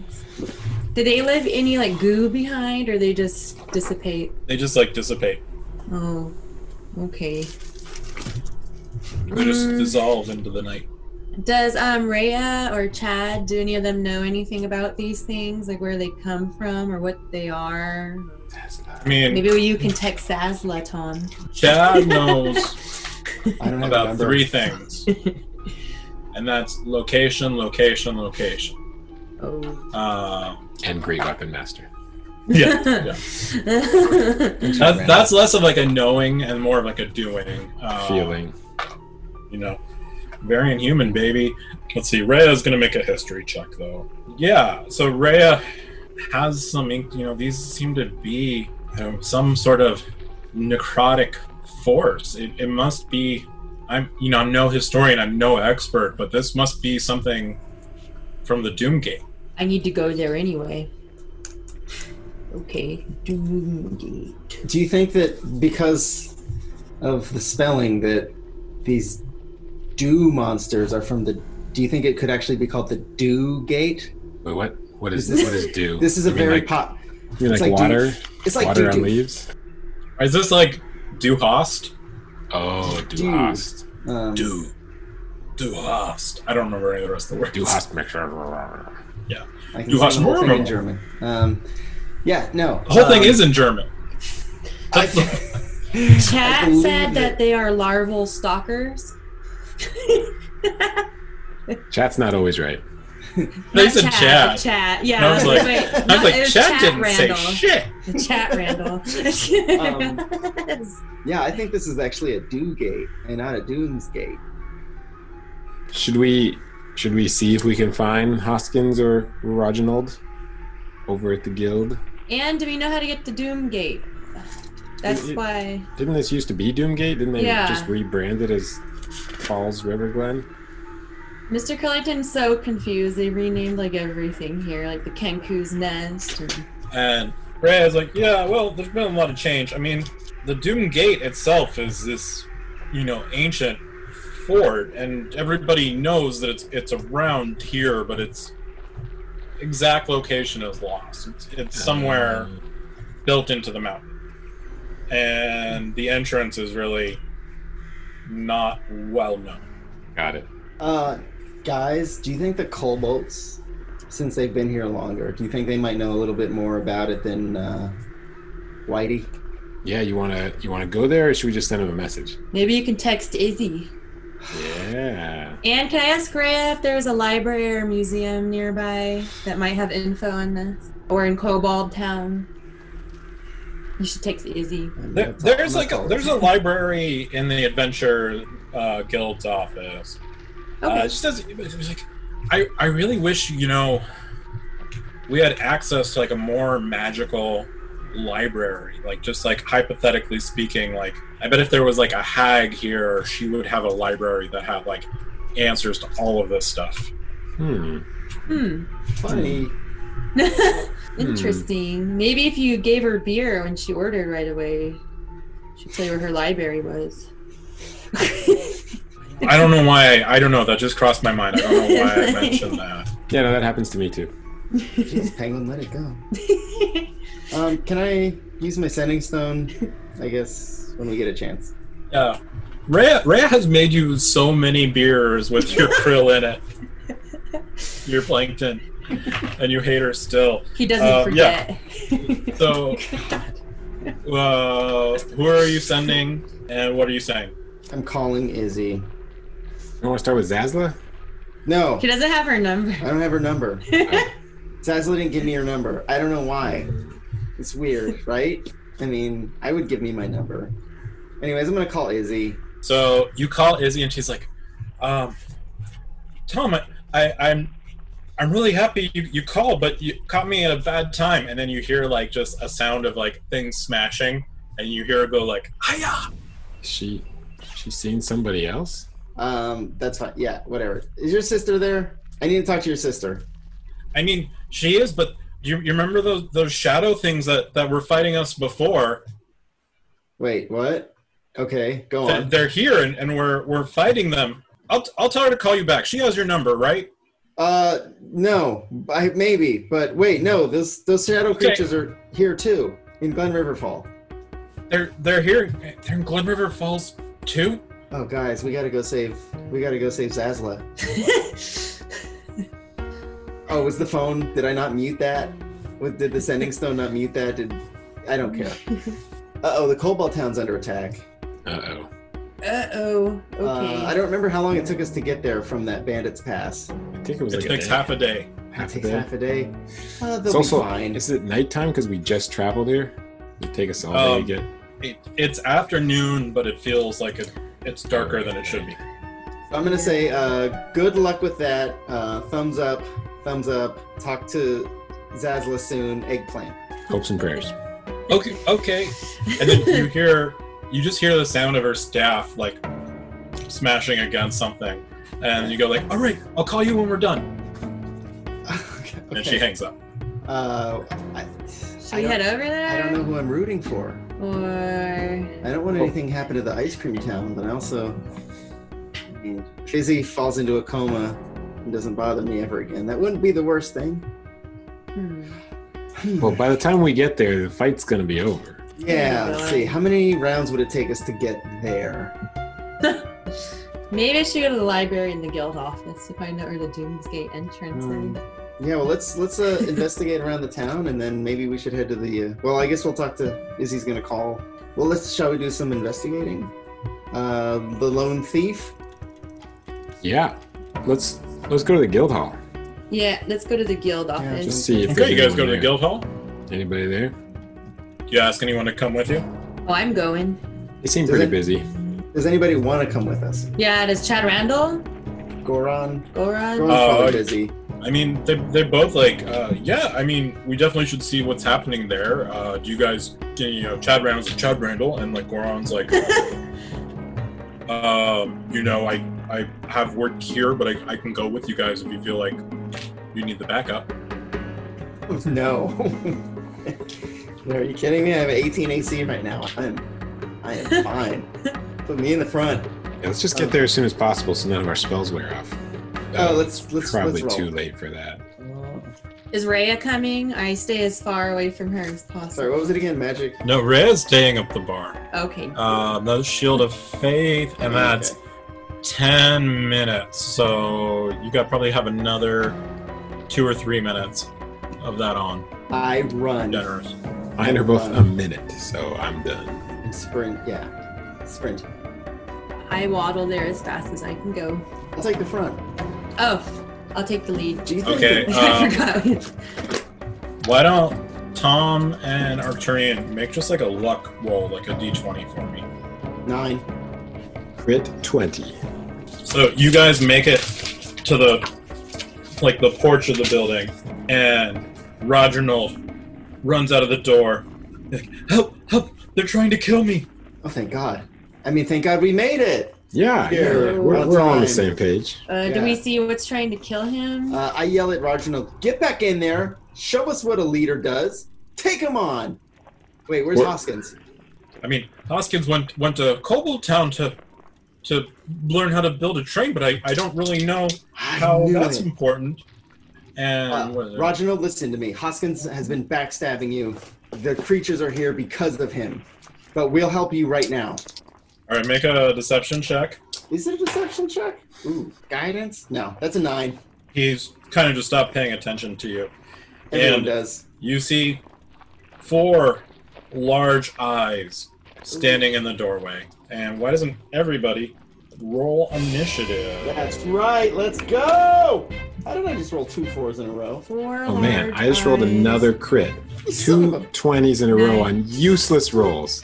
Speaker 4: Did they leave any like goo behind, or they just dissipate?
Speaker 3: They just like dissipate.
Speaker 4: Oh, okay.
Speaker 3: They just
Speaker 4: Mm.
Speaker 3: dissolve into the night.
Speaker 4: Does um Raya or Chad, do any of them know anything about these things, like where they come from or what they are?
Speaker 3: I mean,
Speaker 4: Maybe you can text Sazla, Tom. <laughs>
Speaker 3: Chad knows
Speaker 5: I don't have a
Speaker 3: about
Speaker 5: number.
Speaker 3: three things, and that's location, location, location.
Speaker 4: <laughs> Oh.
Speaker 3: Uh,
Speaker 6: And great weapon master.
Speaker 3: yeah, yeah. That, that's less of like a knowing and more of like a doing. Uh,
Speaker 6: Feeling.
Speaker 3: you know, variant human baby. Let's see, Rhea's gonna make a history check though. Yeah, so Rhea has some, ink- you know, these seem to be you know, some sort of necrotic force. It, it must be. I'm, you know, I'm no historian, I'm no expert, but this must be something from the Doomgate.
Speaker 4: <laughs> I need to go there anyway. Okay. Doomgate.
Speaker 5: Do you think that because of the spelling that these do monsters are from the do you think it could actually be called the do gate?
Speaker 6: Wait, what? What is
Speaker 5: This
Speaker 6: this?
Speaker 5: is-
Speaker 6: What is do?
Speaker 5: This is a
Speaker 6: You mean
Speaker 5: very
Speaker 6: like,
Speaker 5: pop
Speaker 6: You mean
Speaker 5: it's
Speaker 6: like,
Speaker 5: like dew-
Speaker 6: water?
Speaker 5: it's like
Speaker 6: water on
Speaker 5: dew-dew.
Speaker 6: leaves.
Speaker 3: Is this like Duhast?
Speaker 6: Oh, do
Speaker 5: Dew.
Speaker 6: host.
Speaker 5: um,
Speaker 3: Duhast. I don't remember any of the rest of the words.
Speaker 6: Do host mixture.
Speaker 5: I
Speaker 3: Du
Speaker 5: can
Speaker 3: hast
Speaker 5: say the whole thing
Speaker 3: Morgen.
Speaker 5: in German. Um, yeah, no.
Speaker 3: The whole thing
Speaker 5: um,
Speaker 3: is in German.
Speaker 5: I- I
Speaker 4: Chad
Speaker 5: believe
Speaker 4: said
Speaker 5: it.
Speaker 4: that they are larval stalkers.
Speaker 6: Chat's not always right.
Speaker 3: They said
Speaker 4: Not
Speaker 3: Chad.
Speaker 4: the Chat. Yeah.
Speaker 3: And I was like- I was
Speaker 4: not-
Speaker 3: like,
Speaker 4: it was
Speaker 3: Chad didn't
Speaker 4: Randall.
Speaker 3: say shit.
Speaker 4: The Chat Randall.
Speaker 3: <laughs>
Speaker 6: Um,
Speaker 5: Yeah, I think this is actually a Dew Gate and not a Dunes Gate.
Speaker 6: Should we should we see if we can find Hoskins or Reginald over at the guild?
Speaker 4: <laughs> and do we know how to get to Doomgate? That's
Speaker 6: It- it-
Speaker 4: why.
Speaker 6: Didn't this used to be Doomgate? Didn't they
Speaker 4: Yeah.
Speaker 6: just rebrand it as Falls River Glen?
Speaker 4: Mr. Curlington's so confused. They renamed like everything here, like the Kenku's Nest. and-
Speaker 3: And Ray is like, yeah, well, there's been a lot of change. I mean, the Doom Gate itself is this, you know, ancient fort, and everybody knows that it's it's around here, but its exact location is lost. It's, it's somewhere built into the mountain, and the entrance is really not well known.
Speaker 6: Got it.
Speaker 5: Uh, guys, do you think the Colbolts, since they've been here longer, do you think they might know a little bit more about it than uh, Whitey?
Speaker 6: Yeah, you wanna you wanna go there, or should we just send him a message?
Speaker 4: Maybe you can text Izzy.
Speaker 6: Yeah.
Speaker 4: And can I ask Rhea if there's a library or museum nearby that might have info on this? Or in Kobold Town? You should text Izzy.
Speaker 5: I'm
Speaker 3: There,
Speaker 5: gonna-
Speaker 3: there's
Speaker 5: I'm
Speaker 3: like a,
Speaker 5: gonna
Speaker 3: there's a library in the adventure uh, guild's office.
Speaker 4: Okay.
Speaker 3: Uh, she says, it was like, I, I really wish, you know, we had access to like a more magical library. Like, just like hypothetically speaking, like, I bet if there was like a hag here, she would have a library that had like answers to all of this stuff.
Speaker 6: Hmm.
Speaker 3: Uh,
Speaker 4: hmm.
Speaker 5: funny.
Speaker 4: <laughs>
Speaker 5: Hmm.
Speaker 4: Interesting. Maybe if you gave her beer when she ordered right away, she'd tell you where her library was. <laughs>
Speaker 3: I don't know why. I don't know. That just crossed my mind. I don't know why I mentioned that.
Speaker 6: Yeah, no, that happens to me too.
Speaker 5: Jeez, Penguin, let it go. Um, can I use my sending stone? I guess when we get a chance.
Speaker 3: Yeah. Rhea, Rhea has made you so many beers with your krill in it, your plankton, and you hate her still.
Speaker 4: he doesn't
Speaker 3: Uh, yeah.
Speaker 4: forget.
Speaker 3: So, uh, who are you sending, and what are you saying?
Speaker 5: I'm calling Izzy.
Speaker 6: You wanna start with Zazla?
Speaker 5: No,
Speaker 4: <laughs> he doesn't have her number. <laughs>
Speaker 5: I don't have her number. Zazzle didn't give me her number. I don't know why. It's weird, right? I mean, I would give me my number. Anyways, I'm gonna call Izzy.
Speaker 3: So you call Izzy, and she's like, um, "Tom, I, I, I'm, I'm really happy you, you called, but you caught me at a bad time." And then you hear like just a sound of like things smashing, and you hear her go like, "Hiya!"
Speaker 6: She she's seen somebody else?
Speaker 5: Um, that's fine. Yeah, whatever. Is your sister there? I need to talk to your sister.
Speaker 3: I mean, she is, but you, you remember those those shadow things that that were fighting us before?
Speaker 5: Wait, what? Okay, go
Speaker 3: They're,
Speaker 5: on.
Speaker 3: they're here, and, and we're we're fighting them. I'll, I'll tell her to call you back. She has your number, right?
Speaker 5: Uh, no, I maybe, but wait, no. Those those shadow
Speaker 3: Okay.
Speaker 5: creatures are here too in Glen River Fall.
Speaker 3: They're they're here. They're in Glen River Falls too.
Speaker 5: Oh, guys, we gotta go save. We gotta go save Zazla. Oh, was the phone? Did I not mute that? What- Did the sending stone not mute that? Did I don't care. Uh oh, the Cobalt Town's under attack.
Speaker 6: Uh oh.
Speaker 4: uh oh. Okay.
Speaker 5: Uh, I don't remember how long it took us to get there from that Bandit's Pass.
Speaker 6: I think it was
Speaker 3: It
Speaker 6: like
Speaker 3: takes
Speaker 6: a day,
Speaker 3: half a day.
Speaker 5: It
Speaker 6: half a
Speaker 5: takes
Speaker 6: day.
Speaker 5: half a day. Uh, they'll
Speaker 6: It's also
Speaker 5: be fine.
Speaker 6: is it nighttime because we just traveled here? It'd take us all day
Speaker 3: Um,
Speaker 6: to get
Speaker 3: It, it's afternoon, but it feels like it, it's darker than it should be.
Speaker 5: I'm gonna say uh, good luck with that. Uh, thumbs up, thumbs up. Talk to Zazla soon. Eggplant. <laughs>
Speaker 6: hopes and prayers.
Speaker 3: Okay, okay. And then you hear, you just hear the sound of her staff like smashing against something, and you go like, "All right, I'll call you when we're done."
Speaker 5: okay.
Speaker 3: And she hangs up.
Speaker 5: Uh, I,
Speaker 4: Should
Speaker 5: I
Speaker 4: we head
Speaker 5: don't,
Speaker 4: over there?
Speaker 5: I don't know who I'm rooting for.
Speaker 4: Or
Speaker 5: I don't
Speaker 3: Oh.
Speaker 5: want anything to happen to the ice cream town, but I also I mean, Fizzy falls into a coma and doesn't bother me ever again. That wouldn't be the worst thing.
Speaker 4: hmm.
Speaker 6: Well, by the time we get there, the fight's gonna be over.
Speaker 5: yeah, let's see. How many rounds would it take us to get there?
Speaker 4: maybe I should go to the library in the guild office to find out where the Doomsgate entrance
Speaker 5: Um,
Speaker 4: is.
Speaker 5: yeah, well, let's let's uh, investigate around the town, and then maybe we should head to the. Uh, well, I guess we'll talk to Izzy's gonna call. Well, let's shall we do some investigating? Uh, the lone thief.
Speaker 6: Yeah. Let's let's go to the guild hall.
Speaker 4: Yeah, let's go to the guild office.
Speaker 6: Just see if
Speaker 3: Okay, you
Speaker 6: there's
Speaker 3: guys go to the
Speaker 6: anyone
Speaker 3: guild hall.
Speaker 6: there. Anybody there?
Speaker 3: Do you ask anyone to come with you?
Speaker 4: oh, I'm going.
Speaker 6: They seem
Speaker 5: Does
Speaker 6: pretty
Speaker 5: it-
Speaker 6: busy.
Speaker 5: Does anybody want to come with us?
Speaker 4: Yeah, does Chad Randall?
Speaker 5: Goran?
Speaker 4: Goran?
Speaker 5: Goran's
Speaker 3: Oh,
Speaker 5: probably
Speaker 3: I-
Speaker 5: busy.
Speaker 3: I mean, they, they're both like, uh, yeah, I mean, we definitely should see what's happening there. Uh, do you guys, you know, Chad Randall's like, Chad Randall, and like Goron's like, um, you know, I, I have work here, but I, I can go with you guys if you feel like you need the backup.
Speaker 5: No. <laughs> no, are you kidding me? I have 18 AC right now. I'm, I am fine. Put me in the front.
Speaker 6: Yeah, let's just get
Speaker 5: Oh.
Speaker 6: there as soon as possible so none of our spells wear off.
Speaker 5: Oh,
Speaker 6: Uh,
Speaker 5: let's let's
Speaker 6: probably
Speaker 5: let's roll.
Speaker 6: too late for that.
Speaker 4: Is Raya coming? I stay as far away from her as
Speaker 5: Sorry,
Speaker 4: possible.
Speaker 5: what was it again? Magic.
Speaker 3: No, Rhea's staying up the bar.
Speaker 4: Okay.
Speaker 3: Um, the Shield of Faith, and that's
Speaker 5: Okay.
Speaker 3: 10 minutes. So you got probably have another two or three minutes of that on.
Speaker 5: I run.
Speaker 3: Generous.
Speaker 6: Mine are both
Speaker 5: Hold
Speaker 6: a
Speaker 5: on.
Speaker 6: minute, so I'm done.
Speaker 5: and Sprint. Yeah. Sprint.
Speaker 4: I waddle there as fast as I can go.
Speaker 5: I'll take the front.
Speaker 4: Oh, I'll take the lead.
Speaker 6: Uh,
Speaker 5: Do you think
Speaker 3: Okay.
Speaker 5: that-
Speaker 3: Um,
Speaker 4: <laughs> I forgot.
Speaker 3: Why don't Tom and Arcturian make just like a luck roll, like a d20 for me?
Speaker 5: nine?
Speaker 6: Crit 20.
Speaker 3: So you guys make it to the like the porch of the building, and Roger Knoll runs out of the door. Like, help! Help! They're trying to kill me.
Speaker 5: Oh, thank God. I mean, thank God we made it.
Speaker 6: Yeah, yeah,
Speaker 5: Here,
Speaker 6: yeah. We're,
Speaker 5: about
Speaker 6: we're all on the
Speaker 5: time.
Speaker 6: same page.
Speaker 4: Uh, Do we
Speaker 5: yeah.
Speaker 4: see what's trying to kill him?
Speaker 5: Uh, I yell at Reginald, get back in there. Show us what a leader does. Take him on. Wait, where's
Speaker 6: What-
Speaker 5: Hoskins?
Speaker 3: I mean, Hoskins went went to Cobalt Town to to learn how to build a train, but I, I don't really know
Speaker 5: I
Speaker 3: how
Speaker 5: knew
Speaker 3: that's
Speaker 5: it.
Speaker 3: important. And
Speaker 5: Uh,
Speaker 3: what is it?
Speaker 5: Reginald, listen to me. Hoskins has been backstabbing you. The creatures are here because of him. But we'll help you right now.
Speaker 3: all right, make a deception check.
Speaker 5: Is it a deception check? Ooh, guidance? No, that's a nine.
Speaker 3: He's kind of just stopped paying attention to you.
Speaker 5: Everyone
Speaker 3: And-
Speaker 5: does.
Speaker 3: You see four large eyes standing in the doorway. And why doesn't everybody roll initiative?
Speaker 5: That's right. Let's go. How did I just roll two fours in a row?
Speaker 4: Four
Speaker 6: Oh man,
Speaker 4: large
Speaker 6: I just rolled
Speaker 4: eyes.
Speaker 6: another <laughs> crit.
Speaker 5: You son
Speaker 6: Two
Speaker 5: of a-
Speaker 6: 20s in a row
Speaker 4: Nice.
Speaker 6: on useless rolls.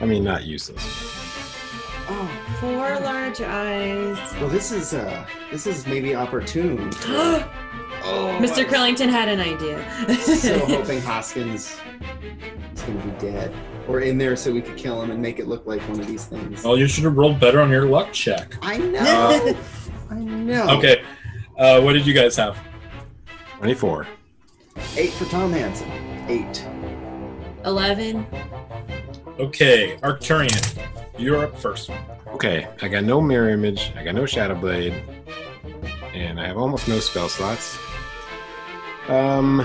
Speaker 6: I mean, not useless.
Speaker 5: Oh,
Speaker 4: Four
Speaker 5: <gasps>
Speaker 4: large eyes.
Speaker 5: well, this is uh, this is maybe opportune.
Speaker 4: <gasps> Mr.
Speaker 5: oh, I was
Speaker 4: Curlington had an idea. <laughs>
Speaker 5: So hoping Hoskins is gonna be dead or in there so we could kill him and make it look like one of these things.
Speaker 3: Well, you should have rolled better on your luck check.
Speaker 5: I know. I know.
Speaker 3: Okay. Uh, what did you guys have?
Speaker 6: 24.
Speaker 5: Eight for Tom Hansen. Eight.
Speaker 4: Eleven.
Speaker 3: Okay, Arcturian, you're up first.
Speaker 6: Okay, I got no mirror image, I got no shadow blade, and I have almost no spell slots. Um,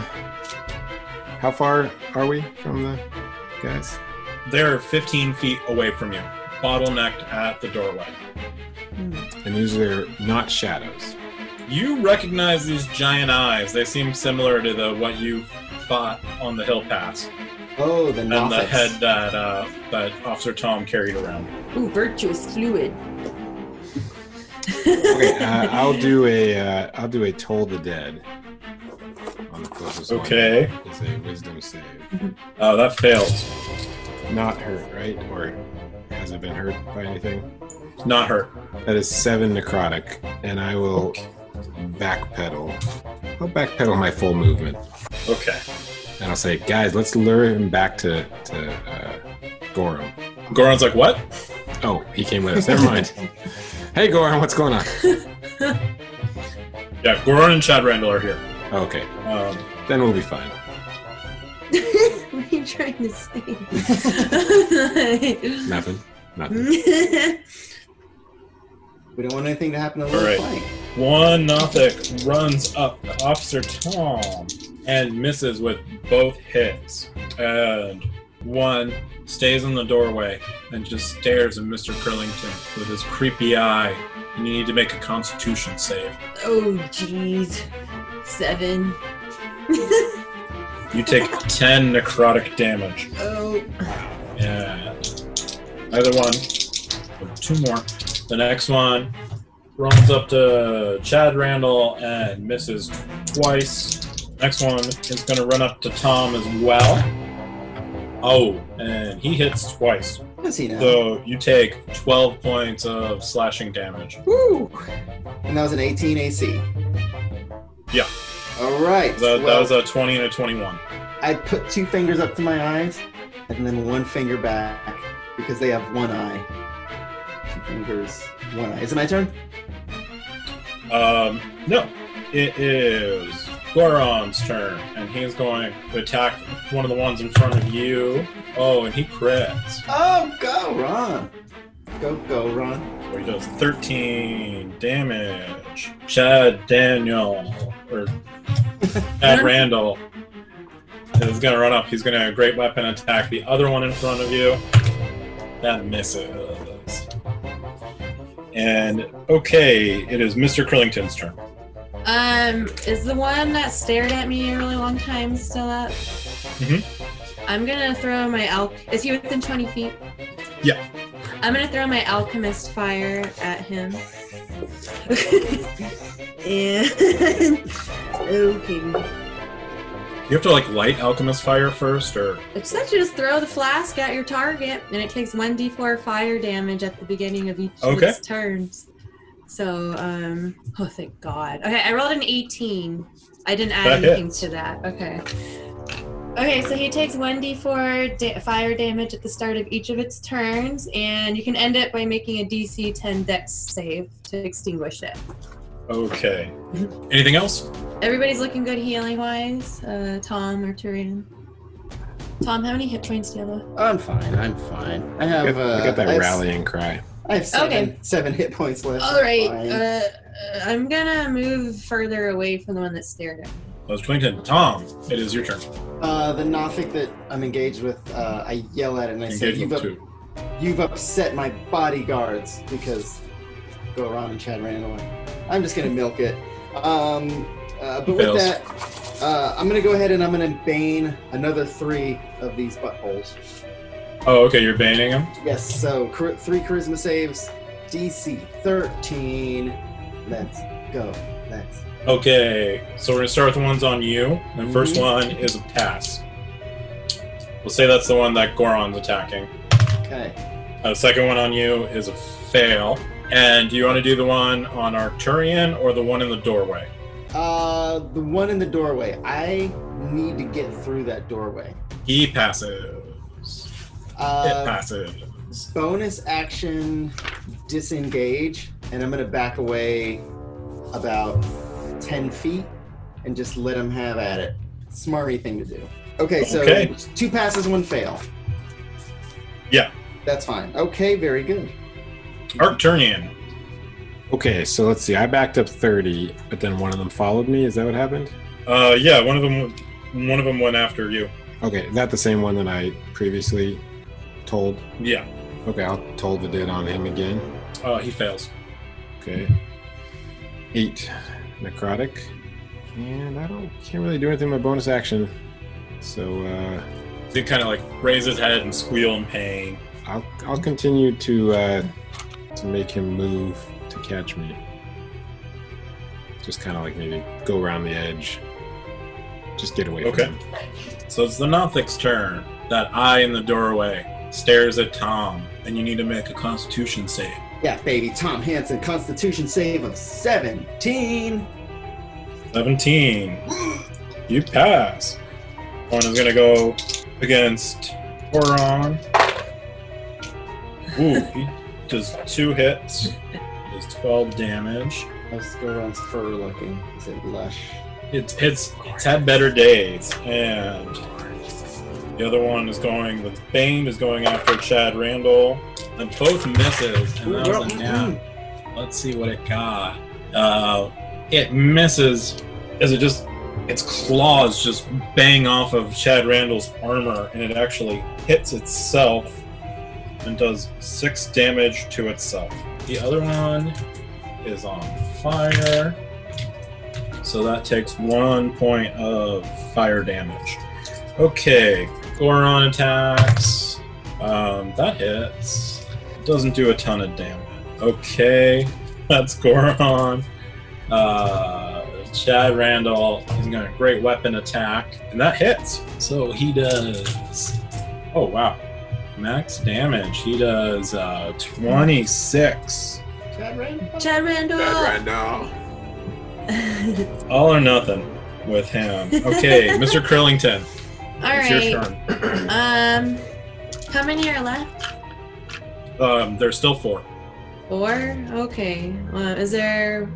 Speaker 6: how far are we from the guys?
Speaker 3: They're 15 feet away from you, bottlenecked at the doorway.
Speaker 6: And these are not shadows.
Speaker 3: You recognize these giant eyes. They seem similar to the what you fought on the hill pass
Speaker 5: Oh, the
Speaker 3: and the
Speaker 5: Nothics.
Speaker 3: head that uh, that Officer Tom carried around.
Speaker 4: Ooh, virtuous fluid.
Speaker 6: Okay, uh, I'll do a uh, I'll do a toll the dead. On the closest
Speaker 3: Okay.
Speaker 6: one. It's a wisdom save.
Speaker 3: Oh, that fails.
Speaker 6: Not hurt, right? Or has it been hurt by anything?
Speaker 3: Not her.
Speaker 6: That is seven necrotic, and I will backpedal. I'll backpedal my full movement.
Speaker 3: Okay.
Speaker 6: And I'll say, guys, let's lure him back to to uh, Gorum.
Speaker 3: Goron's like, what?
Speaker 6: Oh, he came with us. Never mind. Hey, Gorum, what's going on?
Speaker 3: Yeah, Goron and Chad Randall are here.
Speaker 6: Okay,
Speaker 3: Um,
Speaker 6: then we'll be fine.
Speaker 4: <laughs> what are you trying to say?
Speaker 6: Nothing. Nothing.
Speaker 5: <laughs>
Speaker 4: <laughs>
Speaker 6: <laughs>
Speaker 5: We don't want anything to happen to Little
Speaker 3: right.
Speaker 5: Plank.
Speaker 3: one Nothic runs up to Officer Tom and misses with both hits. And one stays in the doorway and just stares at Mr. Curlington with his creepy eye. And you need to make a constitution save.
Speaker 4: oh, jeez. Seven. <laughs>
Speaker 3: You take 10 necrotic damage.
Speaker 4: oh,
Speaker 3: Yeah. Either one. Two more. The next one runs up to Chad Randall and misses twice. Next one is going to run up to Tom as well. Oh, and he hits twice.
Speaker 5: What is he now?
Speaker 3: So you take 12 points of slashing damage.
Speaker 5: Woo! And that was an 18 AC.
Speaker 3: Yeah.
Speaker 5: All right.
Speaker 3: That, that
Speaker 5: well,
Speaker 3: was a 20 and a 21.
Speaker 5: I put two fingers up to my eyes and then one finger back because they have one eye. Two fingers, one eye. Is it my turn?
Speaker 3: Um, no, it is Goron's turn, and he's going to attack one of the ones in front of you. Oh, and he crits.
Speaker 5: Oh, go, Ron. Go, go, Ron.
Speaker 3: Well, he does 13 damage. Chad Daniel, or Chad Randall, is going to run up. He's going to great weapon attack the other one in front of you. That misses. And okay, it is Mr. Curlington's turn.
Speaker 4: Um, is the one that stared at me a really long time still up?
Speaker 3: Mhm.
Speaker 4: I'm gonna throw my al. Is he within 20 feet?
Speaker 3: Yeah.
Speaker 4: I'm gonna throw my alchemist fire at him. <laughs> and <laughs> okay,
Speaker 3: You have to like light alchemist fire first, or
Speaker 4: it's such just throw the flask at your target, and it takes one d4 fire damage at the beginning of each of
Speaker 3: Okay.
Speaker 4: its turns. So, um, oh thank God. Okay, I rolled an 18. I didn't add
Speaker 3: That
Speaker 4: anything
Speaker 3: hits.
Speaker 4: to that. Okay. Okay, so he takes 1d4 da- fire damage at the start of each of its turns, and you can end it by making a DC 10 dex save to extinguish it.
Speaker 3: okay. Anything else?
Speaker 4: Everybody's looking good healing wise. Uh, Tom or Turin. Tom, how many hit points do you have? left?
Speaker 5: I'm fine. I'm fine. I
Speaker 6: Look at,
Speaker 5: have. uh,
Speaker 6: look at that
Speaker 5: I have,
Speaker 6: rallying cry.
Speaker 5: I have seven,
Speaker 4: Okay.
Speaker 5: seven hit points left.
Speaker 4: All right,
Speaker 5: Fine.
Speaker 4: uh, uh, I'm gonna move further away from the one that stared at me.
Speaker 3: That was Twington. Tom, it is your turn.
Speaker 5: Uh, the Nothic that I'm engaged with, uh, I yell at it and I say,
Speaker 3: Engage
Speaker 5: you've,
Speaker 3: with
Speaker 5: up,
Speaker 3: two.
Speaker 5: you've upset my bodyguards because go Ron and Chad ran away. I'm just going to milk it. Um, uh, but with
Speaker 3: Fails.
Speaker 5: that, uh, I'm going to go ahead and I'm going to bane another three of these buttholes.
Speaker 3: Oh, okay. You're banning him.
Speaker 5: Yes, so char- three charisma saves, DC 13. Let's go. Let's.
Speaker 3: Okay, so we're gonna start with the ones on you. The first
Speaker 5: Mhm.
Speaker 3: one is a pass. We'll say that's the one that Goron's attacking.
Speaker 5: Okay.
Speaker 3: Uh, the second one on you is a fail. And do you want to do the one on Arcturian or the one in the doorway?
Speaker 5: Uh, the one in the doorway. I need to get through that doorway.
Speaker 3: He passes. it
Speaker 5: Uh,
Speaker 3: passes.
Speaker 5: bonus action disengage, and I'm going to back away about 10 feet and just let him have at it. Smarmy thing to do. Okay, so
Speaker 3: Okay.
Speaker 5: two passes, one fail.
Speaker 3: Yeah.
Speaker 5: That's fine. Okay, very good.
Speaker 3: Arcturian.
Speaker 6: Okay, so let's see. I backed up 30, but then one of them followed me. Is that what happened?
Speaker 3: Uh, yeah, one of them. One of them went after you.
Speaker 6: Okay, is that the same one that I previously told?
Speaker 3: Yeah.
Speaker 6: Okay, I'll told the did on him again.
Speaker 3: Uh, he fails.
Speaker 6: Okay. Eight. Necrotic. And I don't can't really do anything with my bonus action. So uh
Speaker 3: He kind of like raise his head and squeal in pain.
Speaker 6: I'll I'll continue to uh to make him move to catch me. Just kinda like maybe go around the edge. Just get away
Speaker 3: Okay.
Speaker 6: from him.
Speaker 3: So it's the Nothic's turn. That eye in the doorway stares at Tom, and you need to make a Constitution save.
Speaker 5: Yeah, baby. Tom Hansen, Constitution save of 17.
Speaker 3: Seventeen. You pass. One is gonna go against Oron. Ooh, he does two hits. Does twelve damage.
Speaker 5: Let's go around fur looking. Is it lush?
Speaker 3: It's it's it's had better days, and the other one is going with Bane is going after Chad Randall, and both misses, and that was a nat. Let's see what it got. Uh, it misses as it just its claws just bang off of Chad Randall's armor, and it actually hits itself and does six damage to itself. The other one is on fire. So that takes one point of fire damage. Okay, Goron attacks. Um, that hits. Doesn't do a ton of damage. Okay, <laughs> That's Goron. Uh, Chad Randall. He's got a great weapon attack, and that hits. So he does. Oh wow, max damage. He does uh, 26.
Speaker 5: Chad Rand?
Speaker 4: Chad Randall.
Speaker 7: Bad right now.
Speaker 3: All or nothing with him. Okay, <laughs> Mr. Krillington,
Speaker 4: <laughs> All
Speaker 3: it's your
Speaker 4: right.
Speaker 3: turn.
Speaker 4: Um, how many are left?
Speaker 3: Um, there's still <laughs> four.
Speaker 4: Four. Okay. Uh, is there?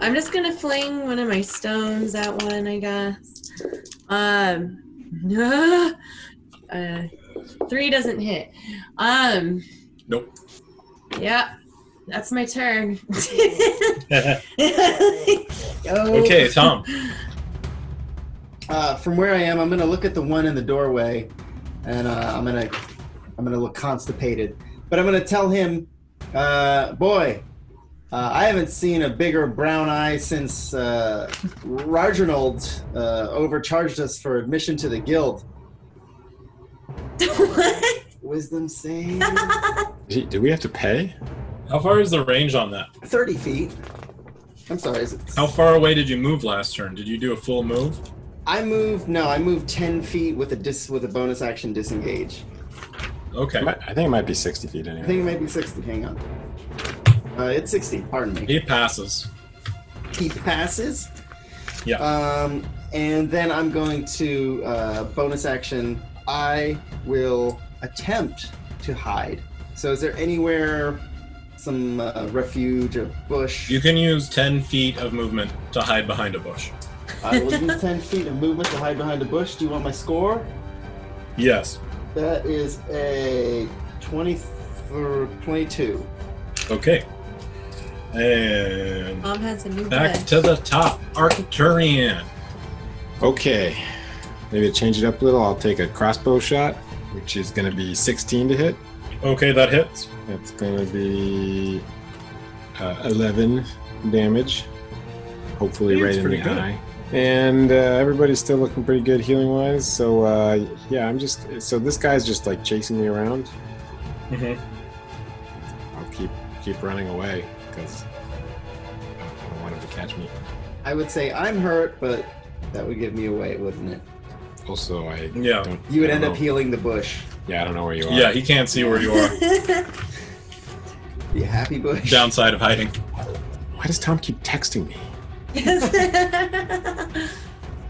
Speaker 4: I'm just gonna fling one of my stones at one, I guess. Um, <laughs> no. Uh, three doesn't hit. Um.
Speaker 3: Nope.
Speaker 4: Yeah. That's my turn. <laughs> Oh.
Speaker 3: okay, Tom.
Speaker 5: Uh, from where I am, I'm gonna look at the one in the doorway, and uh, I'm gonna, I'm gonna look constipated, but I'm gonna tell him, uh, boy, uh, I haven't seen a bigger brown eye since uh, Reginald uh, overcharged us for admission to the guild.
Speaker 4: What?
Speaker 5: Wisdom save,
Speaker 6: Gee, Do we have to pay?
Speaker 3: How far is the range on that?
Speaker 5: thirty feet. I'm sorry. Is it,
Speaker 3: How far away did you move last turn? Did you do a full move?
Speaker 5: I moved. No, I moved ten feet with a dis with a bonus action disengage.
Speaker 3: Okay.
Speaker 6: It might- I think it might be 60 feet
Speaker 5: I
Speaker 6: anyway.
Speaker 5: think it might be sixty. Hang on. Uh, it's sixty. Pardon me.
Speaker 3: He passes.
Speaker 5: he passes.
Speaker 3: Yeah.
Speaker 5: Um, and then I'm going to uh, bonus action. I will attempt to hide. So is there anywhere, some uh, refuge or bush?
Speaker 3: You can use 10 feet of movement to hide behind a bush.
Speaker 5: I will use 10 feet of movement to hide behind a bush. Do you want my score?
Speaker 3: Yes.
Speaker 5: That is a 20 or 22.
Speaker 3: Okay. And
Speaker 4: Mom has a new
Speaker 3: back
Speaker 4: bed.
Speaker 3: to the top. Arcturian.
Speaker 6: Okay. Maybe to change it up a little, I'll take a crossbow shot, which is going to be 16 to hit.
Speaker 3: Okay, that hits.
Speaker 6: That's going to be uh, 11 damage. Hopefully,
Speaker 3: That's
Speaker 6: right in the
Speaker 3: pretty good.
Speaker 6: eye. And uh, everybody's still looking pretty good healing wise. So, uh, yeah, I'm just. So, this guy's just like chasing me around.
Speaker 3: Mm-hmm.
Speaker 6: I'll keep keep running away because I don't want him to catch me.
Speaker 5: I would say I'm hurt, but that would give me away, wouldn't it?
Speaker 6: Also, I
Speaker 3: Yeah.
Speaker 6: don't.
Speaker 5: You would
Speaker 6: I
Speaker 5: end up
Speaker 6: don't
Speaker 3: Oh.
Speaker 6: know-
Speaker 5: healing the bush.
Speaker 6: Yeah, I don't know where you are.
Speaker 3: Yeah, he can't see where you
Speaker 4: <laughs>
Speaker 3: are.
Speaker 5: You happy bush?
Speaker 3: Downside of hiding.
Speaker 6: Why does Tom keep texting me?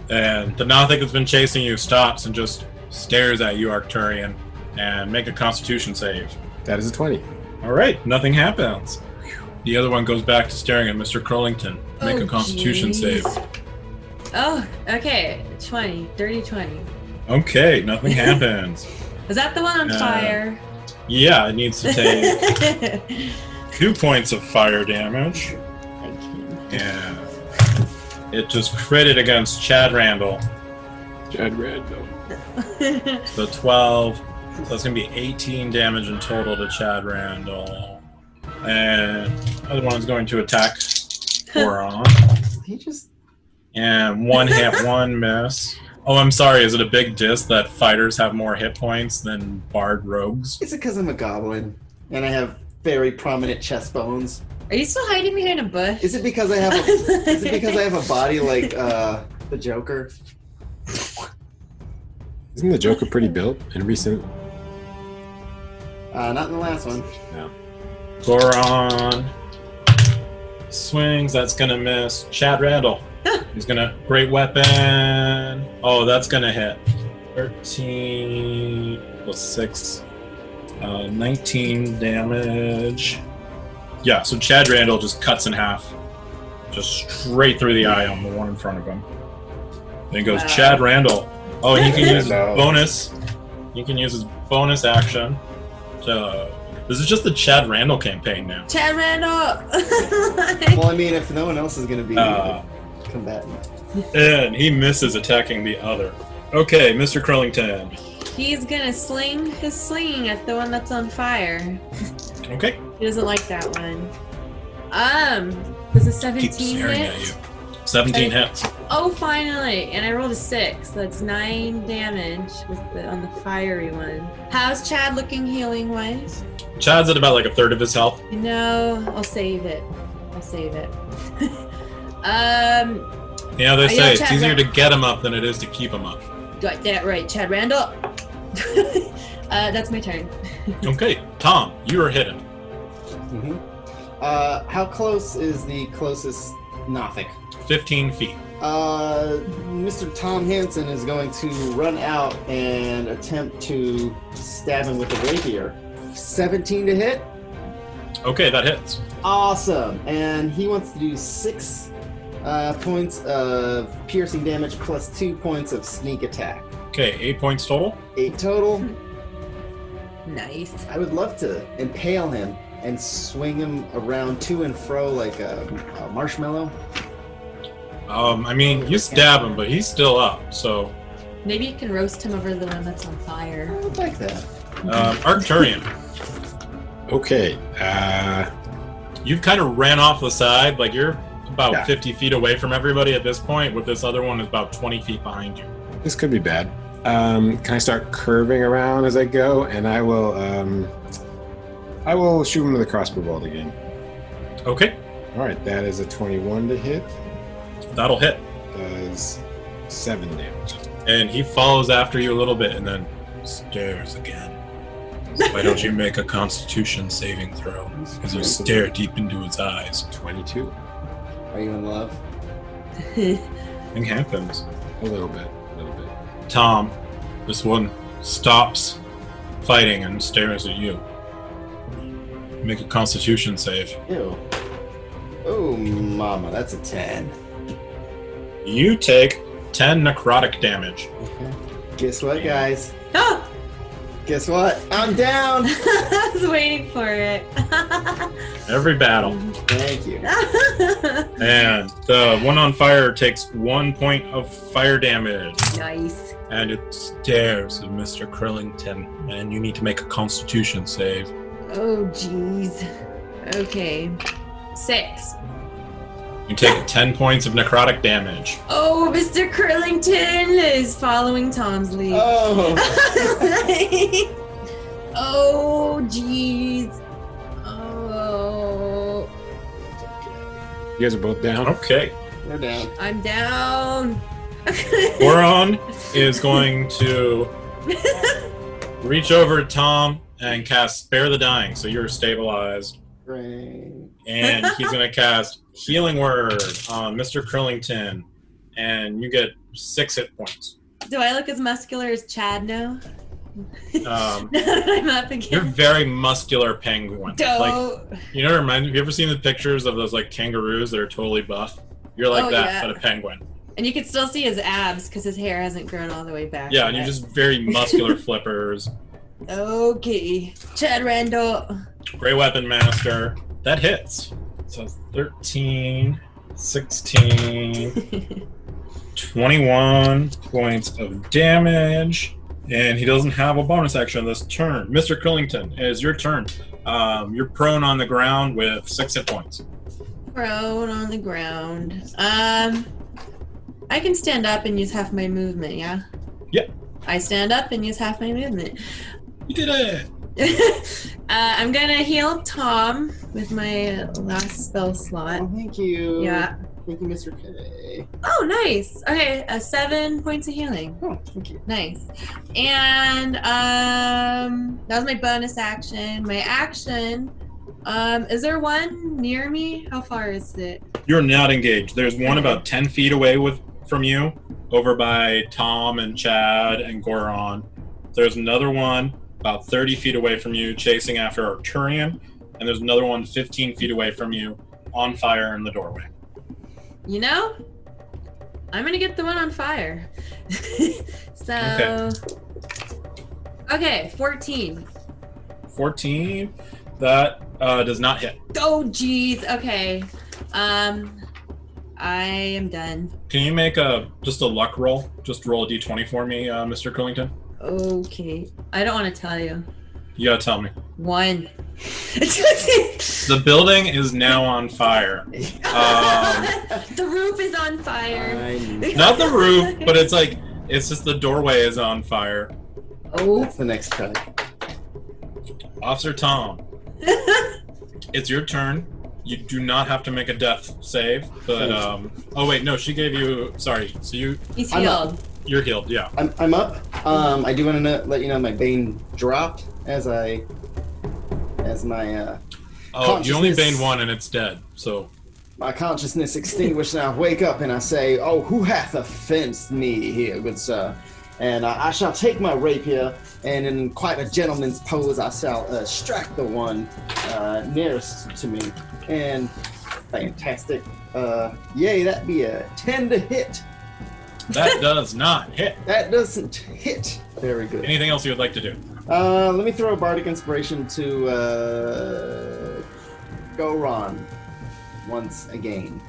Speaker 3: And the Nothic that's been chasing you stops and just stares at you, Arcturian, and make a constitution save.
Speaker 6: That is a 20.
Speaker 3: All right, nothing happens. The other one goes back to staring at Mr. Curlington. Make
Speaker 4: Oh,
Speaker 3: a constitution
Speaker 4: jeez.
Speaker 3: save.
Speaker 4: Oh, okay. 20. Dirty 20.
Speaker 3: Okay,
Speaker 4: <laughs>
Speaker 3: nothing happens.
Speaker 4: Is that the one on
Speaker 3: Uh,
Speaker 4: fire?
Speaker 3: Yeah, it needs to
Speaker 4: <laughs>
Speaker 3: take
Speaker 4: I
Speaker 3: two points of fire damage.
Speaker 4: can't.
Speaker 3: Yeah. It just critted against Chad Randall.
Speaker 6: Jed Red, no.
Speaker 3: The 12. So that's going to be 18 damage in total to Chad Randall. And other one's going to attack Goron.
Speaker 5: He just
Speaker 3: And one hit, one miss. Oh, I'm sorry. Is it a big disc that fighters have more hit points than bard rogues?
Speaker 5: Is it because I'm a goblin and I have very prominent chest bones?
Speaker 4: Are you still hiding behind a bush?
Speaker 5: Is it because I have a, is it because I have a body like uh, the Joker?
Speaker 6: Isn't the Joker pretty built in recent?
Speaker 5: Uh, not in the last one.
Speaker 3: Goron swings. That's gonna miss. Chad Randall. He's gonna great weapon. Oh, that's gonna hit. Thirteen plus six. Uh, 19 damage. Yeah, so Chad Randall just cuts in half. Just straight through the eye on the one in front of him. Then goes
Speaker 4: Wow.
Speaker 3: Chad Randall. Oh, and he can use his
Speaker 7: No.
Speaker 3: bonus. He can use his bonus action to. uh, This is just the Chad Randall campaign now.
Speaker 4: Chad Randall!
Speaker 5: Well, I mean, if no one else is going to be
Speaker 3: Uh,
Speaker 5: combatant,
Speaker 3: and he misses attacking the other. Okay, Mr. Curlington.
Speaker 4: <laughs> He's gonna sling his sling at the one that's on fire.
Speaker 3: Okay.
Speaker 4: He doesn't like that one. Um, does a 17
Speaker 3: Keep staring
Speaker 4: hit?
Speaker 3: at you. 17
Speaker 4: Okay.
Speaker 3: hits.
Speaker 4: Oh, finally! And I rolled a six. That's nine damage with the, on the fiery one. How's Chad looking healing wise?
Speaker 3: Chad's at about like a third of his health.
Speaker 4: No, I'll save it. I'll save it. <laughs> um,
Speaker 3: You know,
Speaker 4: I
Speaker 3: they
Speaker 4: yelled
Speaker 3: say it's
Speaker 4: at
Speaker 3: easier
Speaker 4: her.
Speaker 3: to get them up than it is to keep them up.
Speaker 4: got that right, Chad Randall. <laughs> uh, that's my turn.
Speaker 3: Okay, Tom, you are hidden.
Speaker 5: hmm Uh, how close is the closest Nothic?
Speaker 3: 15 feet.
Speaker 5: Uh, Mr. Tom Hansen is going to run out and attempt to stab him with a rapier. 17 to hit?
Speaker 3: Okay, that hits.
Speaker 5: Awesome. And he wants to do six uh, points of piercing damage plus two points of sneak attack.
Speaker 3: Okay, eight points total.
Speaker 5: Eight total.
Speaker 4: Nice.
Speaker 5: I would love to impale him and swing him around to and fro like a, a marshmallow.
Speaker 3: Um, I mean, you stab him, but he's still up. So,
Speaker 4: Maybe you can roast him over the one that's on fire. <laughs>
Speaker 5: I would like that.
Speaker 3: um, Arcturian,
Speaker 6: Okay. Uh,
Speaker 3: you've kind of ran off the side. Like, you're about
Speaker 6: Yeah.
Speaker 3: 50 feet away from everybody at this point, with this other one is about 20 feet behind you.
Speaker 6: this could be bad. Um, can I start curving around as I go? And I will. Um, I will shoot him with a crossbow bolt again.
Speaker 3: Okay,
Speaker 6: All right, that is a 21 to hit.
Speaker 3: that'll hit.
Speaker 6: Does seven damage.
Speaker 3: And he follows after you a little bit and then stares again. So why don't you make a constitution saving throw? Because you stare deep into his eyes.
Speaker 6: 22.
Speaker 5: Are you in love?
Speaker 3: Nothing happens.
Speaker 6: A little bit. A little bit.
Speaker 3: Tom, this one stops fighting and stares at you. Make a constitution save.
Speaker 5: Ew. Oh, mama, that's a 10.
Speaker 3: You take 10 necrotic damage.
Speaker 5: Okay. Guess what, guys?
Speaker 4: oh!
Speaker 5: Guess what? I'm down!
Speaker 4: <laughs> I was waiting for it. <laughs>
Speaker 3: Every battle.
Speaker 5: Thank you.
Speaker 3: And the one on fire takes one point of fire damage.
Speaker 4: nice.
Speaker 3: And it stares at Mr. Krillington. And you need to make a constitution save.
Speaker 4: Oh, jeez. Okay. Six.
Speaker 3: You take 10 points of necrotic damage.
Speaker 4: Oh, Mr. Curlington is following Tom's lead. <laughs>
Speaker 5: Oh!
Speaker 4: oh, jeez. Oh,
Speaker 6: You guys are both down.
Speaker 3: Okay.
Speaker 5: We're down.
Speaker 4: I'm down.
Speaker 3: Boron is going to reach over to Tom and cast Spare the Dying, so you're stabilized.
Speaker 5: Great.
Speaker 3: And he's going to cast Healing Word on Mr. Curlington, and you get six hit points.
Speaker 4: <laughs> Do I look as muscular as Chad now?
Speaker 3: Um,
Speaker 4: <laughs> now that I'm up
Speaker 3: you're
Speaker 4: again.
Speaker 3: very muscular penguin. Like
Speaker 4: Dope.
Speaker 3: you know, remind have you ever seen the pictures of those like kangaroos that are totally buff? You're like
Speaker 4: Oh,
Speaker 3: that,
Speaker 4: yeah.
Speaker 3: but a penguin.
Speaker 4: and you can still see his abs because his hair hasn't grown all the way back.
Speaker 3: Yeah, and you're
Speaker 4: yet.
Speaker 3: just
Speaker 4: <laughs>
Speaker 3: very muscular flippers.
Speaker 4: Okay. Chad Randall. <laughs>
Speaker 3: Gray Weapon Master. That hits. So 13, 16, 21 points of damage. And he doesn't have a bonus action this turn. Mr. Killington, it is your turn. Um, you're prone on the ground with six hit points.
Speaker 4: Prone on the ground. Um, I can stand up and use half my movement, yeah?
Speaker 3: Yeah.
Speaker 4: I stand up and use half my movement. <laughs>
Speaker 3: You did it!
Speaker 4: uh, I'm gonna heal Tom with my last spell slot.
Speaker 5: Well, thank you.
Speaker 4: Yeah.
Speaker 5: Thank you, Mr. K.
Speaker 4: Oh, nice. Okay, uh, seven points of healing.
Speaker 5: Oh, thank you.
Speaker 4: Nice. And um, that was my bonus action. My action. Um, is there one near me? How far is it?
Speaker 3: You're not engaged. There's one about 10 feet away with from you, over by Tom and Chad and Goron. There's another one about 30 feet away from you, chasing after Arturian. And there's another one 15 feet away from you, on fire in the doorway.
Speaker 4: You know, I'm gonna get the one on fire. <laughs> so, okay.
Speaker 3: Okay.
Speaker 4: 14.
Speaker 3: 14. That uh, does not hit.
Speaker 4: Oh, jeez. Okay. Um, I am done.
Speaker 3: Can you make a just a luck roll? Just roll a d20 for me, uh, Mr. Killington.
Speaker 4: Okay. I don't want to tell you.
Speaker 3: You gotta tell me.
Speaker 4: One. <laughs>
Speaker 3: The building is now on fire. Um,
Speaker 4: the roof is on fire.
Speaker 5: I'm-
Speaker 3: not the roof, but it's like it's just the doorway is on fire.
Speaker 4: Oh. <laughs>
Speaker 5: That's the next cut.
Speaker 3: Officer Tom, it's your turn. You do not have to make a death save, but um. Oh wait, no, she gave you. Sorry, so you
Speaker 4: He's
Speaker 5: I'm
Speaker 4: healed.
Speaker 3: you're healed. Yeah.
Speaker 5: I'm, I'm up. Um, I do want to let you know my bane dropped as I as my uh,
Speaker 3: Oh, you only
Speaker 5: Consciousness.
Speaker 3: bane one and it's dead. So
Speaker 5: my consciousness extinguished, and I wake up and I say, "Oh, who hath offensed me here, good sir?" And I, I shall take my rapier, and in quite a gentleman's pose, I shall uh, strike the one uh, nearest to me. And fantastic! Uh, yay, that be a ten to hit.
Speaker 3: that <laughs> does not hit.
Speaker 5: That doesn't hit. Very good.
Speaker 3: Anything else you would like to do?
Speaker 5: Uh, let me throw a bardic inspiration to uh, Goron once again.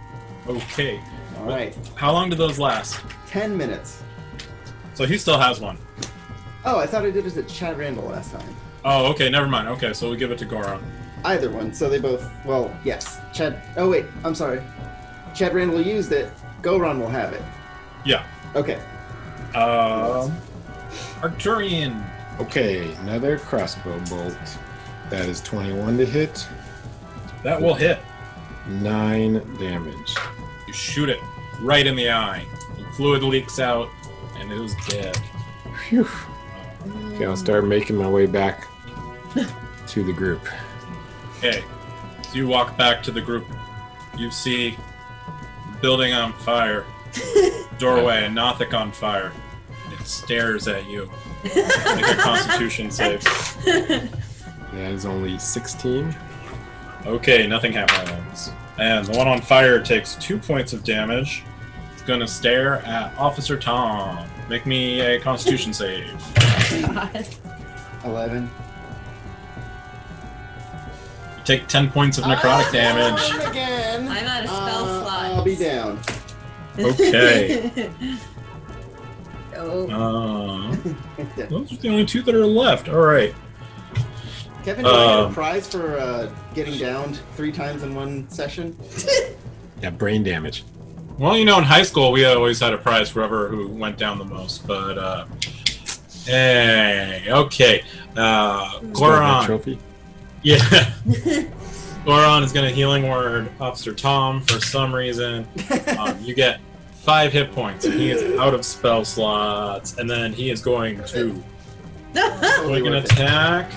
Speaker 3: Okay.
Speaker 5: All right,
Speaker 3: How long do those last?
Speaker 5: ten minutes.
Speaker 3: So he still has one.
Speaker 5: Oh, I thought I did it at Chad Randall last time.
Speaker 3: Oh, okay, never mind. Okay, so we give it to Goron.
Speaker 5: Either one. So they both. Well, yes. Chad. Oh wait, I'm sorry. Chad Randall used it. Goron will have it.
Speaker 3: Yeah.
Speaker 5: Okay.
Speaker 3: Um, Arcturian.
Speaker 6: Okay, another crossbow bolt. That is 21 to hit,
Speaker 3: That will hit.
Speaker 6: 9 damage.
Speaker 3: You shoot it right in the eye. The fluid leaks out, and it was dead.
Speaker 6: Phew. Okay, I'll start making my way back to the group.
Speaker 3: Okay. So you walk back to the group. You see building on fire, doorway, and Nothic on fire. It stares at you. Make a constitution save.
Speaker 6: That is only 16.
Speaker 3: Okay, nothing happens. And the one on fire takes two points of damage. It's gonna stare at Officer Tom. Make me a constitution save.
Speaker 4: <laughs> God.
Speaker 5: Eleven.
Speaker 3: You take 10 points of
Speaker 5: Oh,
Speaker 3: necrotic damage.
Speaker 5: Eleven Again.
Speaker 4: I'm out of spell
Speaker 5: Uh,
Speaker 4: slots.
Speaker 5: I'll be down. <laughs>
Speaker 3: Okay.
Speaker 4: <laughs> oh.
Speaker 3: Uh, those are the only two that are left. All right.
Speaker 5: Kevin, do I get
Speaker 3: Um,
Speaker 5: a prize for uh, getting downed three times in one session? <laughs>
Speaker 6: Yeah, brain damage.
Speaker 3: Well, you know, in high school, we always had a prize for whoever who went down the most. But, uh, hey, okay. Uh,
Speaker 6: Still have that
Speaker 3: Goron.
Speaker 6: Trophy.
Speaker 3: <laughs> Yeah. Goron is going to healing word Officer Tom for some reason. Um, you get five hit points. and He is out of spell slots, and then he is going to
Speaker 5: Totally
Speaker 3: make an
Speaker 5: worth it. <laughs>
Speaker 3: attack.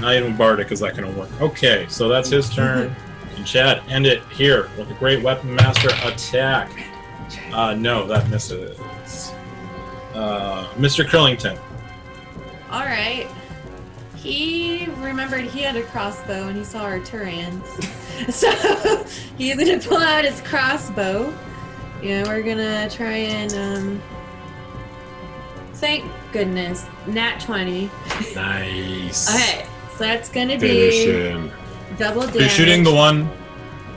Speaker 3: Not even Bardic is that going to work. Okay, so that's his
Speaker 5: Mm-hmm.
Speaker 3: turn. And Chad, end it here with a great weapon master attack. Uh, no, that misses. Uh, Mr. Curlington.
Speaker 4: <laughs> All right. He remembered he had a crossbow and he saw Arturians. <laughs> so <laughs> he's going to pull out his crossbow. Yeah, we're going to try and. Um, thank goodness. Nat 20.
Speaker 6: Nice.
Speaker 4: Okay, so that's going to
Speaker 6: Finish
Speaker 4: be
Speaker 6: him.
Speaker 4: double
Speaker 3: You're
Speaker 4: damage.
Speaker 3: shooting the one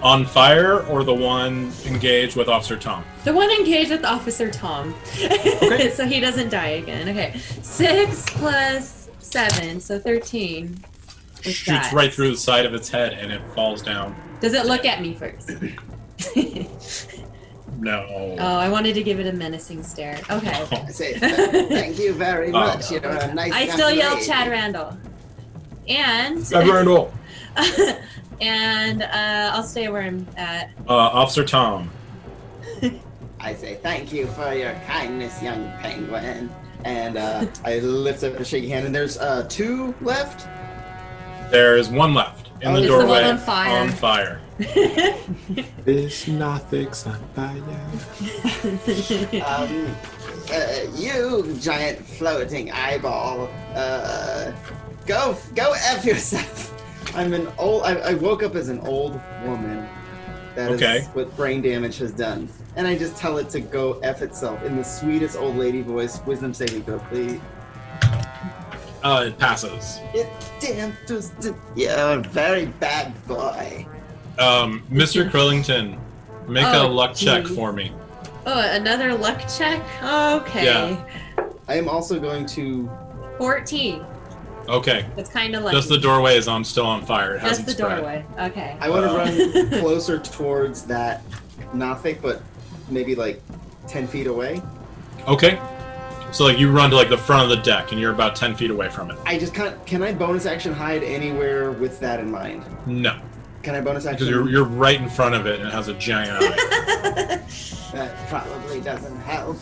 Speaker 3: on fire or the one engaged with Officer Tom?
Speaker 4: The one engaged with Officer Tom.
Speaker 3: Okay.
Speaker 4: <laughs> so he doesn't die again. Okay. Six plus seven, so 13. with
Speaker 3: Shoots
Speaker 4: that.
Speaker 3: right through the side of its head and it falls down.
Speaker 4: Does it look at me
Speaker 3: <laughs>
Speaker 4: first?
Speaker 3: No.
Speaker 4: oh, I wanted to give it a menacing stare. Okay.
Speaker 3: Oh,
Speaker 5: I say "Th- thank you very much. You're a nice.
Speaker 4: I
Speaker 5: young
Speaker 4: still yell
Speaker 5: lady."
Speaker 4: Chad Randall. And
Speaker 3: Randall.
Speaker 4: <laughs> and uh, I'll stay where I'm at. <laughs>
Speaker 3: Uh, Officer Tom.
Speaker 5: I say thank you for your kindness, young penguin. And uh, I lift up a shaky hand, and there's uh, two left.
Speaker 3: There is one left in
Speaker 5: Oh,
Speaker 3: the
Speaker 5: is the
Speaker 3: doorway.
Speaker 4: one on fire?
Speaker 3: on fire.
Speaker 6: This nothing's on fire.
Speaker 5: Um, uh, you giant floating eyeball, uh, go go f yourself. <laughs> I'm an old. I, I woke up as an old woman. That is
Speaker 3: Okay.
Speaker 5: what brain damage has done. And I just tell it to go f itself in the sweetest old lady voice. Wisdom saving throw, please.
Speaker 3: Uh, it passes.
Speaker 5: It damn twisted. You're a very bad boy.
Speaker 3: Um, Mr. Crillington, make a
Speaker 4: Oh,
Speaker 3: luck check
Speaker 4: gee.
Speaker 3: for me.
Speaker 4: Oh, another luck check? Okay.
Speaker 3: Yeah.
Speaker 5: I am also going to.
Speaker 4: 14.
Speaker 3: Okay.
Speaker 4: That's kind of lucky.
Speaker 3: Just the doorway is on still on fire. It
Speaker 4: Just
Speaker 3: hasn't
Speaker 4: the
Speaker 3: spread.
Speaker 4: doorway. Okay.
Speaker 5: I
Speaker 3: Oh.
Speaker 5: want to
Speaker 3: <laughs>
Speaker 5: run closer towards that Nothic, but maybe like ten feet away.
Speaker 3: Okay. So like you run to like the front of the deck and you're about ten feet away from it.
Speaker 5: I just can't. Can I bonus action hide anywhere with that in mind?
Speaker 3: No.
Speaker 5: Can I bonus action?
Speaker 3: Because you're, you're right in front of it and it has a giant eye.
Speaker 4: <laughs>
Speaker 5: That probably doesn't help.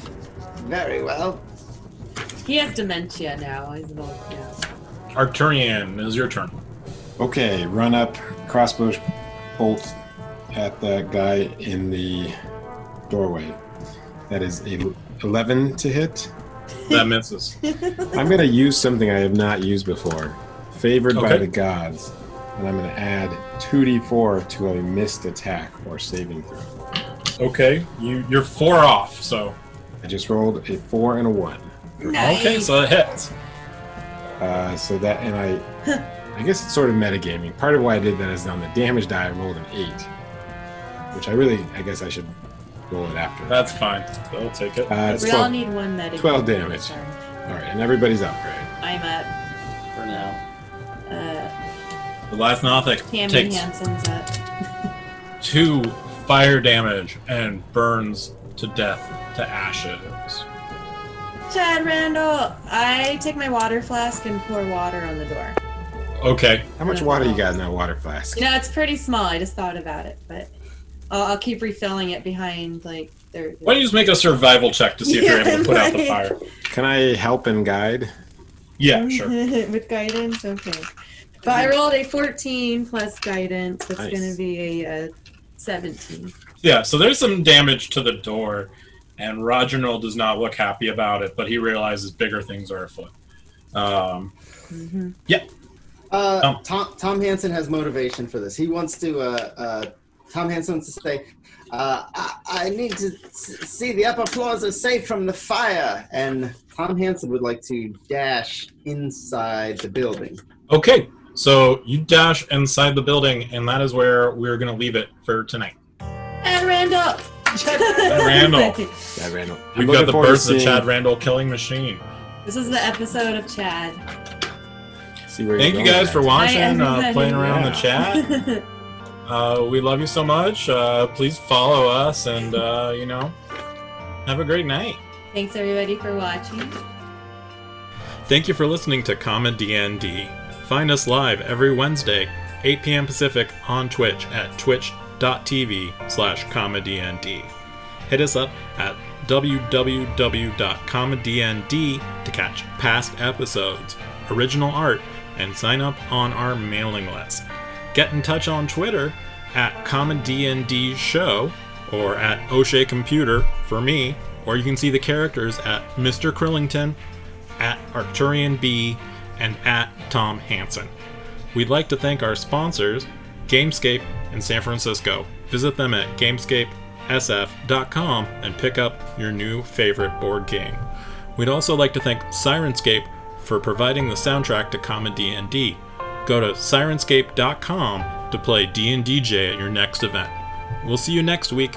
Speaker 5: Very well.
Speaker 4: He has dementia now. He's an old, yeah.
Speaker 3: Arcturian, it is your turn.
Speaker 6: Okay, run up, crossbow bolt at the guy in the doorway. That is a 11 to hit.
Speaker 3: That
Speaker 4: <laughs>
Speaker 3: misses.
Speaker 6: I'm going to use something I have not used before. Favored by
Speaker 3: Okay.
Speaker 6: the gods. And I'm going to add 2d4 to a missed attack or saving throw.
Speaker 3: Okay, you you're four off. So
Speaker 6: I just rolled a 4 and a 1.
Speaker 3: okay, so it hits.
Speaker 6: Uh, so that, and I, I guess it's sort of metagaming. Part of why I did that is on the damage die, I rolled an 8. Which I really, I guess I should roll it after.
Speaker 3: That's fine. They'll take it.
Speaker 6: Uh,
Speaker 4: we
Speaker 6: so-
Speaker 4: all need one medic.
Speaker 6: 12 damage.
Speaker 4: Sorry.
Speaker 6: All right, and everybody's up, right?
Speaker 4: I'm up.
Speaker 5: For now.
Speaker 4: Uh,
Speaker 3: the last Nothic
Speaker 4: Tammy
Speaker 3: takes
Speaker 4: Hansen's up.
Speaker 3: two fire damage and burns to death to ashes.
Speaker 4: Chad Randall, I take my water flask and pour water on the door.
Speaker 3: Okay,
Speaker 6: How much water you got in that water flask?
Speaker 4: You know, it's pretty small. I just thought about it, but I'll, I'll keep refilling it behind like their.
Speaker 3: why don't you just make a survival check to see if you're
Speaker 4: Yeah,
Speaker 3: able to put out the
Speaker 4: right.
Speaker 3: fire?
Speaker 6: Can I help and guide?
Speaker 4: Mm-hmm.
Speaker 3: Yeah, sure.
Speaker 4: <laughs> With guidance, okay. But I rolled a 14 plus guidance. That's
Speaker 6: Nice.
Speaker 4: going to be a, uh 17.
Speaker 3: Yeah, so there's some damage to the door, and Roger Noel does not look happy about it, but he realizes bigger things are afoot. Um,
Speaker 4: hmm
Speaker 5: Uh,
Speaker 3: Oh.
Speaker 5: Tom Tom Hansen has motivation for this. He wants to. Uh, uh, Tom Hansen wants to say, uh, I, "I need to s- see the upper floors are safe from the fire." And Tom Hansen would like to dash inside the building.
Speaker 3: Okay, so you dash inside the building, and that is where we're going to leave it for tonight.
Speaker 4: And Randall! <laughs>
Speaker 3: Randall.
Speaker 6: Yeah, Randall. I'm
Speaker 3: We've
Speaker 6: looking
Speaker 3: got the
Speaker 6: forward to
Speaker 3: burst of the
Speaker 6: seeing-
Speaker 3: Chad Randall killing machine.
Speaker 4: This is the episode of Chad.
Speaker 6: See where
Speaker 3: Thank
Speaker 6: you're
Speaker 3: you
Speaker 6: going
Speaker 3: guys
Speaker 6: with
Speaker 3: for
Speaker 6: that.
Speaker 3: watching,
Speaker 4: I-
Speaker 3: uh, playing around the
Speaker 6: <laughs>
Speaker 3: chat. Uh, we love you so much. Uh, please follow us, and uh, you know, have a great night.
Speaker 4: <laughs> Thanks everybody for watching.
Speaker 3: Thank you for listening to Comma DND. Find us live every Wednesday, 8 p.m. Pacific, on Twitch at twitch.tv slash DND. Hit us up at www.commadnd to catch past episodes, original art, and sign up on our mailing list. Get in touch on Twitter at CommaDND Show or at O'Shea Computer for me, or you can see the characters at Mr. Krillington at Arcturian B, and at Tom Hansen. We'd like to thank our sponsors, Gamescape in San Francisco. Visit them at gamescapesf.com and pick up your new favorite board game. We'd also like to thank Sirenscape for providing the soundtrack to Common D&D. Go to sirenscape.com to play D&DJ at your next event. We'll see you next week